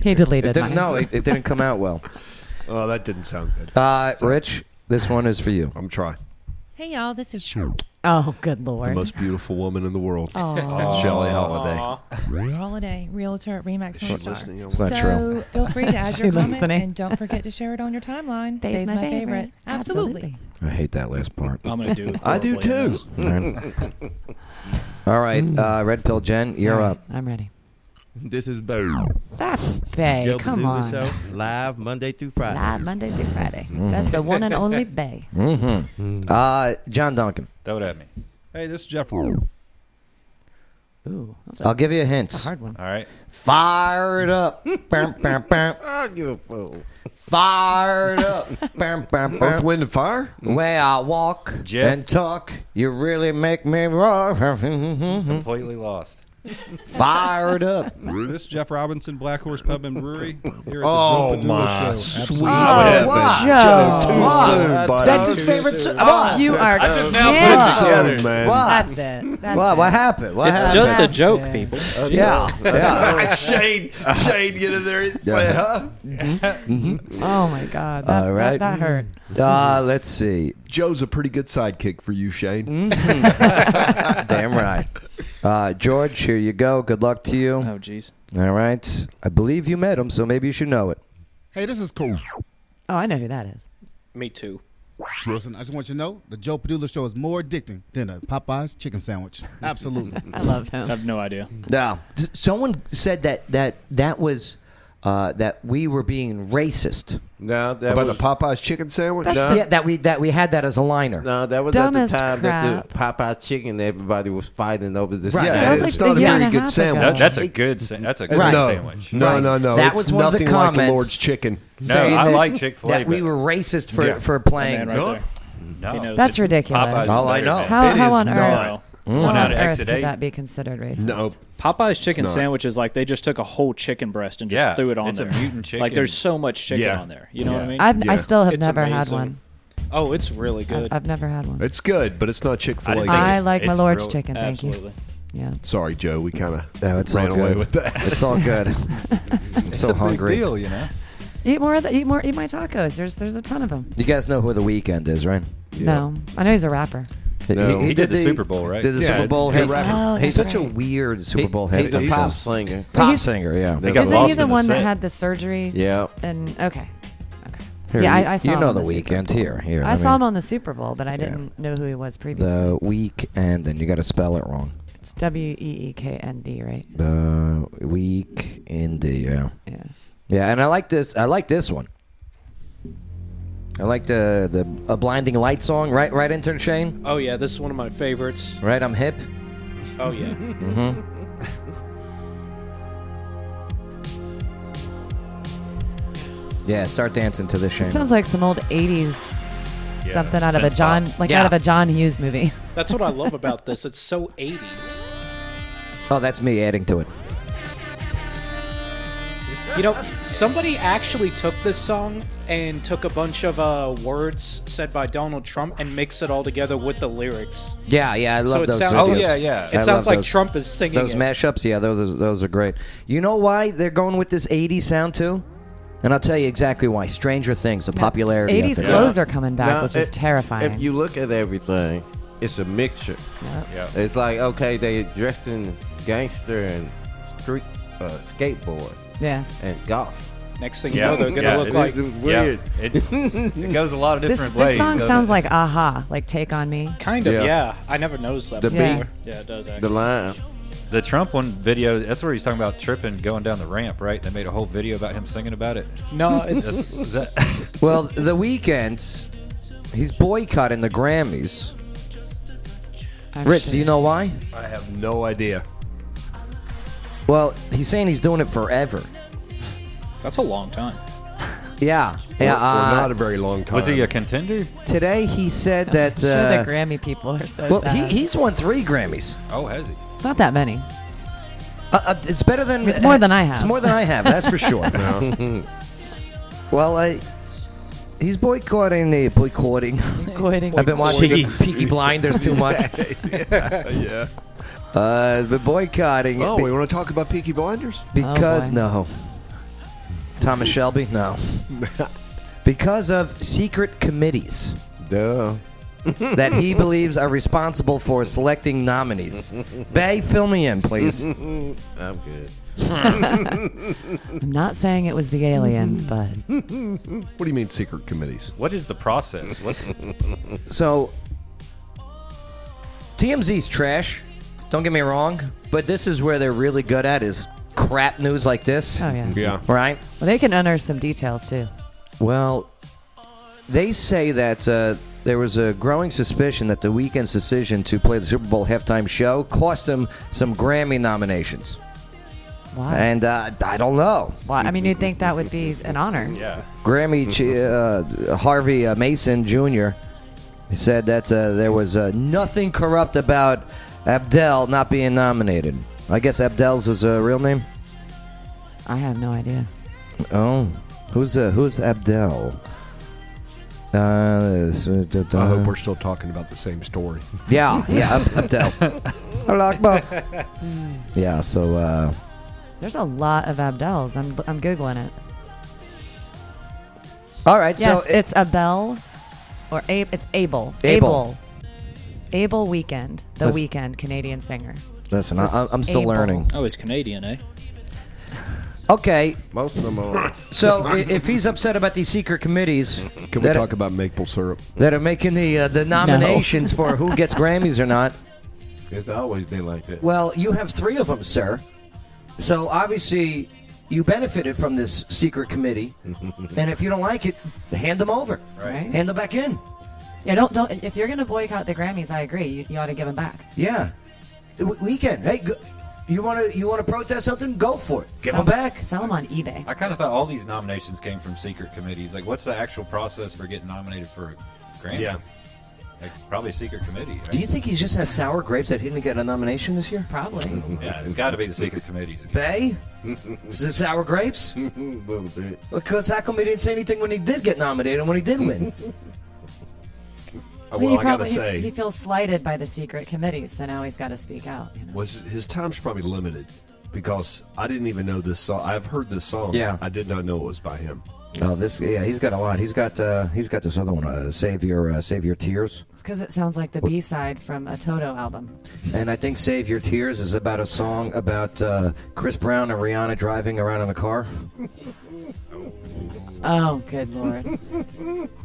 Speaker 6: He deleted
Speaker 1: It didn't,
Speaker 6: mine.
Speaker 1: no, it, it didn't come out well.
Speaker 3: Oh, that didn't sound good.
Speaker 1: Uh, Rich, this one is for you.
Speaker 3: I'm trying.
Speaker 23: Hey y'all, this is
Speaker 6: Oh, good
Speaker 3: The
Speaker 6: lord.
Speaker 3: most beautiful woman in the world,
Speaker 23: Aw.
Speaker 3: Shelley Holiday.
Speaker 23: Holiday, realtor at Remax
Speaker 3: She's
Speaker 23: Homestar.
Speaker 3: listening, y'all. It's
Speaker 23: So
Speaker 3: not true.
Speaker 23: feel free to add
Speaker 6: She
Speaker 23: your comments
Speaker 6: listening.
Speaker 23: and don't forget to share it on your timeline.
Speaker 6: Dave's
Speaker 23: Dave's
Speaker 6: my favorite.
Speaker 23: Absolutely.
Speaker 1: I hate that last part.
Speaker 5: I'm gonna do.
Speaker 1: I do
Speaker 5: horribly
Speaker 1: too.
Speaker 5: in this.
Speaker 1: All right,
Speaker 6: Mm.
Speaker 1: uh, Red Pill Jen, you're up.
Speaker 6: I'm ready.
Speaker 9: This is Bird.
Speaker 6: That's Bay.
Speaker 9: Joe
Speaker 6: Come
Speaker 9: Padula
Speaker 6: on.
Speaker 9: Show, live Monday through Friday.
Speaker 6: Live Monday through Friday. That's the one and only Bay.
Speaker 1: Mm-hmm.
Speaker 6: Mm.
Speaker 1: Uh, John Duncan.
Speaker 8: Throw it at me.
Speaker 9: Hey, this is Jeff.
Speaker 6: Ooh.
Speaker 1: I'll give you a hint.
Speaker 6: That's a hard one.
Speaker 8: All right.
Speaker 1: Fired up. bam, bam, bam.
Speaker 9: I'll give a fool.
Speaker 1: Fired up. bam, bam, bam.
Speaker 3: Earth, wind, and fire.
Speaker 1: Way I walk
Speaker 8: Jeff.
Speaker 1: and talk, you really make me roar.
Speaker 8: Completely lost.
Speaker 1: Fired up.
Speaker 2: This is Jeff Robinson, Black Horse Pub and Brewery. Here at
Speaker 1: Oh,
Speaker 2: the Jumpadoo
Speaker 1: my
Speaker 2: show.
Speaker 1: sweet
Speaker 2: Absolutely.
Speaker 1: heavens. Oh, Joe, too Wow. soon, Wow. buddy. That's his
Speaker 2: Too
Speaker 1: favorite
Speaker 2: soon.
Speaker 1: so- Wow. You are
Speaker 2: I just
Speaker 1: kidding.
Speaker 2: now put it
Speaker 1: Wow.
Speaker 2: together, man.
Speaker 1: Wow.
Speaker 4: That's it. That's
Speaker 1: Wow,
Speaker 4: it.
Speaker 1: what happened? What
Speaker 5: It's
Speaker 1: happened?
Speaker 5: just a joke, people.
Speaker 1: Yeah, yeah.
Speaker 3: Shade, Shade, get in there. and Play, huh?
Speaker 6: Oh my God.
Speaker 1: Mm-hmm. All right.
Speaker 6: that hurt.
Speaker 1: Uh, let's see.
Speaker 3: Joe's a pretty good sidekick for you, Shane.
Speaker 1: Mm-hmm. Damn right. Uh, George, here you go. Good luck to you.
Speaker 5: Oh, jeez.
Speaker 1: All right. I believe you met him, so maybe you should know it.
Speaker 11: Hey, this is cool.
Speaker 6: Oh, I know who that is.
Speaker 11: Me too. Listen, I just want you to know the Joe Padula show is more addicting than a Popeyes chicken sandwich. Absolutely.
Speaker 6: I love him.
Speaker 5: I have no idea.
Speaker 1: No. S- Someone said that that that was uh, that we were being racist.
Speaker 9: No, that
Speaker 1: About
Speaker 9: was,
Speaker 1: the
Speaker 3: Popeye's chicken sandwich.
Speaker 9: No,
Speaker 1: yeah, that we that we had that as a liner.
Speaker 9: no, that was
Speaker 1: Dumbest
Speaker 9: at the time that the Popeye chicken everybody was fighting over this.
Speaker 1: Right.
Speaker 9: sandwich.
Speaker 1: That was like It's not a a year very and a good half sandwich. ago.
Speaker 8: That- that's a good. Sa- that's a good
Speaker 1: Right. Uh, No.
Speaker 8: sandwich.
Speaker 1: No, Right. no, no. That It's was one of the nothing like the comments.
Speaker 3: Lord's Chicken.
Speaker 8: No,
Speaker 1: saying
Speaker 8: I
Speaker 1: that-
Speaker 8: like Chick Fil A.
Speaker 1: that we were racist for- for playing- That man right there. He
Speaker 8: No,
Speaker 1: knows
Speaker 6: That's
Speaker 8: it's
Speaker 6: ridiculous.
Speaker 8: Popeye's
Speaker 1: Oh, I
Speaker 8: better,
Speaker 1: know.
Speaker 8: man.
Speaker 6: How,
Speaker 1: It
Speaker 6: how
Speaker 1: is
Speaker 6: on
Speaker 1: not.
Speaker 6: earth?
Speaker 1: Mm.
Speaker 6: How
Speaker 1: One
Speaker 6: on
Speaker 1: out
Speaker 5: of
Speaker 6: earth
Speaker 5: Exit
Speaker 6: could
Speaker 5: eight.
Speaker 6: that be considered racist?
Speaker 5: Popeye's chicken
Speaker 6: not.
Speaker 5: sandwich is like they just took a whole chicken breast and just
Speaker 8: Yeah,
Speaker 5: threw it on
Speaker 8: it's a
Speaker 5: there.
Speaker 8: mutant
Speaker 5: Like
Speaker 8: chicken.
Speaker 5: there's so much chicken
Speaker 8: Yeah.
Speaker 5: on there. You know what I
Speaker 8: Yeah.
Speaker 5: mean?
Speaker 6: I've, I
Speaker 3: Yeah.
Speaker 6: still have
Speaker 3: It's
Speaker 6: never had
Speaker 3: amazing.
Speaker 6: one.
Speaker 5: Oh, it's really good.
Speaker 6: I've never had one.
Speaker 3: It's good, but it's not Chick Fil A.
Speaker 6: I like my Lord's chicken. Thank you. Yeah.
Speaker 3: Sorry, Joe. We kind of
Speaker 1: No, it's
Speaker 3: ran
Speaker 1: all
Speaker 3: away
Speaker 1: good.
Speaker 3: with that.
Speaker 1: It's all good. I'm
Speaker 3: It's
Speaker 1: so
Speaker 3: a big
Speaker 1: hungry.
Speaker 3: deal, you know?
Speaker 6: Eat more. Of the, eat more. Eat my tacos. There's there's a ton of them.
Speaker 1: You guys know who the weekend is, right?
Speaker 6: No, I know he's a rapper.
Speaker 9: No. He did the Super Bowl, right?
Speaker 1: Did the
Speaker 9: Yeah,
Speaker 1: Super Bowl?
Speaker 9: he
Speaker 1: He's,
Speaker 9: rapped. Oh,
Speaker 1: he's
Speaker 9: that's
Speaker 1: such a
Speaker 9: right.
Speaker 1: weird Super
Speaker 9: He-
Speaker 1: Bowl
Speaker 9: he's
Speaker 1: head.
Speaker 9: a pop singer.
Speaker 1: Pop
Speaker 6: He's-
Speaker 1: singer, yeah.
Speaker 9: They
Speaker 6: Isn't he the one that had the surgery?
Speaker 1: Yeah.
Speaker 6: And okay. Okay.
Speaker 1: Here,
Speaker 6: yeah,
Speaker 1: you-
Speaker 6: I, I saw
Speaker 1: you
Speaker 6: him
Speaker 1: know
Speaker 6: on
Speaker 1: the
Speaker 6: Super
Speaker 1: weekend.
Speaker 6: Bowl.
Speaker 1: Here, here,
Speaker 6: I,
Speaker 1: I
Speaker 6: saw
Speaker 1: mean-
Speaker 6: him on the Super Bowl, but I didn't know who he was previously.
Speaker 1: The weekend, and you got to spell it wrong.
Speaker 6: It's W E E K N D, right?
Speaker 1: The week in the yeah.
Speaker 6: Yeah.
Speaker 1: Yeah, and I like this. I like this one. I like the the a blinding light song. Right, right, intern Shane.
Speaker 4: Oh yeah, this is one of my favorites.
Speaker 1: Right, I'm hip.
Speaker 4: Oh yeah.
Speaker 1: Mm-hmm. Yeah, start dancing to this, Shane.
Speaker 6: It sounds like some old '80s
Speaker 4: Yeah,
Speaker 6: something out of a
Speaker 4: synth
Speaker 6: John,
Speaker 4: pop.
Speaker 6: like
Speaker 4: Yeah.
Speaker 6: out of a John Hughes movie.
Speaker 4: That's what I love about this. It's so 80s.
Speaker 1: oh, that's me adding to it.
Speaker 4: You know, somebody actually took this song and took a bunch of uh, words said by Donald Trump and mixed it all together with the lyrics.
Speaker 1: Yeah, yeah, I love
Speaker 4: so it
Speaker 1: those.
Speaker 4: Sounds,
Speaker 3: Oh,
Speaker 4: oh,
Speaker 1: videos.
Speaker 4: It
Speaker 1: I
Speaker 4: sounds
Speaker 1: love
Speaker 4: like
Speaker 1: those-
Speaker 4: Trump is singing
Speaker 1: those
Speaker 4: it.
Speaker 1: mashups. Yeah, those those are great. You know why they're going with this '80s sound too? And I'll tell you exactly why. Stranger Things, the popularity. of
Speaker 6: 80s
Speaker 1: it.
Speaker 6: clothes are coming back,
Speaker 9: Now,
Speaker 6: which is
Speaker 9: if-
Speaker 6: terrifying.
Speaker 9: If you look at everything, it's a mixture.
Speaker 6: Yeah.
Speaker 9: It's like okay, they dressed in gangster and street uh, skateboard.
Speaker 6: Yeah.
Speaker 9: And golf.
Speaker 4: Next thing you know, they're gonna look
Speaker 9: it's
Speaker 4: like-
Speaker 9: weird.
Speaker 8: Yeah. It, it goes a lot of
Speaker 6: This,
Speaker 8: different ways.
Speaker 6: this song
Speaker 8: doesn't
Speaker 6: sounds
Speaker 8: it?
Speaker 6: like Aha, like Take on Me.
Speaker 4: Kind of,
Speaker 8: Yeah.
Speaker 4: yeah. I never noticed that
Speaker 8: The
Speaker 4: before.
Speaker 8: beat.
Speaker 4: Yeah, it does
Speaker 9: The line.
Speaker 8: The Trump one video. That's where he's talking about tripping, going down the ramp, right? They made a whole video about him singing about it.
Speaker 4: No,
Speaker 8: That's-
Speaker 4: it's
Speaker 8: is that-
Speaker 1: well, the weekend, he's boycotting the Grammys. Rich, do you know why?
Speaker 3: I have no idea.
Speaker 1: Well, he's saying he's doing it forever.
Speaker 5: That's a long time.
Speaker 1: Yeah, yeah.
Speaker 3: Or- or
Speaker 1: uh,
Speaker 3: not a very long time.
Speaker 8: Was he a contender?
Speaker 1: Today he said that.
Speaker 6: sure
Speaker 1: uh,
Speaker 6: the Grammy people are so
Speaker 1: well,
Speaker 6: sad.
Speaker 1: he, he's won three Grammys.
Speaker 8: Oh, has he?
Speaker 6: it's not that many.
Speaker 1: Uh, uh, it's better than.
Speaker 6: It's more than I have.
Speaker 1: It's more than I have. That's for sure. well, I. He's boycotting the boycotting.
Speaker 6: Boycotting.
Speaker 1: I've been watching the
Speaker 6: Boycotting.
Speaker 1: Peaky Blinders too much.
Speaker 3: yeah. yeah.
Speaker 1: Uh, the boycotting.
Speaker 3: Oh,
Speaker 1: be-
Speaker 3: we want to talk about Peaky Blinders?
Speaker 6: Oh,
Speaker 1: because no. Thomas Shelby, no. because of secret committees.
Speaker 9: Duh.
Speaker 1: that he believes are responsible for selecting nominees. Bay, fill me in, please.
Speaker 9: I'm good.
Speaker 6: I'm not saying it was the aliens, but
Speaker 3: what do you mean secret committees?
Speaker 8: What is the process? What's
Speaker 1: So, TMZ's trash. Don't get me wrong, but this is where they're really good at is crap news like this.
Speaker 6: Oh, yeah. Yeah.
Speaker 1: Right.
Speaker 6: well, they can unearth some details too.
Speaker 1: Well, they say that uh, there was a growing suspicion that the weekend's decision to play the Super Bowl halftime show cost him some Grammy nominations.
Speaker 6: Why?
Speaker 1: And uh, I don't know.
Speaker 6: Why? I mean, you'd think that would be an honor.
Speaker 8: Yeah.
Speaker 1: Grammy ch- uh, Harvey uh, Mason Jr. said that uh, there was uh, nothing corrupt about Abdel not being nominated. I guess Abdel's is a real name.
Speaker 6: I have no idea.
Speaker 1: Oh, who's uh, who's Abdel? Uh, so- da- da-
Speaker 3: I hope we're still talking about the same story.
Speaker 1: Yeah, yeah, Ab- Abdel. Yeah, so uh,
Speaker 6: There's a lot of Abdels. I'm, I'm Googling it.
Speaker 1: all right.
Speaker 6: yes,
Speaker 1: so
Speaker 6: it's Abel or Abe. It's Abel.
Speaker 1: Abel.
Speaker 6: Abel. Abel Weekend. The
Speaker 1: That's-
Speaker 6: Weekend, Canadian singer.
Speaker 1: listen, I, I'm still
Speaker 6: Abel.
Speaker 1: learning.
Speaker 5: Oh, he's Canadian, eh?
Speaker 1: Okay,
Speaker 9: Most of them are.
Speaker 1: so i- if he's upset about these secret committees,
Speaker 3: Can we
Speaker 1: that-
Speaker 3: talk about maple syrup?
Speaker 1: that are making the uh, the nominations for who gets Grammys or not.
Speaker 9: It's always been like that.
Speaker 1: Well, you have three of them, sir. So obviously, you benefited from this secret committee. and if you don't like it, hand them over.
Speaker 6: Right.
Speaker 1: Hand them back in.
Speaker 6: Yeah, don't don't. If you're gonna boycott the Grammys, I agree. You, you ought to give them back.
Speaker 1: Yeah. W- weekend. Hey, go- you want to you want to protest something? Go for it. Give them back.
Speaker 6: Sell them on eBay.
Speaker 8: I kind of thought all these nominations came from secret committees. Like, what's the actual process for getting nominated for a Grammy?
Speaker 1: Yeah.
Speaker 8: Like, probably secret committee. Right?
Speaker 1: Do you think he just has sour grapes that he didn't get a nomination this year?
Speaker 6: Probably.
Speaker 8: Yeah, it's got to be the secret committees.
Speaker 1: Bay? Is it sour grapes?
Speaker 9: little bit.
Speaker 1: Because how come he didn't say anything when he did get nominated and when he did win?
Speaker 3: Uh,
Speaker 6: mean,
Speaker 1: Uh,
Speaker 3: well,
Speaker 6: he
Speaker 3: I gotta
Speaker 6: probably- he-
Speaker 3: say,
Speaker 6: he, feels slighted by the secret committees, so now he's got to speak out.
Speaker 3: was his time's probably limited because I didn't even know this song. I've heard this song.
Speaker 1: Yeah.
Speaker 3: I did not know it was by him.
Speaker 1: Oh, this yeah, he's got a lot. He's got uh, he's got this other one, uh, Save Your uh, Save Your Tears,
Speaker 6: It's because it sounds like the B side from a Toto album.
Speaker 1: and I think Save Your Tears is about a song about uh, Chris Brown and Rihanna driving around in the car.
Speaker 6: Oh, good lord!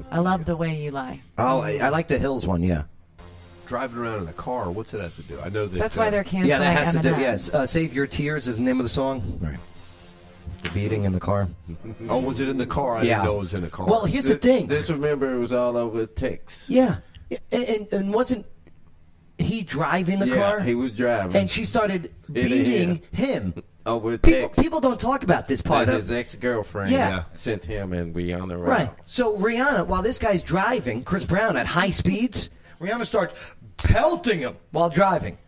Speaker 6: I love the way you lie.
Speaker 1: Oh, I, I like the Hills one, yeah.
Speaker 3: Driving around in a car, what's it have to do? I know that. uh,
Speaker 6: That's why they're canceling
Speaker 1: yeah, that has to
Speaker 6: Eminem.
Speaker 1: do. Yes, uh, Save Your Tears is the name of the song. Right. The beating in the car.
Speaker 3: Oh, was it in the car? I
Speaker 1: Yeah.
Speaker 3: didn't know it was in the car.
Speaker 1: Well, here's the thing.
Speaker 9: Just remember, it was all over text.
Speaker 1: Yeah, Yeah, and, and, and wasn't he driving the
Speaker 9: yeah,
Speaker 1: car?
Speaker 9: he was driving.
Speaker 1: and she started
Speaker 9: In the
Speaker 1: beating him.
Speaker 9: over
Speaker 1: People,
Speaker 9: text.
Speaker 1: people don't talk about this part
Speaker 9: That
Speaker 1: of
Speaker 9: his ex girlfriend
Speaker 1: Yeah.
Speaker 9: sent him and we on the road.
Speaker 1: Right. So Rihanna, while this guy's driving, Chris Brown at high speeds, Rihanna starts pelting him while driving.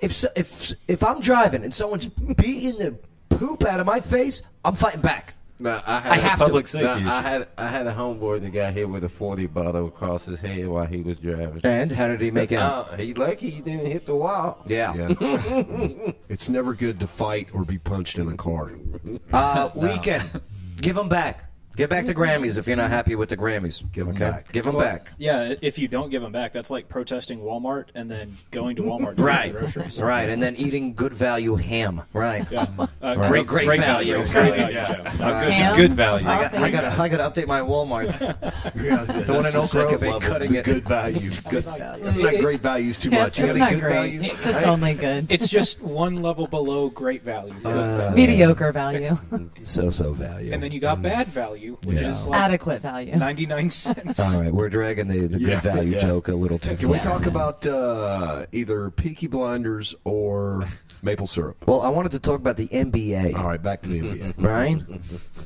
Speaker 1: If so, if if I'm driving and someone's beating the poop out of my face, I'm fighting back.
Speaker 9: Now, I,
Speaker 1: I have to. Public
Speaker 8: safety
Speaker 9: Now, I had I had a homeboy that got hit with a forty bottle across his head while he was driving.
Speaker 1: And how did he make out?
Speaker 9: Uh, he lucky he didn't hit the wall.
Speaker 1: Yeah.
Speaker 3: it's never good to fight or be punched in a car.
Speaker 1: Uh, weekend, give them back. Get back to Grammys if you're not happy with the Grammys. Give them
Speaker 3: back.
Speaker 1: Give them
Speaker 5: Well,
Speaker 1: back.
Speaker 5: Yeah, if you don't give them back, that's like protesting Walmart and then going to Walmart to
Speaker 1: Right.
Speaker 5: get groceries.
Speaker 1: Right. And then eating good value ham. Right.
Speaker 5: Yeah. Uh,
Speaker 1: Right.
Speaker 5: great-
Speaker 1: Great
Speaker 5: great
Speaker 1: value.
Speaker 5: value.
Speaker 1: Great
Speaker 5: Great value, Joe.
Speaker 1: value.
Speaker 5: Not good,
Speaker 1: Ham?
Speaker 5: just good value.
Speaker 1: I got, I got, I got to update my Walmart. the one in Oak Grove ain't cutting it.
Speaker 3: Good value. Good value. Not great value's too
Speaker 6: Yeah,
Speaker 3: much. You
Speaker 6: it's
Speaker 3: got
Speaker 6: not
Speaker 3: any good
Speaker 6: great.
Speaker 3: value?
Speaker 6: It's just only good.
Speaker 4: It's just one level below great value. Good
Speaker 1: Uh,
Speaker 4: value.
Speaker 6: Mediocre value.
Speaker 1: So so value.
Speaker 4: And then you got bad value, which
Speaker 1: um, Yeah.
Speaker 4: is like
Speaker 6: Adequate value.
Speaker 4: 99 cents.
Speaker 1: All right, we're dragging the, the
Speaker 3: Yeah,
Speaker 1: good value
Speaker 3: yeah.
Speaker 1: joke a little too
Speaker 3: Can
Speaker 1: far.
Speaker 3: we talk about uh, either Peaky Blinders or maple syrup?
Speaker 1: Well, I wanted to talk about the NBA.
Speaker 3: All right, back to the NBA.
Speaker 1: Right?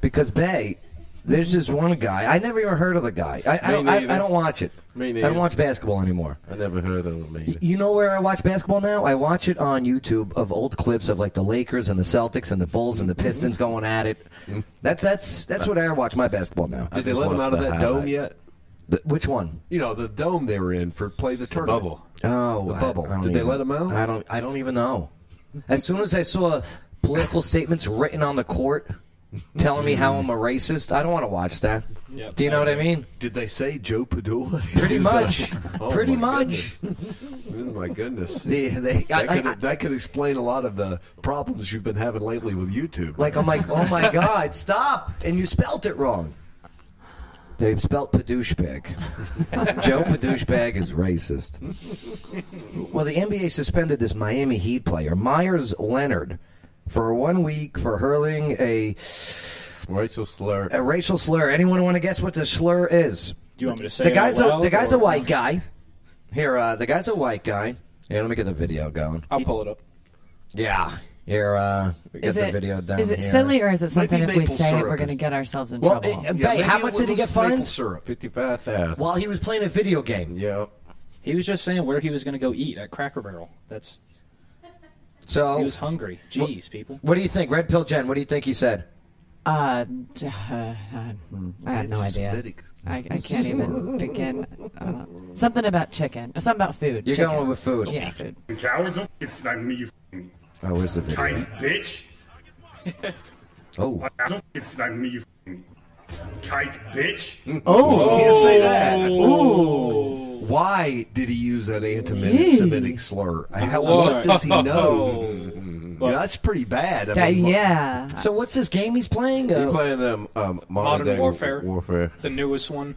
Speaker 1: Because Bay, there's this one guy. I never even heard of the guy. I, I,
Speaker 9: Me
Speaker 1: don't, I,
Speaker 9: neither.
Speaker 1: I don't watch it.
Speaker 9: Me
Speaker 1: I
Speaker 9: neither.
Speaker 1: don't watch basketball anymore.
Speaker 9: I never heard of him either.
Speaker 1: You know where I watch basketball now? I watch it on YouTube of old clips of like the Lakers and the Celtics and the Bulls and
Speaker 3: Mm-hmm.
Speaker 1: the Pistons going at it. That's that's that's what I watch my basketball now.
Speaker 3: Did they let him out of that dome yet?
Speaker 1: The- which one?
Speaker 3: You know, the dome they were in for play the tournament.
Speaker 8: bubble.
Speaker 1: Oh,
Speaker 3: The
Speaker 1: I-
Speaker 3: bubble.
Speaker 1: I don't
Speaker 3: Did they
Speaker 1: even-
Speaker 3: let him out?
Speaker 1: I don't. I don't even know. As soon as I saw political statements written on the court telling me how I'm a racist, I don't want to watch that.
Speaker 5: Yep.
Speaker 1: Do you know what I mean?
Speaker 3: Did they say Joe Padula?
Speaker 1: Pretty
Speaker 3: is, uh,
Speaker 1: much.
Speaker 3: oh
Speaker 1: Pretty
Speaker 3: my
Speaker 1: much.
Speaker 3: goodness. Oh my goodness.
Speaker 1: They- they- I-
Speaker 3: that,
Speaker 1: I-
Speaker 3: could, that could explain a lot of the problems you've been having lately with YouTube.
Speaker 1: Like I'm like, oh my god, stop! And you spelt it wrong. They spelt Padouchebag. Joe Padouchebag is racist. Well, the NBA suspended this Miami Heat player, Myers Leonard, for one week for hurling a,
Speaker 9: Racial slur.
Speaker 1: a racial slur. Anyone want to guess what the slur is?
Speaker 5: Do you want me to say
Speaker 1: the
Speaker 5: it
Speaker 1: guy's
Speaker 5: out
Speaker 1: a the
Speaker 5: loud,
Speaker 1: guy's a
Speaker 5: or-
Speaker 1: white guy. Here, uh, the guy's a white guy. Yeah, let me get the video going.
Speaker 4: I'll pull it up.
Speaker 1: Yeah, here, uh, we get
Speaker 6: Is
Speaker 1: the
Speaker 6: it,
Speaker 1: video down
Speaker 6: is it
Speaker 1: here.
Speaker 6: silly or is it
Speaker 1: Maybe
Speaker 6: something if we
Speaker 1: maple
Speaker 6: say it,
Speaker 1: syrup
Speaker 6: we're
Speaker 1: is-
Speaker 6: going to get ourselves in
Speaker 1: Well, uh,
Speaker 6: trouble?
Speaker 1: it-
Speaker 3: Yeah,
Speaker 1: Bay,
Speaker 3: maybe
Speaker 1: how
Speaker 3: it
Speaker 1: much did he
Speaker 3: was
Speaker 1: get
Speaker 3: Maple
Speaker 1: fined?
Speaker 3: syrup.
Speaker 9: Fifty-five thousand.
Speaker 1: While he was playing a video game.
Speaker 9: Yep.
Speaker 5: He was just saying where he was going to go eat at Cracker Barrel. That's
Speaker 1: So
Speaker 5: He was hungry.
Speaker 1: Wha-
Speaker 5: Jeez, people.
Speaker 1: What do you think, Red Pill Jen? What do you think he said?
Speaker 6: Uh, d- uh, uh, hmm, I have no idea. I, I can't even begin. Uh, something about chicken. Something about food.
Speaker 1: You're
Speaker 6: chicken.
Speaker 1: going with food.
Speaker 6: Yeah, food.
Speaker 13: Cows don't get stuck in me, you f***ing
Speaker 1: Oh, where's the video?
Speaker 13: tiny bitch.
Speaker 1: Oh.
Speaker 13: Cows don't get stuck in me, you f***ing kike
Speaker 6: Mm.
Speaker 13: bitch.
Speaker 6: Oh.
Speaker 3: You can't say that. Why did he use that anti-Semitic slur? How,
Speaker 1: Whoa.
Speaker 6: Oh.
Speaker 3: what does he know?
Speaker 1: Oh.
Speaker 3: You know, that's pretty bad. I
Speaker 1: That-
Speaker 3: mean,
Speaker 1: yeah. So what's this game he's playing?
Speaker 9: He
Speaker 1: Uh,
Speaker 9: playing um, um, modern,
Speaker 4: Modern
Speaker 9: day
Speaker 4: Warfare.
Speaker 9: Warfare.
Speaker 4: The newest one.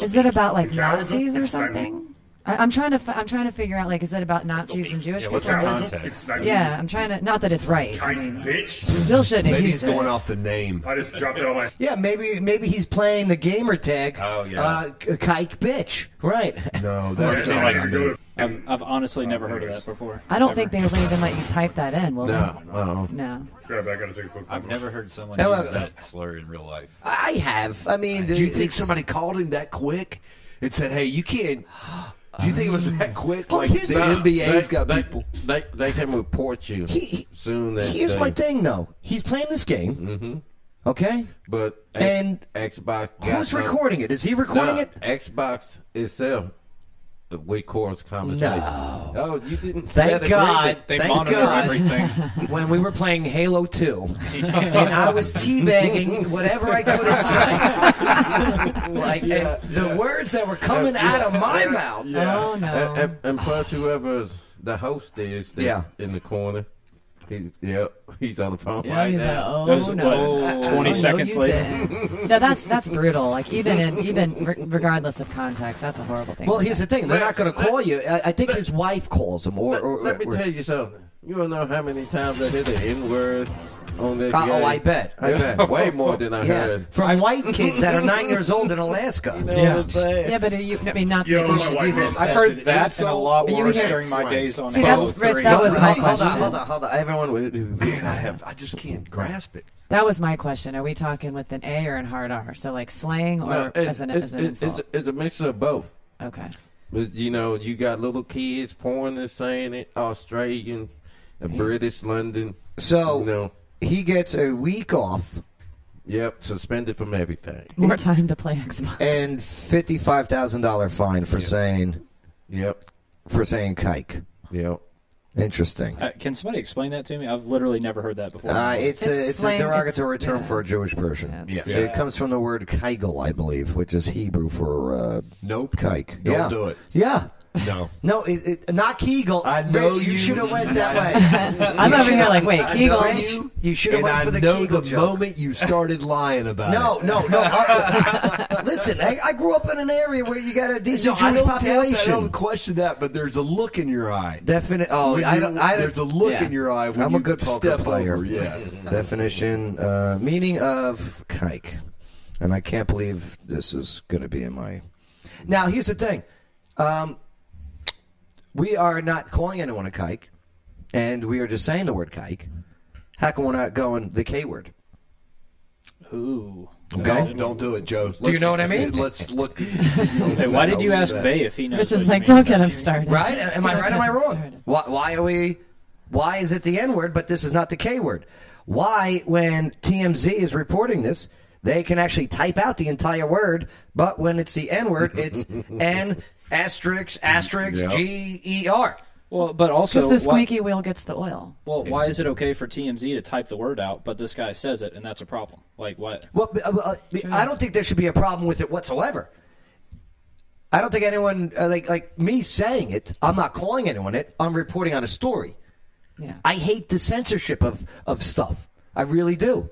Speaker 6: Is it about like Nazis or something? I, I'm trying to. Fi- I'm trying to figure out like, is it about Nazis and Jewish
Speaker 9: Yeah,
Speaker 6: people?
Speaker 9: what's the context?
Speaker 6: Yeah, I'm trying to. Not that it's right. I mean,
Speaker 13: bitch.
Speaker 6: still shouldn't. have
Speaker 3: Maybe he's
Speaker 6: used it.
Speaker 3: going off the name.
Speaker 13: I just dropped it on my.
Speaker 1: Yeah, maybe maybe he's playing the gamer tag. Oh
Speaker 3: yeah.
Speaker 1: uh, k- kike bitch. Right.
Speaker 3: No,
Speaker 5: that's not what I mean. I've, I've honestly never heard of that before.
Speaker 6: I don't think they would even let you type that in.
Speaker 1: Oh.
Speaker 6: Will
Speaker 5: No,
Speaker 6: they?
Speaker 5: no.
Speaker 6: No.
Speaker 13: Grab it, I gotta take a quick.
Speaker 8: I've never heard someone
Speaker 6: Hello.
Speaker 8: use that slur in real life.
Speaker 1: I have. I mean,
Speaker 3: do you think somebody called him that quick and said, "Hey, you can't"? Do you think it was that quick? Like the NBA's got
Speaker 9: they,
Speaker 3: people.
Speaker 9: They, they can report you
Speaker 1: He-
Speaker 9: soon. That
Speaker 1: Here's
Speaker 9: day.
Speaker 1: my thing though. He's playing this game.
Speaker 9: Mhm.
Speaker 1: Okay.
Speaker 9: But X,
Speaker 1: And
Speaker 9: Xbox. got
Speaker 1: who's
Speaker 9: some-
Speaker 1: recording it? Is he recording
Speaker 9: No,
Speaker 1: it?
Speaker 9: Xbox itself records conversations. Oh, you didn't. that
Speaker 1: Thank
Speaker 9: agreement-
Speaker 1: God. thank God. when we were playing Halo 2, and I was teabagging whatever I could inside. like and the words that were coming out of my mouth.
Speaker 6: Oh,
Speaker 9: And, and, and plus, whoever's the host is that's
Speaker 1: Yeah.
Speaker 9: in the corner. He's, yep, he's on the phone
Speaker 6: Yeah,
Speaker 9: right
Speaker 6: he's like,
Speaker 9: now.
Speaker 6: "Oh, Those- no. what, 20 seconds later? No, that's that's brutal. Like even in even re- regardless of context, that's a horrible thing.
Speaker 1: Well,
Speaker 6: to
Speaker 1: here's
Speaker 6: say.
Speaker 1: the thing. They're not going to call you. I, I think his wife calls him. Or, or,
Speaker 9: Let me
Speaker 1: or-
Speaker 9: tell you something. You don't know how many times I hear the N word on this.
Speaker 1: Uh,
Speaker 9: game.
Speaker 1: oh, I bet. I bet.
Speaker 9: Way more than I
Speaker 1: Yeah.
Speaker 9: heard.
Speaker 1: From white kids that are nine years old in Alaska.
Speaker 6: Yeah, but are you, I mean, not
Speaker 1: Yo,
Speaker 6: that you
Speaker 1: my
Speaker 6: should
Speaker 1: wife
Speaker 6: use
Speaker 1: is
Speaker 6: it.
Speaker 1: I've heard That's that an and a lot
Speaker 6: You
Speaker 4: worse
Speaker 6: hear-
Speaker 4: during my days on
Speaker 6: See,
Speaker 4: Halo
Speaker 6: that's, Rich,
Speaker 4: 3.
Speaker 6: that was my
Speaker 4: Hold on,
Speaker 6: question.
Speaker 4: hold on,
Speaker 1: hold on. Everyone would.
Speaker 3: Man, I have. I just can't grasp it.
Speaker 6: That was my question. Are we talking with an A or an hard R? So like slang or
Speaker 9: No,
Speaker 6: as
Speaker 9: it's,
Speaker 6: an,
Speaker 9: it's,
Speaker 6: as an
Speaker 9: it's,
Speaker 6: insult?
Speaker 9: it's, it's a mixture of both.
Speaker 6: Okay.
Speaker 9: But, you know, you got little kids, foreigners saying it, Australians, uh, British, London.
Speaker 1: So
Speaker 9: you know,
Speaker 1: he gets a week off
Speaker 9: yep, suspended from everything.
Speaker 6: More time to play Xbox.
Speaker 1: and fifty-five thousand dollar fine for saying.
Speaker 9: Yep.
Speaker 1: For saying kike.
Speaker 9: Yep.
Speaker 1: Interesting.
Speaker 5: Uh, can somebody explain that to me? I've literally never heard that before.
Speaker 1: Uh, it's, a it's a derogatory term for a Jewish person.
Speaker 9: Yeah.
Speaker 1: It comes from the word kegel, I believe, which is Hebrew for uh,
Speaker 3: nope.
Speaker 1: Kike.
Speaker 3: Don't
Speaker 1: yeah.
Speaker 3: do it.
Speaker 1: Yeah.
Speaker 3: No.
Speaker 1: No, it, it, not Kegel. I
Speaker 3: know
Speaker 1: Rich, you,
Speaker 3: you-
Speaker 1: should have went that way.
Speaker 6: I'm
Speaker 1: You
Speaker 6: over here
Speaker 1: shoulda-
Speaker 6: like, wait,
Speaker 1: I
Speaker 6: Kegel?
Speaker 1: know You, you should have
Speaker 3: And
Speaker 1: went
Speaker 3: I
Speaker 1: for the
Speaker 3: know
Speaker 1: Kegel
Speaker 3: the
Speaker 1: joke.
Speaker 3: moment you started lying about
Speaker 1: No,
Speaker 3: it.
Speaker 1: no, no. I- Listen, I, I grew up in an area where you got a decent
Speaker 3: I
Speaker 1: Jewish
Speaker 3: don't doubt that, I
Speaker 1: population.
Speaker 3: don't question that, but there's a look in your eye.
Speaker 1: Definite. Oh,
Speaker 3: When
Speaker 1: I
Speaker 3: you-
Speaker 1: don't. I don't-
Speaker 3: there's a look
Speaker 1: yeah.
Speaker 3: in your eye. When
Speaker 1: I'm
Speaker 3: you
Speaker 1: a good poker
Speaker 3: step
Speaker 1: player.
Speaker 3: Over, yeah.
Speaker 1: Definition, uh, meaning of kike, and I can't believe this is going to be in my. Now here's the thing, um, we are not calling anyone a kike, and we are just saying the word kike. How come we're not going the K word?
Speaker 5: Ooh.
Speaker 3: Don't, don't do it, Joe.
Speaker 1: Do you know what I mean?
Speaker 3: Let's look.
Speaker 5: Hey, why did you ask Bay if he knows?
Speaker 6: Rich
Speaker 5: what
Speaker 6: is
Speaker 5: you
Speaker 6: like,
Speaker 5: mean?
Speaker 6: don't get him started.
Speaker 1: Right? Am I
Speaker 6: Don't
Speaker 1: right?
Speaker 6: get
Speaker 1: Am I
Speaker 6: him
Speaker 1: wrong? Why, why are we? Why is it the N word, but this is not the K word? Why, when TMZ is reporting this, they can actually type out the entire word, but when it's the N word, it's N asterisk asterisk
Speaker 5: Yep.
Speaker 1: G E R.
Speaker 5: Well, but also
Speaker 6: Because the
Speaker 5: why-
Speaker 6: squeaky wheel gets the oil.
Speaker 5: Well, why is it okay for TMZ to type the word out, but this guy says it, and that's a problem? Like what?
Speaker 1: Well, uh, uh, I don't think there should be a problem with it whatsoever. I don't think anyone uh, like like me saying it. I'm not calling anyone it. I'm reporting on a story.
Speaker 6: Yeah.
Speaker 1: I hate the censorship of of stuff. I really do.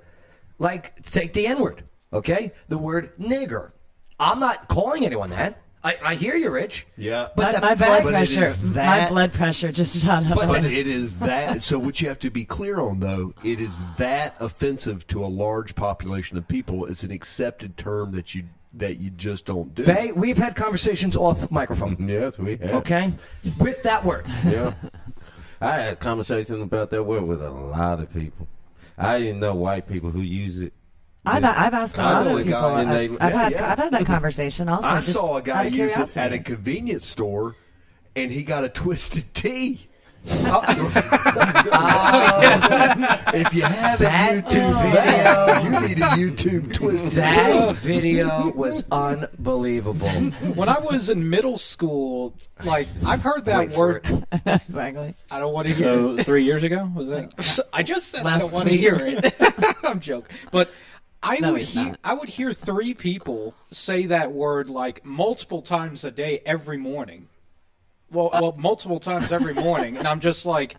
Speaker 1: Like take the N word, okay? The word nigger. I'm not calling anyone that. I, I hear you, Rich.
Speaker 3: Yeah.
Speaker 1: But
Speaker 6: my,
Speaker 1: the
Speaker 6: my blood
Speaker 1: fact- But it is
Speaker 6: pressure. My
Speaker 1: that-
Speaker 6: blood pressure just shot up.
Speaker 3: But it is that. So what you have to be clear on, though, it is that offensive to a large population of people. It's an accepted term that you that you just don't do.
Speaker 1: Bay, we've had conversations off microphone.
Speaker 9: Yes, we have.
Speaker 1: Okay, with that word.
Speaker 9: yeah. I had conversations about that word with a lot of people. I didn't know white people who use it.
Speaker 6: I've,
Speaker 9: Just-
Speaker 6: I've asked a
Speaker 9: I
Speaker 6: lot of
Speaker 9: really
Speaker 6: people.
Speaker 9: got-
Speaker 6: I've,
Speaker 9: and they-
Speaker 6: I've had,
Speaker 3: yeah.
Speaker 6: I've had that conversation also.
Speaker 3: I
Speaker 6: just
Speaker 3: saw a
Speaker 6: out
Speaker 3: guy
Speaker 6: of
Speaker 3: use it
Speaker 6: curiosity.
Speaker 3: at a convenience store, and he got a twisted tea.
Speaker 14: if you have a
Speaker 1: That
Speaker 14: YouTube video, you need a YouTube twist.
Speaker 21: That video was unbelievable.
Speaker 4: When I was in middle school, like I've heard that word.
Speaker 6: exactly.
Speaker 4: I don't want to hear.
Speaker 5: So
Speaker 4: it.
Speaker 5: three years ago was that?
Speaker 4: I just said I
Speaker 5: Last
Speaker 4: don't want to
Speaker 5: week.
Speaker 4: hear it. I'm joking, but I
Speaker 5: No,
Speaker 4: would
Speaker 5: he's
Speaker 4: hear
Speaker 5: not.
Speaker 4: I would hear three people say that word like multiple times a day every morning. Well, well, multiple times every morning, and I'm just like,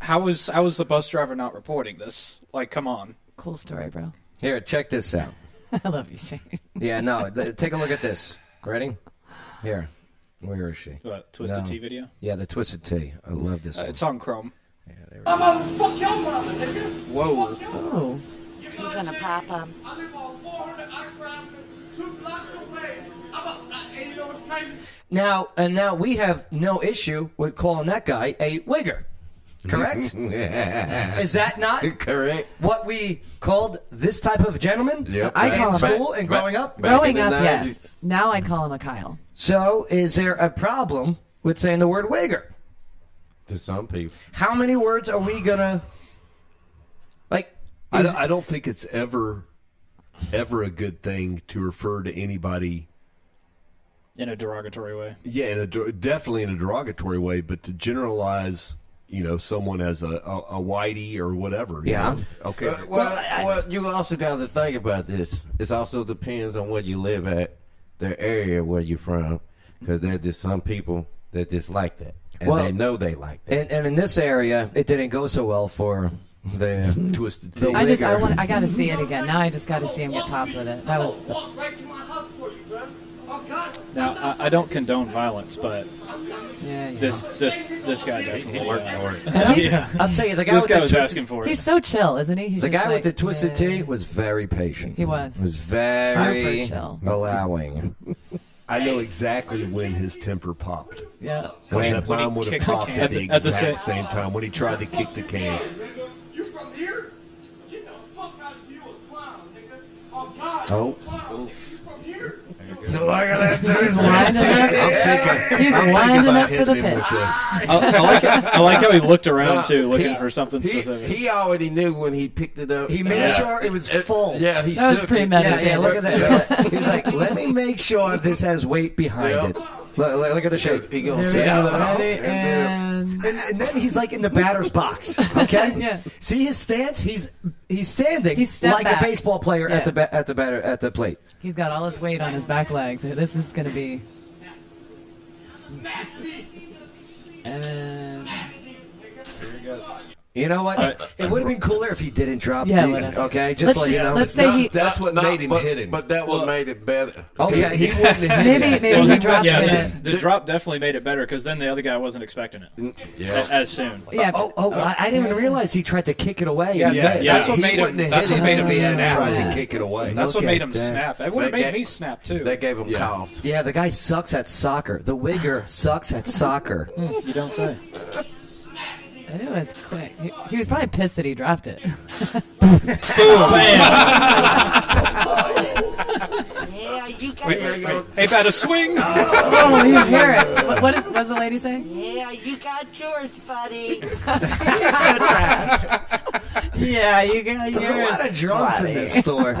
Speaker 4: how is how is the bus driver not reporting this? Like, come on.
Speaker 6: Cool story, bro.
Speaker 21: Here, check this out.
Speaker 6: I love you, Shane.
Speaker 21: Yeah, no, th- take a look at this. Ready? Here. Where is she?
Speaker 5: What, Twisted Tea video?
Speaker 21: Yeah, the Twisted Tea. I love this
Speaker 4: Uh,
Speaker 21: one.
Speaker 4: it's on Chrome.
Speaker 15: My mother, fuck your mother, nigga.
Speaker 4: Whoa.
Speaker 21: Oh.
Speaker 15: You gonna pop up? I live on 400 Oxford, two blocks away. I'm a, I, and you know what's crazy?
Speaker 1: Now, and now we have no issue with calling that guy a wigger. Correct?
Speaker 9: Yeah.
Speaker 1: Is that not
Speaker 9: correct?
Speaker 1: What we called this type of gentleman?
Speaker 9: Yep.
Speaker 1: I
Speaker 9: Back-
Speaker 1: call him
Speaker 9: back-
Speaker 1: school and
Speaker 9: back-
Speaker 1: growing up.
Speaker 9: back in
Speaker 6: Growing
Speaker 9: the
Speaker 6: up,
Speaker 9: 90s.
Speaker 6: yes. Now I'd call him a Kyle.
Speaker 1: So, is there a problem with saying the word wigger?
Speaker 9: To some people.
Speaker 1: How many words are we gonna? Like,
Speaker 3: I, don't- I don't think it's ever, ever a good thing to refer to anybody.
Speaker 5: In a derogatory way.
Speaker 3: Yeah, in a der- definitely in a derogatory way, but to generalize, you know, someone as a a, a whitey or whatever. you
Speaker 9: Yeah.
Speaker 3: know? Okay.
Speaker 9: Uh, well, well, you also got to think about this. It also depends on where you live at, the area where you're from, because there's just some people that dislike that, and
Speaker 21: Well-
Speaker 9: they know they like.
Speaker 21: And, and in this area, it didn't go so well for the
Speaker 3: Twisted
Speaker 21: Tea.
Speaker 6: I just I want I gotta see it again. Now I just gotta see him get popped with it. That was
Speaker 15: Walk right to my house for you, bro. Oh, God.
Speaker 5: Now I, I don't condone violence, but this this this guy definitely uh, yeah.
Speaker 1: I'll tell you, the guy
Speaker 5: this
Speaker 1: with
Speaker 5: guy
Speaker 1: the
Speaker 5: was
Speaker 1: twisted-
Speaker 5: asking for it.
Speaker 6: he's so chill, isn't he? He's
Speaker 21: The
Speaker 6: just
Speaker 21: guy with
Speaker 6: like,
Speaker 21: the twisted
Speaker 6: yeah.
Speaker 21: tea was very patient.
Speaker 6: He was.
Speaker 21: Was very
Speaker 6: Super chill.
Speaker 21: allowing.
Speaker 3: I know exactly when his temper popped.
Speaker 6: Yeah.
Speaker 3: When
Speaker 21: When-
Speaker 3: that
Speaker 21: when he
Speaker 3: bomb would have
Speaker 21: kicked the
Speaker 3: popped
Speaker 21: can.
Speaker 3: at the
Speaker 21: At the- at
Speaker 3: exact
Speaker 21: the same-
Speaker 3: same, time when he tried to kick the can.
Speaker 15: You from here? Get the fuck out of here, you a clown, nigga. Oh, God.
Speaker 3: Oh.
Speaker 15: You a clown, nigga. You from here?
Speaker 5: He's
Speaker 21: I'm thinking
Speaker 5: lining
Speaker 21: about
Speaker 5: up for the
Speaker 21: hitting him with
Speaker 5: pitch.
Speaker 21: this.
Speaker 5: I, I like I like how he looked around
Speaker 9: No,
Speaker 5: too, looking
Speaker 9: he-
Speaker 5: for something
Speaker 9: he,
Speaker 5: specific.
Speaker 9: He already knew when he picked it up.
Speaker 1: He made
Speaker 9: Yeah.
Speaker 1: sure it was full.
Speaker 9: yeah, he That was shook it. premeditated.
Speaker 1: Yeah, yeah, look at that. He's like, let me make sure this has weight behind it. Look, look, look at the shape.
Speaker 9: He
Speaker 1: goes, and, and then he's like in the batter's box. Okay. See his stance. He's he's standing
Speaker 6: He's stepped
Speaker 1: like
Speaker 6: back.
Speaker 1: a baseball player
Speaker 6: Yeah.
Speaker 1: at the ba- at the batter at the plate.
Speaker 6: He's got all his weight on his back legs. This is gonna be.
Speaker 1: You know what? it would have been cooler if he didn't drop.
Speaker 6: Yeah,
Speaker 1: the-
Speaker 6: whatever.
Speaker 1: okay. Just
Speaker 6: Let's
Speaker 1: like you
Speaker 6: just-
Speaker 1: know.
Speaker 6: let's say he-
Speaker 9: That's what
Speaker 1: No,
Speaker 9: made him
Speaker 1: but-
Speaker 9: hit him. But that what made it better.
Speaker 1: Okay, oh, he wouldn't have hit
Speaker 6: Maybe- maybe he dropped
Speaker 5: yeah,
Speaker 6: it.
Speaker 5: The, the drop definitely made it better because then the other guy wasn't expecting it
Speaker 9: yeah.
Speaker 5: as soon.
Speaker 1: Oh, oh, I, I didn't even realize he tried to kick it away.
Speaker 5: Yeah, yeah,
Speaker 1: missed.
Speaker 5: that's what He made him- wouldn't have that's hit what it made him if he hadn't snap.
Speaker 3: tried to kick it away.
Speaker 5: That's what
Speaker 1: Look at
Speaker 5: made him
Speaker 1: that.
Speaker 5: snap. That would have
Speaker 1: That
Speaker 5: made
Speaker 1: guy-
Speaker 5: me snap too.
Speaker 9: That gave him
Speaker 1: yeah. Yeah, the guy sucks at soccer. The wigger sucks at soccer.
Speaker 6: Hmm.
Speaker 5: You don't say.
Speaker 6: It was quick. He, he was probably pissed that he dropped it.
Speaker 15: Yeah, you got
Speaker 5: Wait,
Speaker 15: the-
Speaker 5: wait, wait. Hey, about a swing.
Speaker 6: oh, you hear it. What, what is what does the lady say?
Speaker 15: Yeah, you got yours, buddy.
Speaker 6: Yeah, you got
Speaker 15: There's a
Speaker 6: yours,
Speaker 15: lot of drunks in
Speaker 6: buddy.
Speaker 15: this store.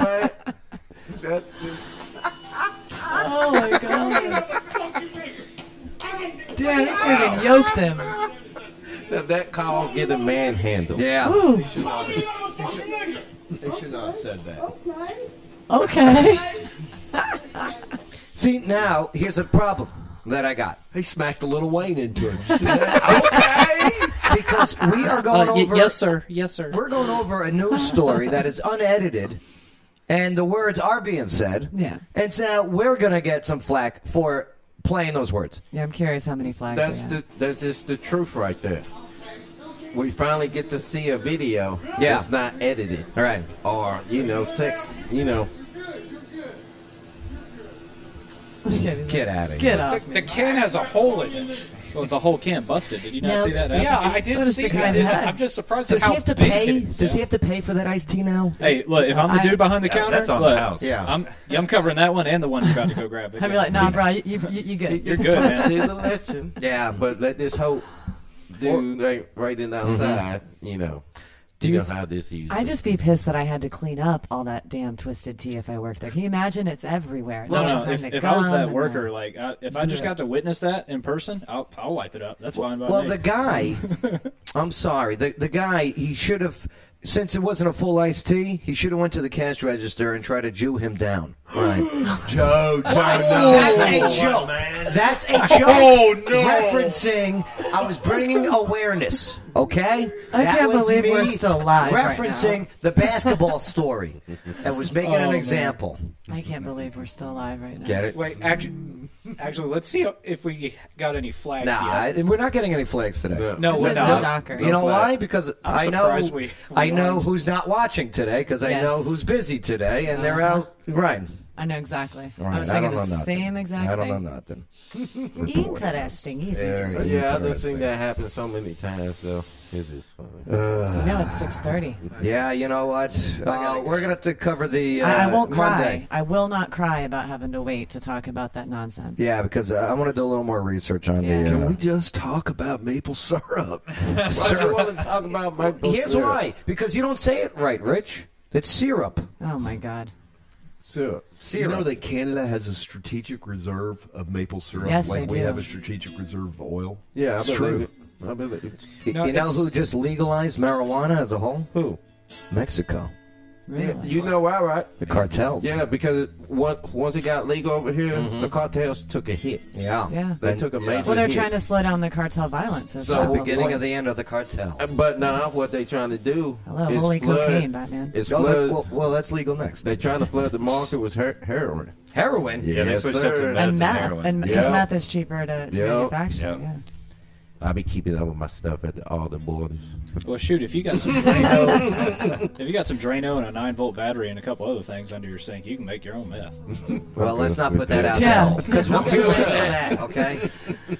Speaker 6: oh my god. Damn, he freaking yoked him.
Speaker 9: That, that call get a manhandle.
Speaker 21: Yeah.
Speaker 9: They should not, they should not have said that.
Speaker 6: Okay.
Speaker 1: See, now here's a problem that I got.
Speaker 3: He smacked a little Wayne into him. See
Speaker 1: that? okay, because we are going
Speaker 5: Uh, y-
Speaker 1: over.
Speaker 5: yes, sir. Yes, sir.
Speaker 1: We're going over a news story that is unedited, and the words are being said.
Speaker 6: Yeah.
Speaker 1: And so now we're gonna get some flack for playing those words.
Speaker 6: Yeah, I'm curious how many flags.
Speaker 9: That's
Speaker 6: he had.
Speaker 9: the that's just the truth right there. We finally get to see a video
Speaker 1: Yeah.
Speaker 9: that's not edited.
Speaker 1: All right.
Speaker 9: Or, you know, sex, you know.
Speaker 21: Get out of here.
Speaker 9: Get
Speaker 5: The, the can has a hole in it. Well, the whole can busted. Did you not
Speaker 1: Now-
Speaker 5: see that?
Speaker 1: Yeah,
Speaker 5: happen?
Speaker 1: I did So does see the guy that. have-
Speaker 5: I'm just surprised at
Speaker 1: Does
Speaker 5: how
Speaker 1: he have to
Speaker 5: big
Speaker 1: pay?
Speaker 5: it is.
Speaker 1: Does he have to pay for that iced tea now?
Speaker 5: Hey, look! If I'm
Speaker 1: I-
Speaker 5: the dude behind the
Speaker 1: Yeah,
Speaker 5: counter,
Speaker 1: that's on the
Speaker 5: look,
Speaker 1: house. Yeah.
Speaker 5: I'm, yeah, I'm covering that one and the one you're about to go grab.
Speaker 6: I'd be like, nah, bro, you, you, you good.
Speaker 5: You're good, man.
Speaker 9: Yeah, but let this whole dude like right in outside. You know,
Speaker 6: Do
Speaker 9: Mm-hmm. you
Speaker 6: you
Speaker 9: know
Speaker 6: th-
Speaker 9: how this is.
Speaker 6: I'd just be pissed that I had to clean up all that damn twisted tea if I worked there. Can you imagine? It's everywhere. It's all
Speaker 5: No, no.
Speaker 6: behind
Speaker 5: If,
Speaker 6: the
Speaker 5: if I was
Speaker 6: gum
Speaker 5: that
Speaker 6: and the-
Speaker 5: worker, like, I, if I just
Speaker 6: Yeah.
Speaker 5: got to witness that in person, I'll, I'll wipe it up. That's fine by
Speaker 1: Well,
Speaker 5: me.
Speaker 1: the guy, I'm sorry, the the guy, he should have, since it wasn't a full iced tea, he should have went to the cash register and tried to Jew him down. Right,
Speaker 9: Joe, Joe,
Speaker 1: That's a joke. That's a joke.
Speaker 15: Oh, no.
Speaker 1: Referencing, I was bringing awareness. Okay,
Speaker 6: I
Speaker 1: that
Speaker 6: can't
Speaker 1: was
Speaker 6: believe
Speaker 1: me
Speaker 6: we're still alive right now.
Speaker 1: Referencing the basketball story, and was making
Speaker 6: Oh,
Speaker 1: an
Speaker 6: man.
Speaker 1: example.
Speaker 6: I can't believe we're still alive right now.
Speaker 1: Get it?
Speaker 4: Wait, actually, actually, let's see if we got any flags
Speaker 1: Nah,
Speaker 4: yet.
Speaker 1: I- we're not getting any flags today.
Speaker 4: No, This we're is not. a shocker.
Speaker 1: You know
Speaker 4: No flag.
Speaker 1: why? Because
Speaker 4: I'm
Speaker 1: i know
Speaker 4: surprised we-
Speaker 1: I know
Speaker 4: weren't.
Speaker 1: who's not watching today because I
Speaker 6: Yes.
Speaker 1: know who's busy today, and they're
Speaker 6: Uh-huh.
Speaker 1: out. Right.
Speaker 6: I know exactly.
Speaker 1: Right,
Speaker 6: I was
Speaker 1: I
Speaker 6: thinking
Speaker 1: don't know
Speaker 6: the
Speaker 1: nothing.
Speaker 6: same exact
Speaker 1: I
Speaker 6: thing.
Speaker 1: don't know nothing.
Speaker 6: Interesting.
Speaker 9: Yeah,
Speaker 6: interesting.
Speaker 9: yeah, I just think that happens so many times though. Uh, This is funny.
Speaker 1: Ugh.
Speaker 6: No, it's 6:30.
Speaker 1: Yeah, you know what? Uh, we're gonna have to cover the uh,
Speaker 6: I, I won't
Speaker 1: Monday.
Speaker 6: cry. I will not cry about having to wait to talk about that nonsense.
Speaker 1: Yeah, because uh, I want to do a little more research on the.
Speaker 6: Can
Speaker 1: Uh,
Speaker 6: we
Speaker 1: just talk about maple syrup?
Speaker 9: Why do you want to talk about maple
Speaker 1: Here's
Speaker 9: syrup?
Speaker 1: why: because you don't say it right, Rich. It's syrup.
Speaker 6: Oh my God.
Speaker 3: Syrup.
Speaker 1: Syrup.
Speaker 3: You know that Canada has a strategic reserve of maple syrup,
Speaker 1: Yes,
Speaker 3: like
Speaker 1: they
Speaker 3: we
Speaker 1: do.
Speaker 3: have a strategic reserve of oil.
Speaker 9: Yeah, I
Speaker 3: it's
Speaker 9: believe
Speaker 3: true.
Speaker 9: it. I believe it.
Speaker 1: Y- you know who just legalized marijuana as a whole?
Speaker 9: Who?
Speaker 1: Mexico.
Speaker 9: Yeah, you know why, right?
Speaker 1: The cartels.
Speaker 9: Yeah, because what, once it got legal over here, the cartels took a hit.
Speaker 1: Mm-hmm. Yeah.
Speaker 6: Yeah.
Speaker 9: They took a major
Speaker 6: Well, they're
Speaker 9: hit.
Speaker 6: trying to slow down the cartel violence. That's
Speaker 9: So- Uh,
Speaker 6: all.
Speaker 1: The beginning of the end of the cartel.
Speaker 9: But now what they trying to do
Speaker 6: Hello,
Speaker 9: is
Speaker 6: holy
Speaker 9: flood,
Speaker 6: cocaine, Batman.
Speaker 9: It's
Speaker 1: Oh, that-
Speaker 9: flood,
Speaker 1: well, well, that's legal next.
Speaker 9: They're trying to flood the market with her- heroin.
Speaker 1: Heroin?
Speaker 9: Yeah, they switched up to meth
Speaker 6: and meth, and because
Speaker 9: Yeah.
Speaker 6: meth is cheaper to, to
Speaker 9: Yep.
Speaker 6: manufacture.
Speaker 9: Yep.
Speaker 6: Yeah.
Speaker 9: I be keeping up with my stuff at the, all the borders.
Speaker 5: Well, shoot, if you got some Drano, if you got some Drano and a nine volt battery and a couple other things under your sink, you can make your own meth.
Speaker 1: Well, let's not put that out
Speaker 5: Yeah.
Speaker 1: there. Because we'll do that, okay?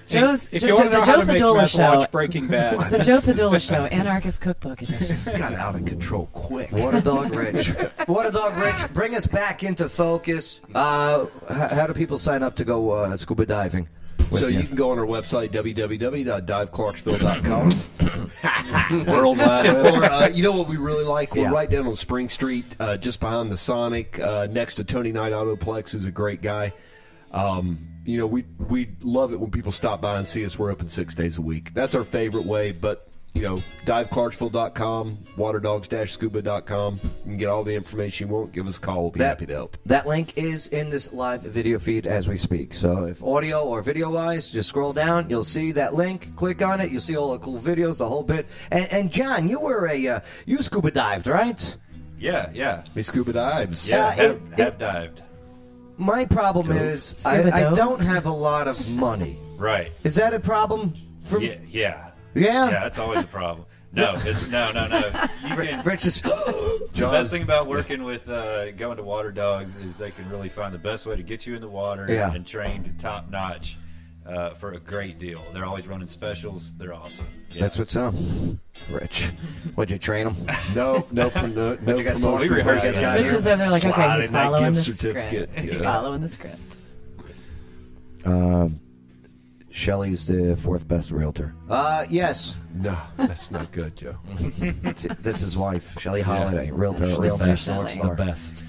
Speaker 6: Joe's,
Speaker 5: If
Speaker 6: Joe,
Speaker 5: you wanna
Speaker 6: the
Speaker 5: know
Speaker 6: Joe
Speaker 5: how to make
Speaker 6: Padula
Speaker 5: meth,
Speaker 6: show.
Speaker 5: watch Breaking Bad.
Speaker 6: the Joe Padula show, Anarchist Cookbook Edition.
Speaker 3: This got out of control quick.
Speaker 1: Water Dog Rich. Water Dog Rich, bring us back into focus. Uh, h- how do people sign up to go uh, scuba diving? with
Speaker 3: So you.
Speaker 1: you
Speaker 3: can go on our website www.diveclarksville.com worldwide. or uh, you know what we really like? We're
Speaker 1: Yeah.
Speaker 3: right down on Spring Street, uh, just behind the Sonic, uh, next to Tony Knight Autoplex, who's a great guy. Um, you know, we we love it when people stop by and see us. We're open six days a week. That's our favorite way. But you know, diveclarksville.com, waterdogs-scuba.com. You can get all the information you want. Give us a call. We'll be happy to help.
Speaker 1: That link is in this live video feed as we speak. So if audio or video wise, just scroll down. You'll see that link. Click on it. You'll see all the cool videos, the whole bit. And, and John, you were a uh, you scuba dived, right?
Speaker 8: Yeah, yeah.
Speaker 3: Hey, scuba dives.
Speaker 8: Yeah,
Speaker 1: Uh,
Speaker 8: have, have dived.
Speaker 1: My problem is I,
Speaker 8: Scuba
Speaker 1: I
Speaker 8: dove?
Speaker 1: don't have a lot of money.
Speaker 8: Right.
Speaker 1: Is that a problem? For
Speaker 8: Yeah, yeah.
Speaker 1: Yeah.
Speaker 8: Yeah, that's always a problem. No, it's no, no, no. You can,
Speaker 1: Rich is.
Speaker 8: The best thing about working with uh, going to water dogs is they can really find the best way to get you in the water
Speaker 1: Yeah.
Speaker 8: and train to top notch uh, for a great deal. They're always running specials. They're awesome. Yeah.
Speaker 1: That's what's up. Rich, would you train him?
Speaker 3: No, no, no.
Speaker 1: But you guys
Speaker 3: no
Speaker 1: talked
Speaker 3: promotion.
Speaker 1: before you guys got
Speaker 6: Which
Speaker 1: here.
Speaker 6: is over there like, okay,
Speaker 3: Slide
Speaker 6: he's
Speaker 3: in that
Speaker 6: following the
Speaker 3: gift certificate.
Speaker 6: script. He's
Speaker 3: Yeah.
Speaker 6: following the script.
Speaker 1: Um, Shelly's the fourth best realtor. Uh, yes.
Speaker 3: No, that's not good, Joe.
Speaker 1: that's, that's his wife, Shelly Holiday, realtor.
Speaker 3: She's the
Speaker 1: realtor,
Speaker 3: best.
Speaker 1: porn
Speaker 3: She's the
Speaker 1: star.
Speaker 3: best.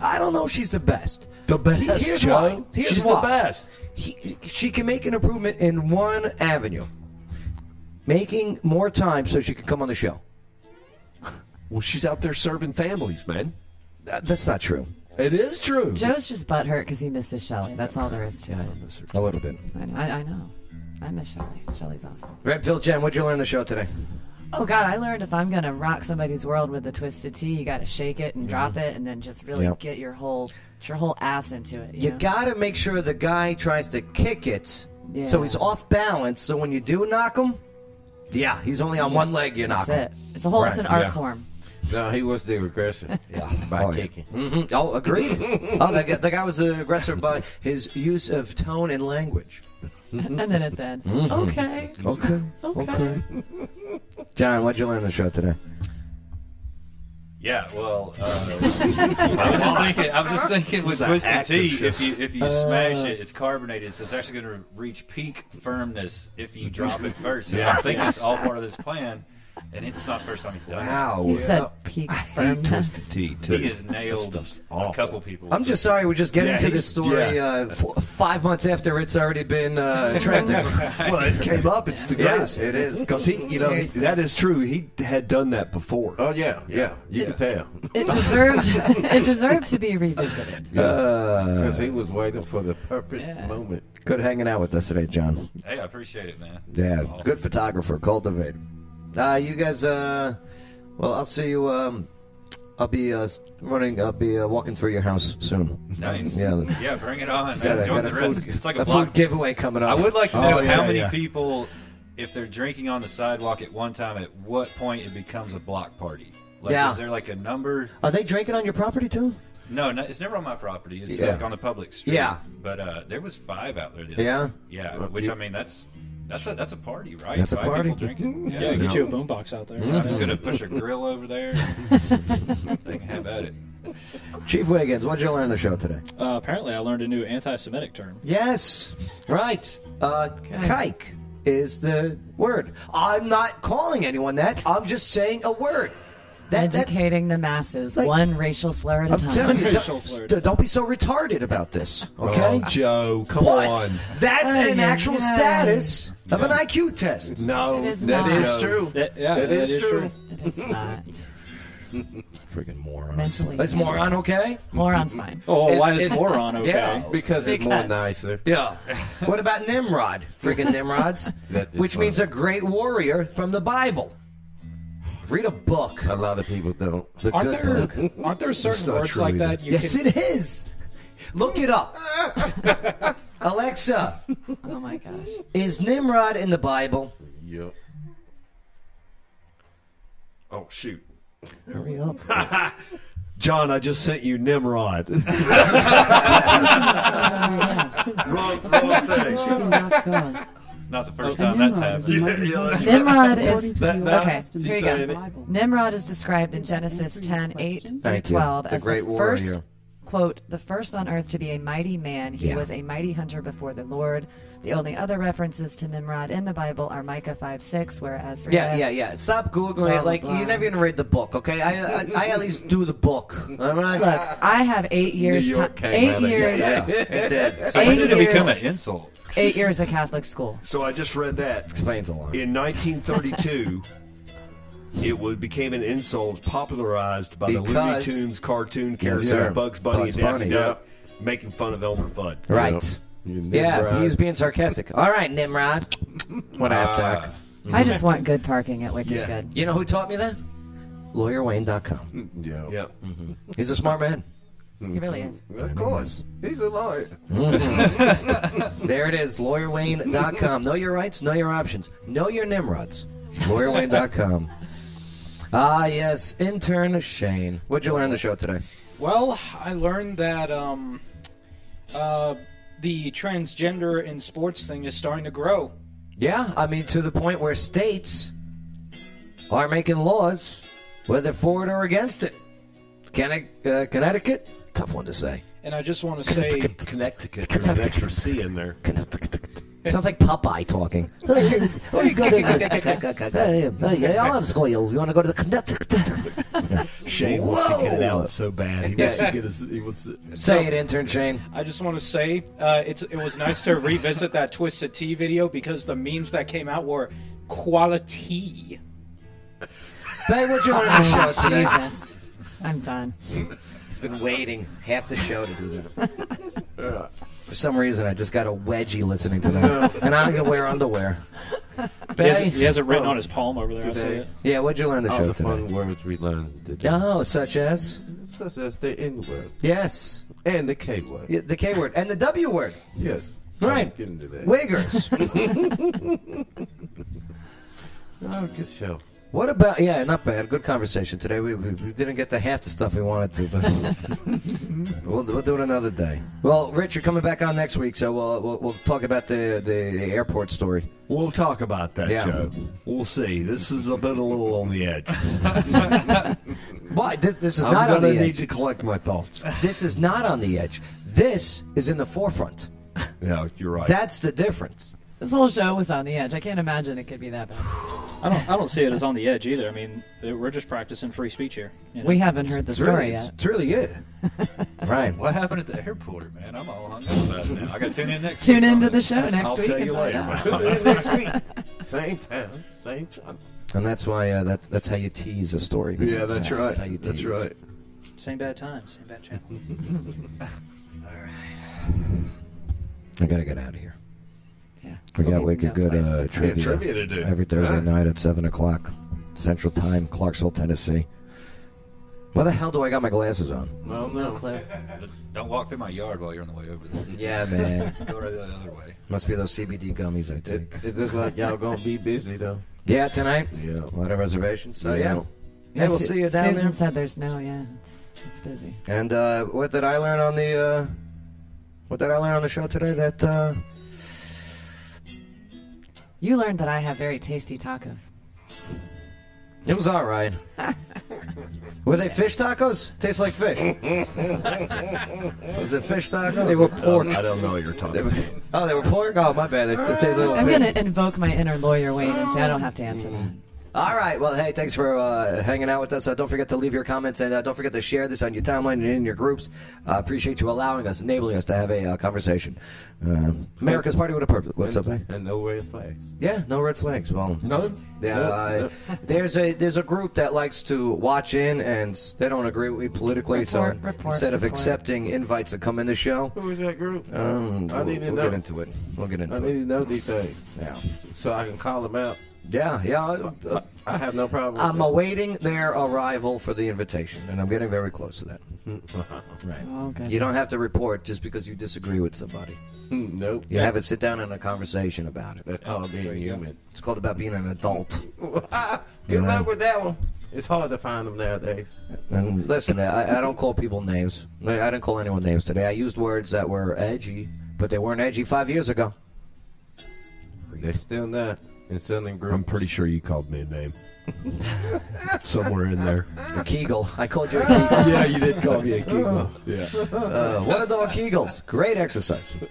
Speaker 1: I don't know. if She's the best.
Speaker 3: The best.
Speaker 1: Here's why.
Speaker 3: Joe.
Speaker 1: Here's
Speaker 3: She's
Speaker 1: why.
Speaker 3: the best.
Speaker 1: He, she can make an improvement in one avenue, making more time so she can come on the show.
Speaker 3: Well, she's out there serving families, man.
Speaker 1: That, that's not true.
Speaker 3: It is true.
Speaker 6: Joe's just butthurt because he misses Shelly. That's all there is to it.
Speaker 1: A little bit.
Speaker 6: I know. I, I, know. I miss Shelly. Shelly's awesome.
Speaker 1: Red Pill Jen, what'd you learn on the show today?
Speaker 6: Oh God, I learned if I'm gonna rock somebody's world with the twisted tea, you gotta shake it and drop it, and then just really
Speaker 1: Yep.
Speaker 6: get your whole your whole ass into it. You,
Speaker 1: You
Speaker 6: know?
Speaker 1: gotta make sure the guy tries to kick it so
Speaker 6: Yeah.
Speaker 1: he's off balance. So when you do knock him, yeah, he's only on one leg. You knock
Speaker 6: That's it.
Speaker 1: him.
Speaker 6: It's a whole. it's
Speaker 1: Right,
Speaker 6: an art
Speaker 1: yeah.
Speaker 6: form.
Speaker 9: No, he was the aggression by kicking.
Speaker 1: hmm Oh, agreed. oh, the, guy- the guy was aggressive by his use of tone and language.
Speaker 6: and then it then.
Speaker 1: Mhm.
Speaker 6: Okay.
Speaker 1: Okay. Okay. John, what'd you learn on the show today?
Speaker 8: Yeah, well, uh, I was just thinking. I was just thinking with
Speaker 9: This is an
Speaker 8: twisted
Speaker 9: active
Speaker 8: tea,
Speaker 9: show.
Speaker 8: if you if you
Speaker 9: Uh.
Speaker 8: smash it, it's carbonated, so it's actually going to reach peak firmness if you drop it first. So
Speaker 9: Yeah.
Speaker 8: I think it's all part of this plan, and it's not the first time he's done
Speaker 9: Wow.
Speaker 8: it.
Speaker 9: He said
Speaker 24: peak
Speaker 9: firmness. Twisted tea, too.
Speaker 8: He has
Speaker 9: That
Speaker 8: nailed
Speaker 9: stuff's
Speaker 8: a couple people.
Speaker 1: I'm just sorry we're just getting
Speaker 9: Yeah,
Speaker 1: to
Speaker 9: he's-
Speaker 1: this story
Speaker 9: yeah.
Speaker 1: uh, f- five months after it's already been uh, trending.
Speaker 9: well,
Speaker 1: Well,
Speaker 9: it came up. It's the
Speaker 1: Yeah,
Speaker 9: greatest.
Speaker 1: it is.
Speaker 9: because he, you know, that is true. He had done that before. Oh yeah, yeah. You could tell.
Speaker 6: It deserved. it deserved to be revisited.
Speaker 9: Because he was waiting for the perfect moment.
Speaker 1: Good hanging out with us today, John.
Speaker 8: Hey, I appreciate it, man.
Speaker 1: Yeah, good photographer, cultivated. Uh, you guys, uh, well, I'll see you. Um, I'll be uh, running. I'll be uh, walking through your house soon.
Speaker 8: Nice.
Speaker 1: Yeah.
Speaker 8: Yeah, bring it on.
Speaker 1: Got a-
Speaker 8: Join
Speaker 1: got a
Speaker 8: the rest.
Speaker 1: food-
Speaker 8: It's like a,
Speaker 1: a
Speaker 8: block.
Speaker 1: food giveaway coming up.
Speaker 8: I would like to know
Speaker 1: Oh, yeah,
Speaker 8: how many
Speaker 1: yeah.
Speaker 8: people, if they're drinking on the sidewalk at one time, at what point it becomes a block party. Like,
Speaker 1: Yeah.
Speaker 8: Is there like a number?
Speaker 1: Are they drinking on your property too?
Speaker 8: No, no, it's never on my property. It's
Speaker 1: Yeah.
Speaker 8: just like on the public street.
Speaker 1: Yeah.
Speaker 8: But uh, there was five out there. The other
Speaker 1: Yeah?
Speaker 8: Yeah.
Speaker 1: Well,
Speaker 8: Which
Speaker 1: you-
Speaker 8: I mean, that's that's a that's a party, right?
Speaker 1: That's a
Speaker 8: Five
Speaker 1: party.
Speaker 8: People drinking.
Speaker 5: Yeah, get you a boombox out there.
Speaker 8: I'm just gonna push a grill over there. and they can have at it.
Speaker 1: Chief Wiggins, what'd you learn on the show today?
Speaker 5: Uh, apparently, I learned a new anti-Semitic term.
Speaker 1: Yes, right. Uh, Kike is the word. I'm not calling anyone that. I'm just saying a word. That, that
Speaker 6: Educating the masses, one racial slur at a
Speaker 1: I'm
Speaker 6: time.
Speaker 1: telling you, don't, d- don't be so retarded about this, okay?
Speaker 3: Oh, Joe, come
Speaker 1: What?
Speaker 3: on.
Speaker 1: That's
Speaker 6: Ay,
Speaker 1: an
Speaker 6: ay,
Speaker 1: actual
Speaker 6: ay.
Speaker 1: status of an IQ test.
Speaker 3: No,
Speaker 1: that is
Speaker 3: that is true. that is, true.
Speaker 9: Freaking moron.
Speaker 1: Mentally. Is moron okay?
Speaker 6: Moron's fine.
Speaker 5: Oh,
Speaker 1: It's-
Speaker 5: why is
Speaker 1: it's-
Speaker 5: moron okay?
Speaker 1: Yeah.
Speaker 9: Because it's more nicer.
Speaker 1: Yeah. What about Nimrod? Freaking Nimrods.
Speaker 9: That is
Speaker 1: Which
Speaker 9: funny.
Speaker 1: means a great warrior from the Bible. Read a book.
Speaker 9: A lot of people don't.
Speaker 10: Aren't there aren't there
Speaker 9: It's
Speaker 10: certain
Speaker 9: not
Speaker 10: words
Speaker 9: true
Speaker 10: like
Speaker 9: either.
Speaker 10: that? You
Speaker 1: yes,
Speaker 10: can,
Speaker 1: it is. Look it up. Alexa,
Speaker 6: Oh my gosh.
Speaker 1: is Nimrod in the Bible?
Speaker 9: Yep.
Speaker 3: Oh shoot,
Speaker 1: Hurry up.
Speaker 3: John! I just sent you Nimrod.
Speaker 8: Wrong, wrong thing. Not the first time that's happened.
Speaker 6: Nimrod is
Speaker 8: That- that-
Speaker 6: okay.
Speaker 8: she
Speaker 6: Here
Speaker 8: said
Speaker 6: you
Speaker 8: it.
Speaker 6: go. Nimrod is described in Genesis 10, 8 through
Speaker 1: Thank you.
Speaker 6: 12
Speaker 1: The
Speaker 6: as
Speaker 1: great
Speaker 6: the first
Speaker 1: warrior.
Speaker 6: quote, the first on earth to be a mighty man. He
Speaker 1: Yeah.
Speaker 6: was a mighty hunter before the Lord. The only other references to Nimrod in the Bible are Micah 5, 6, where Ezra.
Speaker 1: Yeah, yeah, yeah. Stop googling it. Like you're never gonna read the book, okay? I, I, I at least do the book. All right.
Speaker 6: Look, I have eight years.
Speaker 1: York
Speaker 6: ti-
Speaker 1: came
Speaker 6: eight
Speaker 1: out of- yeah,
Speaker 6: years.
Speaker 1: yeah, it did.
Speaker 8: So when
Speaker 6: Eight
Speaker 8: did it become an
Speaker 6: years-
Speaker 8: insult?
Speaker 6: Eight years of Catholic school.
Speaker 3: So I just read that.
Speaker 1: Explains a lot.
Speaker 3: In 1932, it was, became an insult popularized by the Looney
Speaker 1: Because-
Speaker 3: Tunes cartoon
Speaker 1: Yes,
Speaker 3: characters
Speaker 1: sir.
Speaker 3: Bugs Bunny
Speaker 1: Bugs
Speaker 3: and Daffy
Speaker 1: Bunny,
Speaker 3: Duck making fun of Elmer Fudd.
Speaker 1: Right. Yeah, he was being sarcastic. All right, Nimrod. What up, Doc?
Speaker 6: I just want good parking at Wicked Good.
Speaker 1: You know who taught me that? LawyerWayne.com.
Speaker 9: Yeah.
Speaker 3: Yeah.
Speaker 1: Mm-hmm. He's a smart man.
Speaker 6: He really is.
Speaker 9: Of course. He's a lawyer.
Speaker 1: Mhm. there it is, lawyerwayne.com. Know your rights, know your options, know your Nimrods. Lawyerwayne.com. Ah, yes, intern Shane. What'd you learn on the show today?
Speaker 10: well, I learned that um, uh, the transgender in sports thing is starting to grow.
Speaker 1: Yeah, I mean, to the point where states are making laws, whether for it or against it. Conne- uh, Connecticut? Tough one to say.
Speaker 10: And I just want to say,
Speaker 3: Connecticut. There's an extra C in there.
Speaker 1: Sounds like Popeye talking. Oh, you go to Hey, I'll have school. You, you want to go to the Connecticut?
Speaker 3: Shane wants to get it
Speaker 1: Whoa.
Speaker 3: out so bad. He wants
Speaker 1: Yeah.
Speaker 3: to get his. He wants to,
Speaker 1: Say it, intern Shane.
Speaker 10: I just want to say uh, it's it was nice to revisit that Twisted Tea video because the memes that came out were quality.
Speaker 1: Babe, what you learn on the
Speaker 6: Oh,
Speaker 1: show today?
Speaker 6: Jesus. I'm done.
Speaker 1: It's been waiting half the show to do that. For some reason, I just got a wedgie listening to that, and I don't even wear underwear. Oh.
Speaker 5: He has,
Speaker 1: Bay?
Speaker 5: it- he has it written on his palm over there. I see it.
Speaker 1: Yeah, what'd you learn on the
Speaker 9: All
Speaker 1: show
Speaker 9: the
Speaker 1: today?
Speaker 9: fun words we learned today.
Speaker 1: Oh, such as
Speaker 9: Such as the N word
Speaker 1: yes,
Speaker 9: and the K word.
Speaker 1: Yeah, the K word and the W word.
Speaker 9: Yes. I was
Speaker 1: Right,
Speaker 9: getting to that.
Speaker 1: Wiggers.
Speaker 9: Oh, good show.
Speaker 1: What about yeah? Not bad. Good conversation today. We, we, we didn't get to half the stuff we wanted to, but we'll, we'll do it another day. Well, Rich, you're coming back on next week, so we'll we'll, we'll talk about the, the airport story.
Speaker 3: We'll talk about that,
Speaker 1: Yeah.
Speaker 3: Joe. We'll see. This is a bit a little on the edge.
Speaker 1: Why? This, this is
Speaker 14: I'm
Speaker 1: not on the
Speaker 14: gonna
Speaker 1: edge.
Speaker 14: need to collect my thoughts.
Speaker 1: This is not on the edge. This is in the forefront.
Speaker 14: Yeah, you're right.
Speaker 1: That's the difference.
Speaker 7: This whole show was on the edge. I can't imagine it could be that bad.
Speaker 5: I don't. I don't see it as on the edge either. I mean, we're just practicing free speech here. you know?
Speaker 7: We haven't heard the
Speaker 5: It's
Speaker 7: story
Speaker 5: really-
Speaker 7: yet.
Speaker 1: It's really good. Right.
Speaker 8: What happened at the airport, man? I'm all hung up about it now. I got to tune in next.
Speaker 7: Tune
Speaker 8: week.
Speaker 7: into the show next
Speaker 8: I'll
Speaker 7: week
Speaker 8: tell
Speaker 7: and
Speaker 8: you
Speaker 7: find
Speaker 8: later.
Speaker 7: out.
Speaker 8: but-
Speaker 7: Tune in
Speaker 9: next week. Same time, same time.
Speaker 1: And that's why uh, that, that's how you tease a story.
Speaker 14: Yeah, that's
Speaker 1: how-
Speaker 14: right.
Speaker 1: how you
Speaker 14: That's
Speaker 1: tease.
Speaker 14: right.
Speaker 5: Same bad time, same bad channel.
Speaker 1: I gotta get out of here.
Speaker 7: Yeah.
Speaker 1: We got wicked good uh, trivia,
Speaker 3: Yeah, trivia to do.
Speaker 1: every Thursday
Speaker 3: Yeah.
Speaker 1: night at seven o'clock, Central Time, Clarksville, Tennessee. Why the hell do I got my glasses on?
Speaker 8: Well, no. Don't walk through my yard while you're on the way over there.
Speaker 1: Yeah, man.
Speaker 8: Go right the other way.
Speaker 1: Must be those CBD gummies I take.
Speaker 9: It looks like y'all gonna be busy though.
Speaker 1: Yeah, tonight.
Speaker 9: Yeah.
Speaker 1: A lot of reservations. So
Speaker 9: Yeah.
Speaker 1: yeah. Yeah, we'll see you down
Speaker 7: Susan
Speaker 1: there.
Speaker 7: said there's no, yeah. It's, it's busy.
Speaker 1: And uh, what did I learn on the uh, what did I learn on the show today? That uh,
Speaker 7: You learned that I have very tasty tacos.
Speaker 1: it was all right. Were they fish tacos? Tastes like fish. Was it fish tacos? They were pork.
Speaker 3: Um, I don't know what you're talking
Speaker 1: about. Oh, they were pork. Oh, my bad. It, it tastes like
Speaker 7: I'm
Speaker 1: fish.
Speaker 7: going to invoke my inner lawyer Wade and say I don't have to answer that.
Speaker 1: All right. Well, hey, thanks for uh, hanging out with us. Uh, don't forget to leave your comments and uh, don't forget to share this on your timeline and in your groups. Uh, appreciate you allowing us, enabling us to have a uh, conversation. Uh, America's Party with a Purpose. What's up, man?
Speaker 9: And no red flags.
Speaker 1: Yeah, no red flags. Well,
Speaker 9: None?
Speaker 1: Yeah,
Speaker 9: No.
Speaker 1: uh, there's a there's a group that likes to watch in and they don't agree with me politically. so
Speaker 9: Report, report,
Speaker 1: instead of
Speaker 9: report.
Speaker 1: accepting invites to come in the show,
Speaker 9: Who is that group?
Speaker 1: um,
Speaker 9: I need to
Speaker 1: we'll
Speaker 9: know.
Speaker 1: get into it. We'll get into
Speaker 9: I
Speaker 1: it.
Speaker 9: need to know these things.
Speaker 1: Yeah.
Speaker 9: So I can call them out.
Speaker 1: Yeah, yeah. I-
Speaker 9: I have no problem. with
Speaker 1: I'm
Speaker 9: that.
Speaker 1: awaiting their arrival for the invitation, and I'm getting very close to that. right.
Speaker 9: Okay.
Speaker 1: You don't have to report just because you disagree with somebody.
Speaker 9: Hmm, Nope.
Speaker 1: You have a sit down and a conversation about it. That's
Speaker 9: called being human.
Speaker 1: It's called about being an adult.
Speaker 9: Good
Speaker 1: Yeah.
Speaker 9: luck with that one. It's hard to find them nowadays.
Speaker 1: And listen, I, I don't call people names. I I didn't call anyone names today. I used words that were edgy, but they weren't edgy five years ago.
Speaker 9: They're still not in selling groups.
Speaker 3: I'm pretty sure you called me a name. Somewhere in there.
Speaker 1: A Kegel. I called you a Kegel.
Speaker 3: Yeah, you did call me a Kegel. Yeah.
Speaker 1: Uh, what are dog Kegels? Great exercise.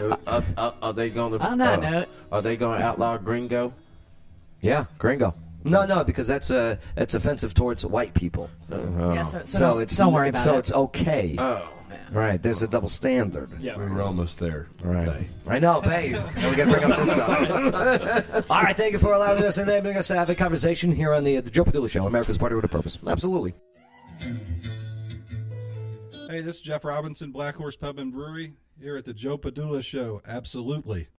Speaker 9: Uh, uh, uh, are they going to?
Speaker 1: On that
Speaker 9: uh,
Speaker 1: note.
Speaker 9: are they going to outlaw gringo?
Speaker 1: Yeah, gringo. No, no, because that's uh, that's offensive towards white people.
Speaker 7: Oh.
Speaker 9: Yeah, so- so
Speaker 7: don't- don't worry about
Speaker 1: so
Speaker 7: it.
Speaker 1: it's okay.
Speaker 9: Oh,
Speaker 1: right. There's a double standard.
Speaker 9: Yeah.
Speaker 3: We were almost there.
Speaker 1: Right. I know, babe. Now we got to bring up this stuff. All right, thank you for allowing us and enabling us to have a conversation here on the, uh, the Joe Padula Show, America's Party with a Purpose. Absolutely.
Speaker 2: Hey, this is Jeff Robinson, Black Horse Pub and Brewery, here at the Joe Padula Show. Absolutely.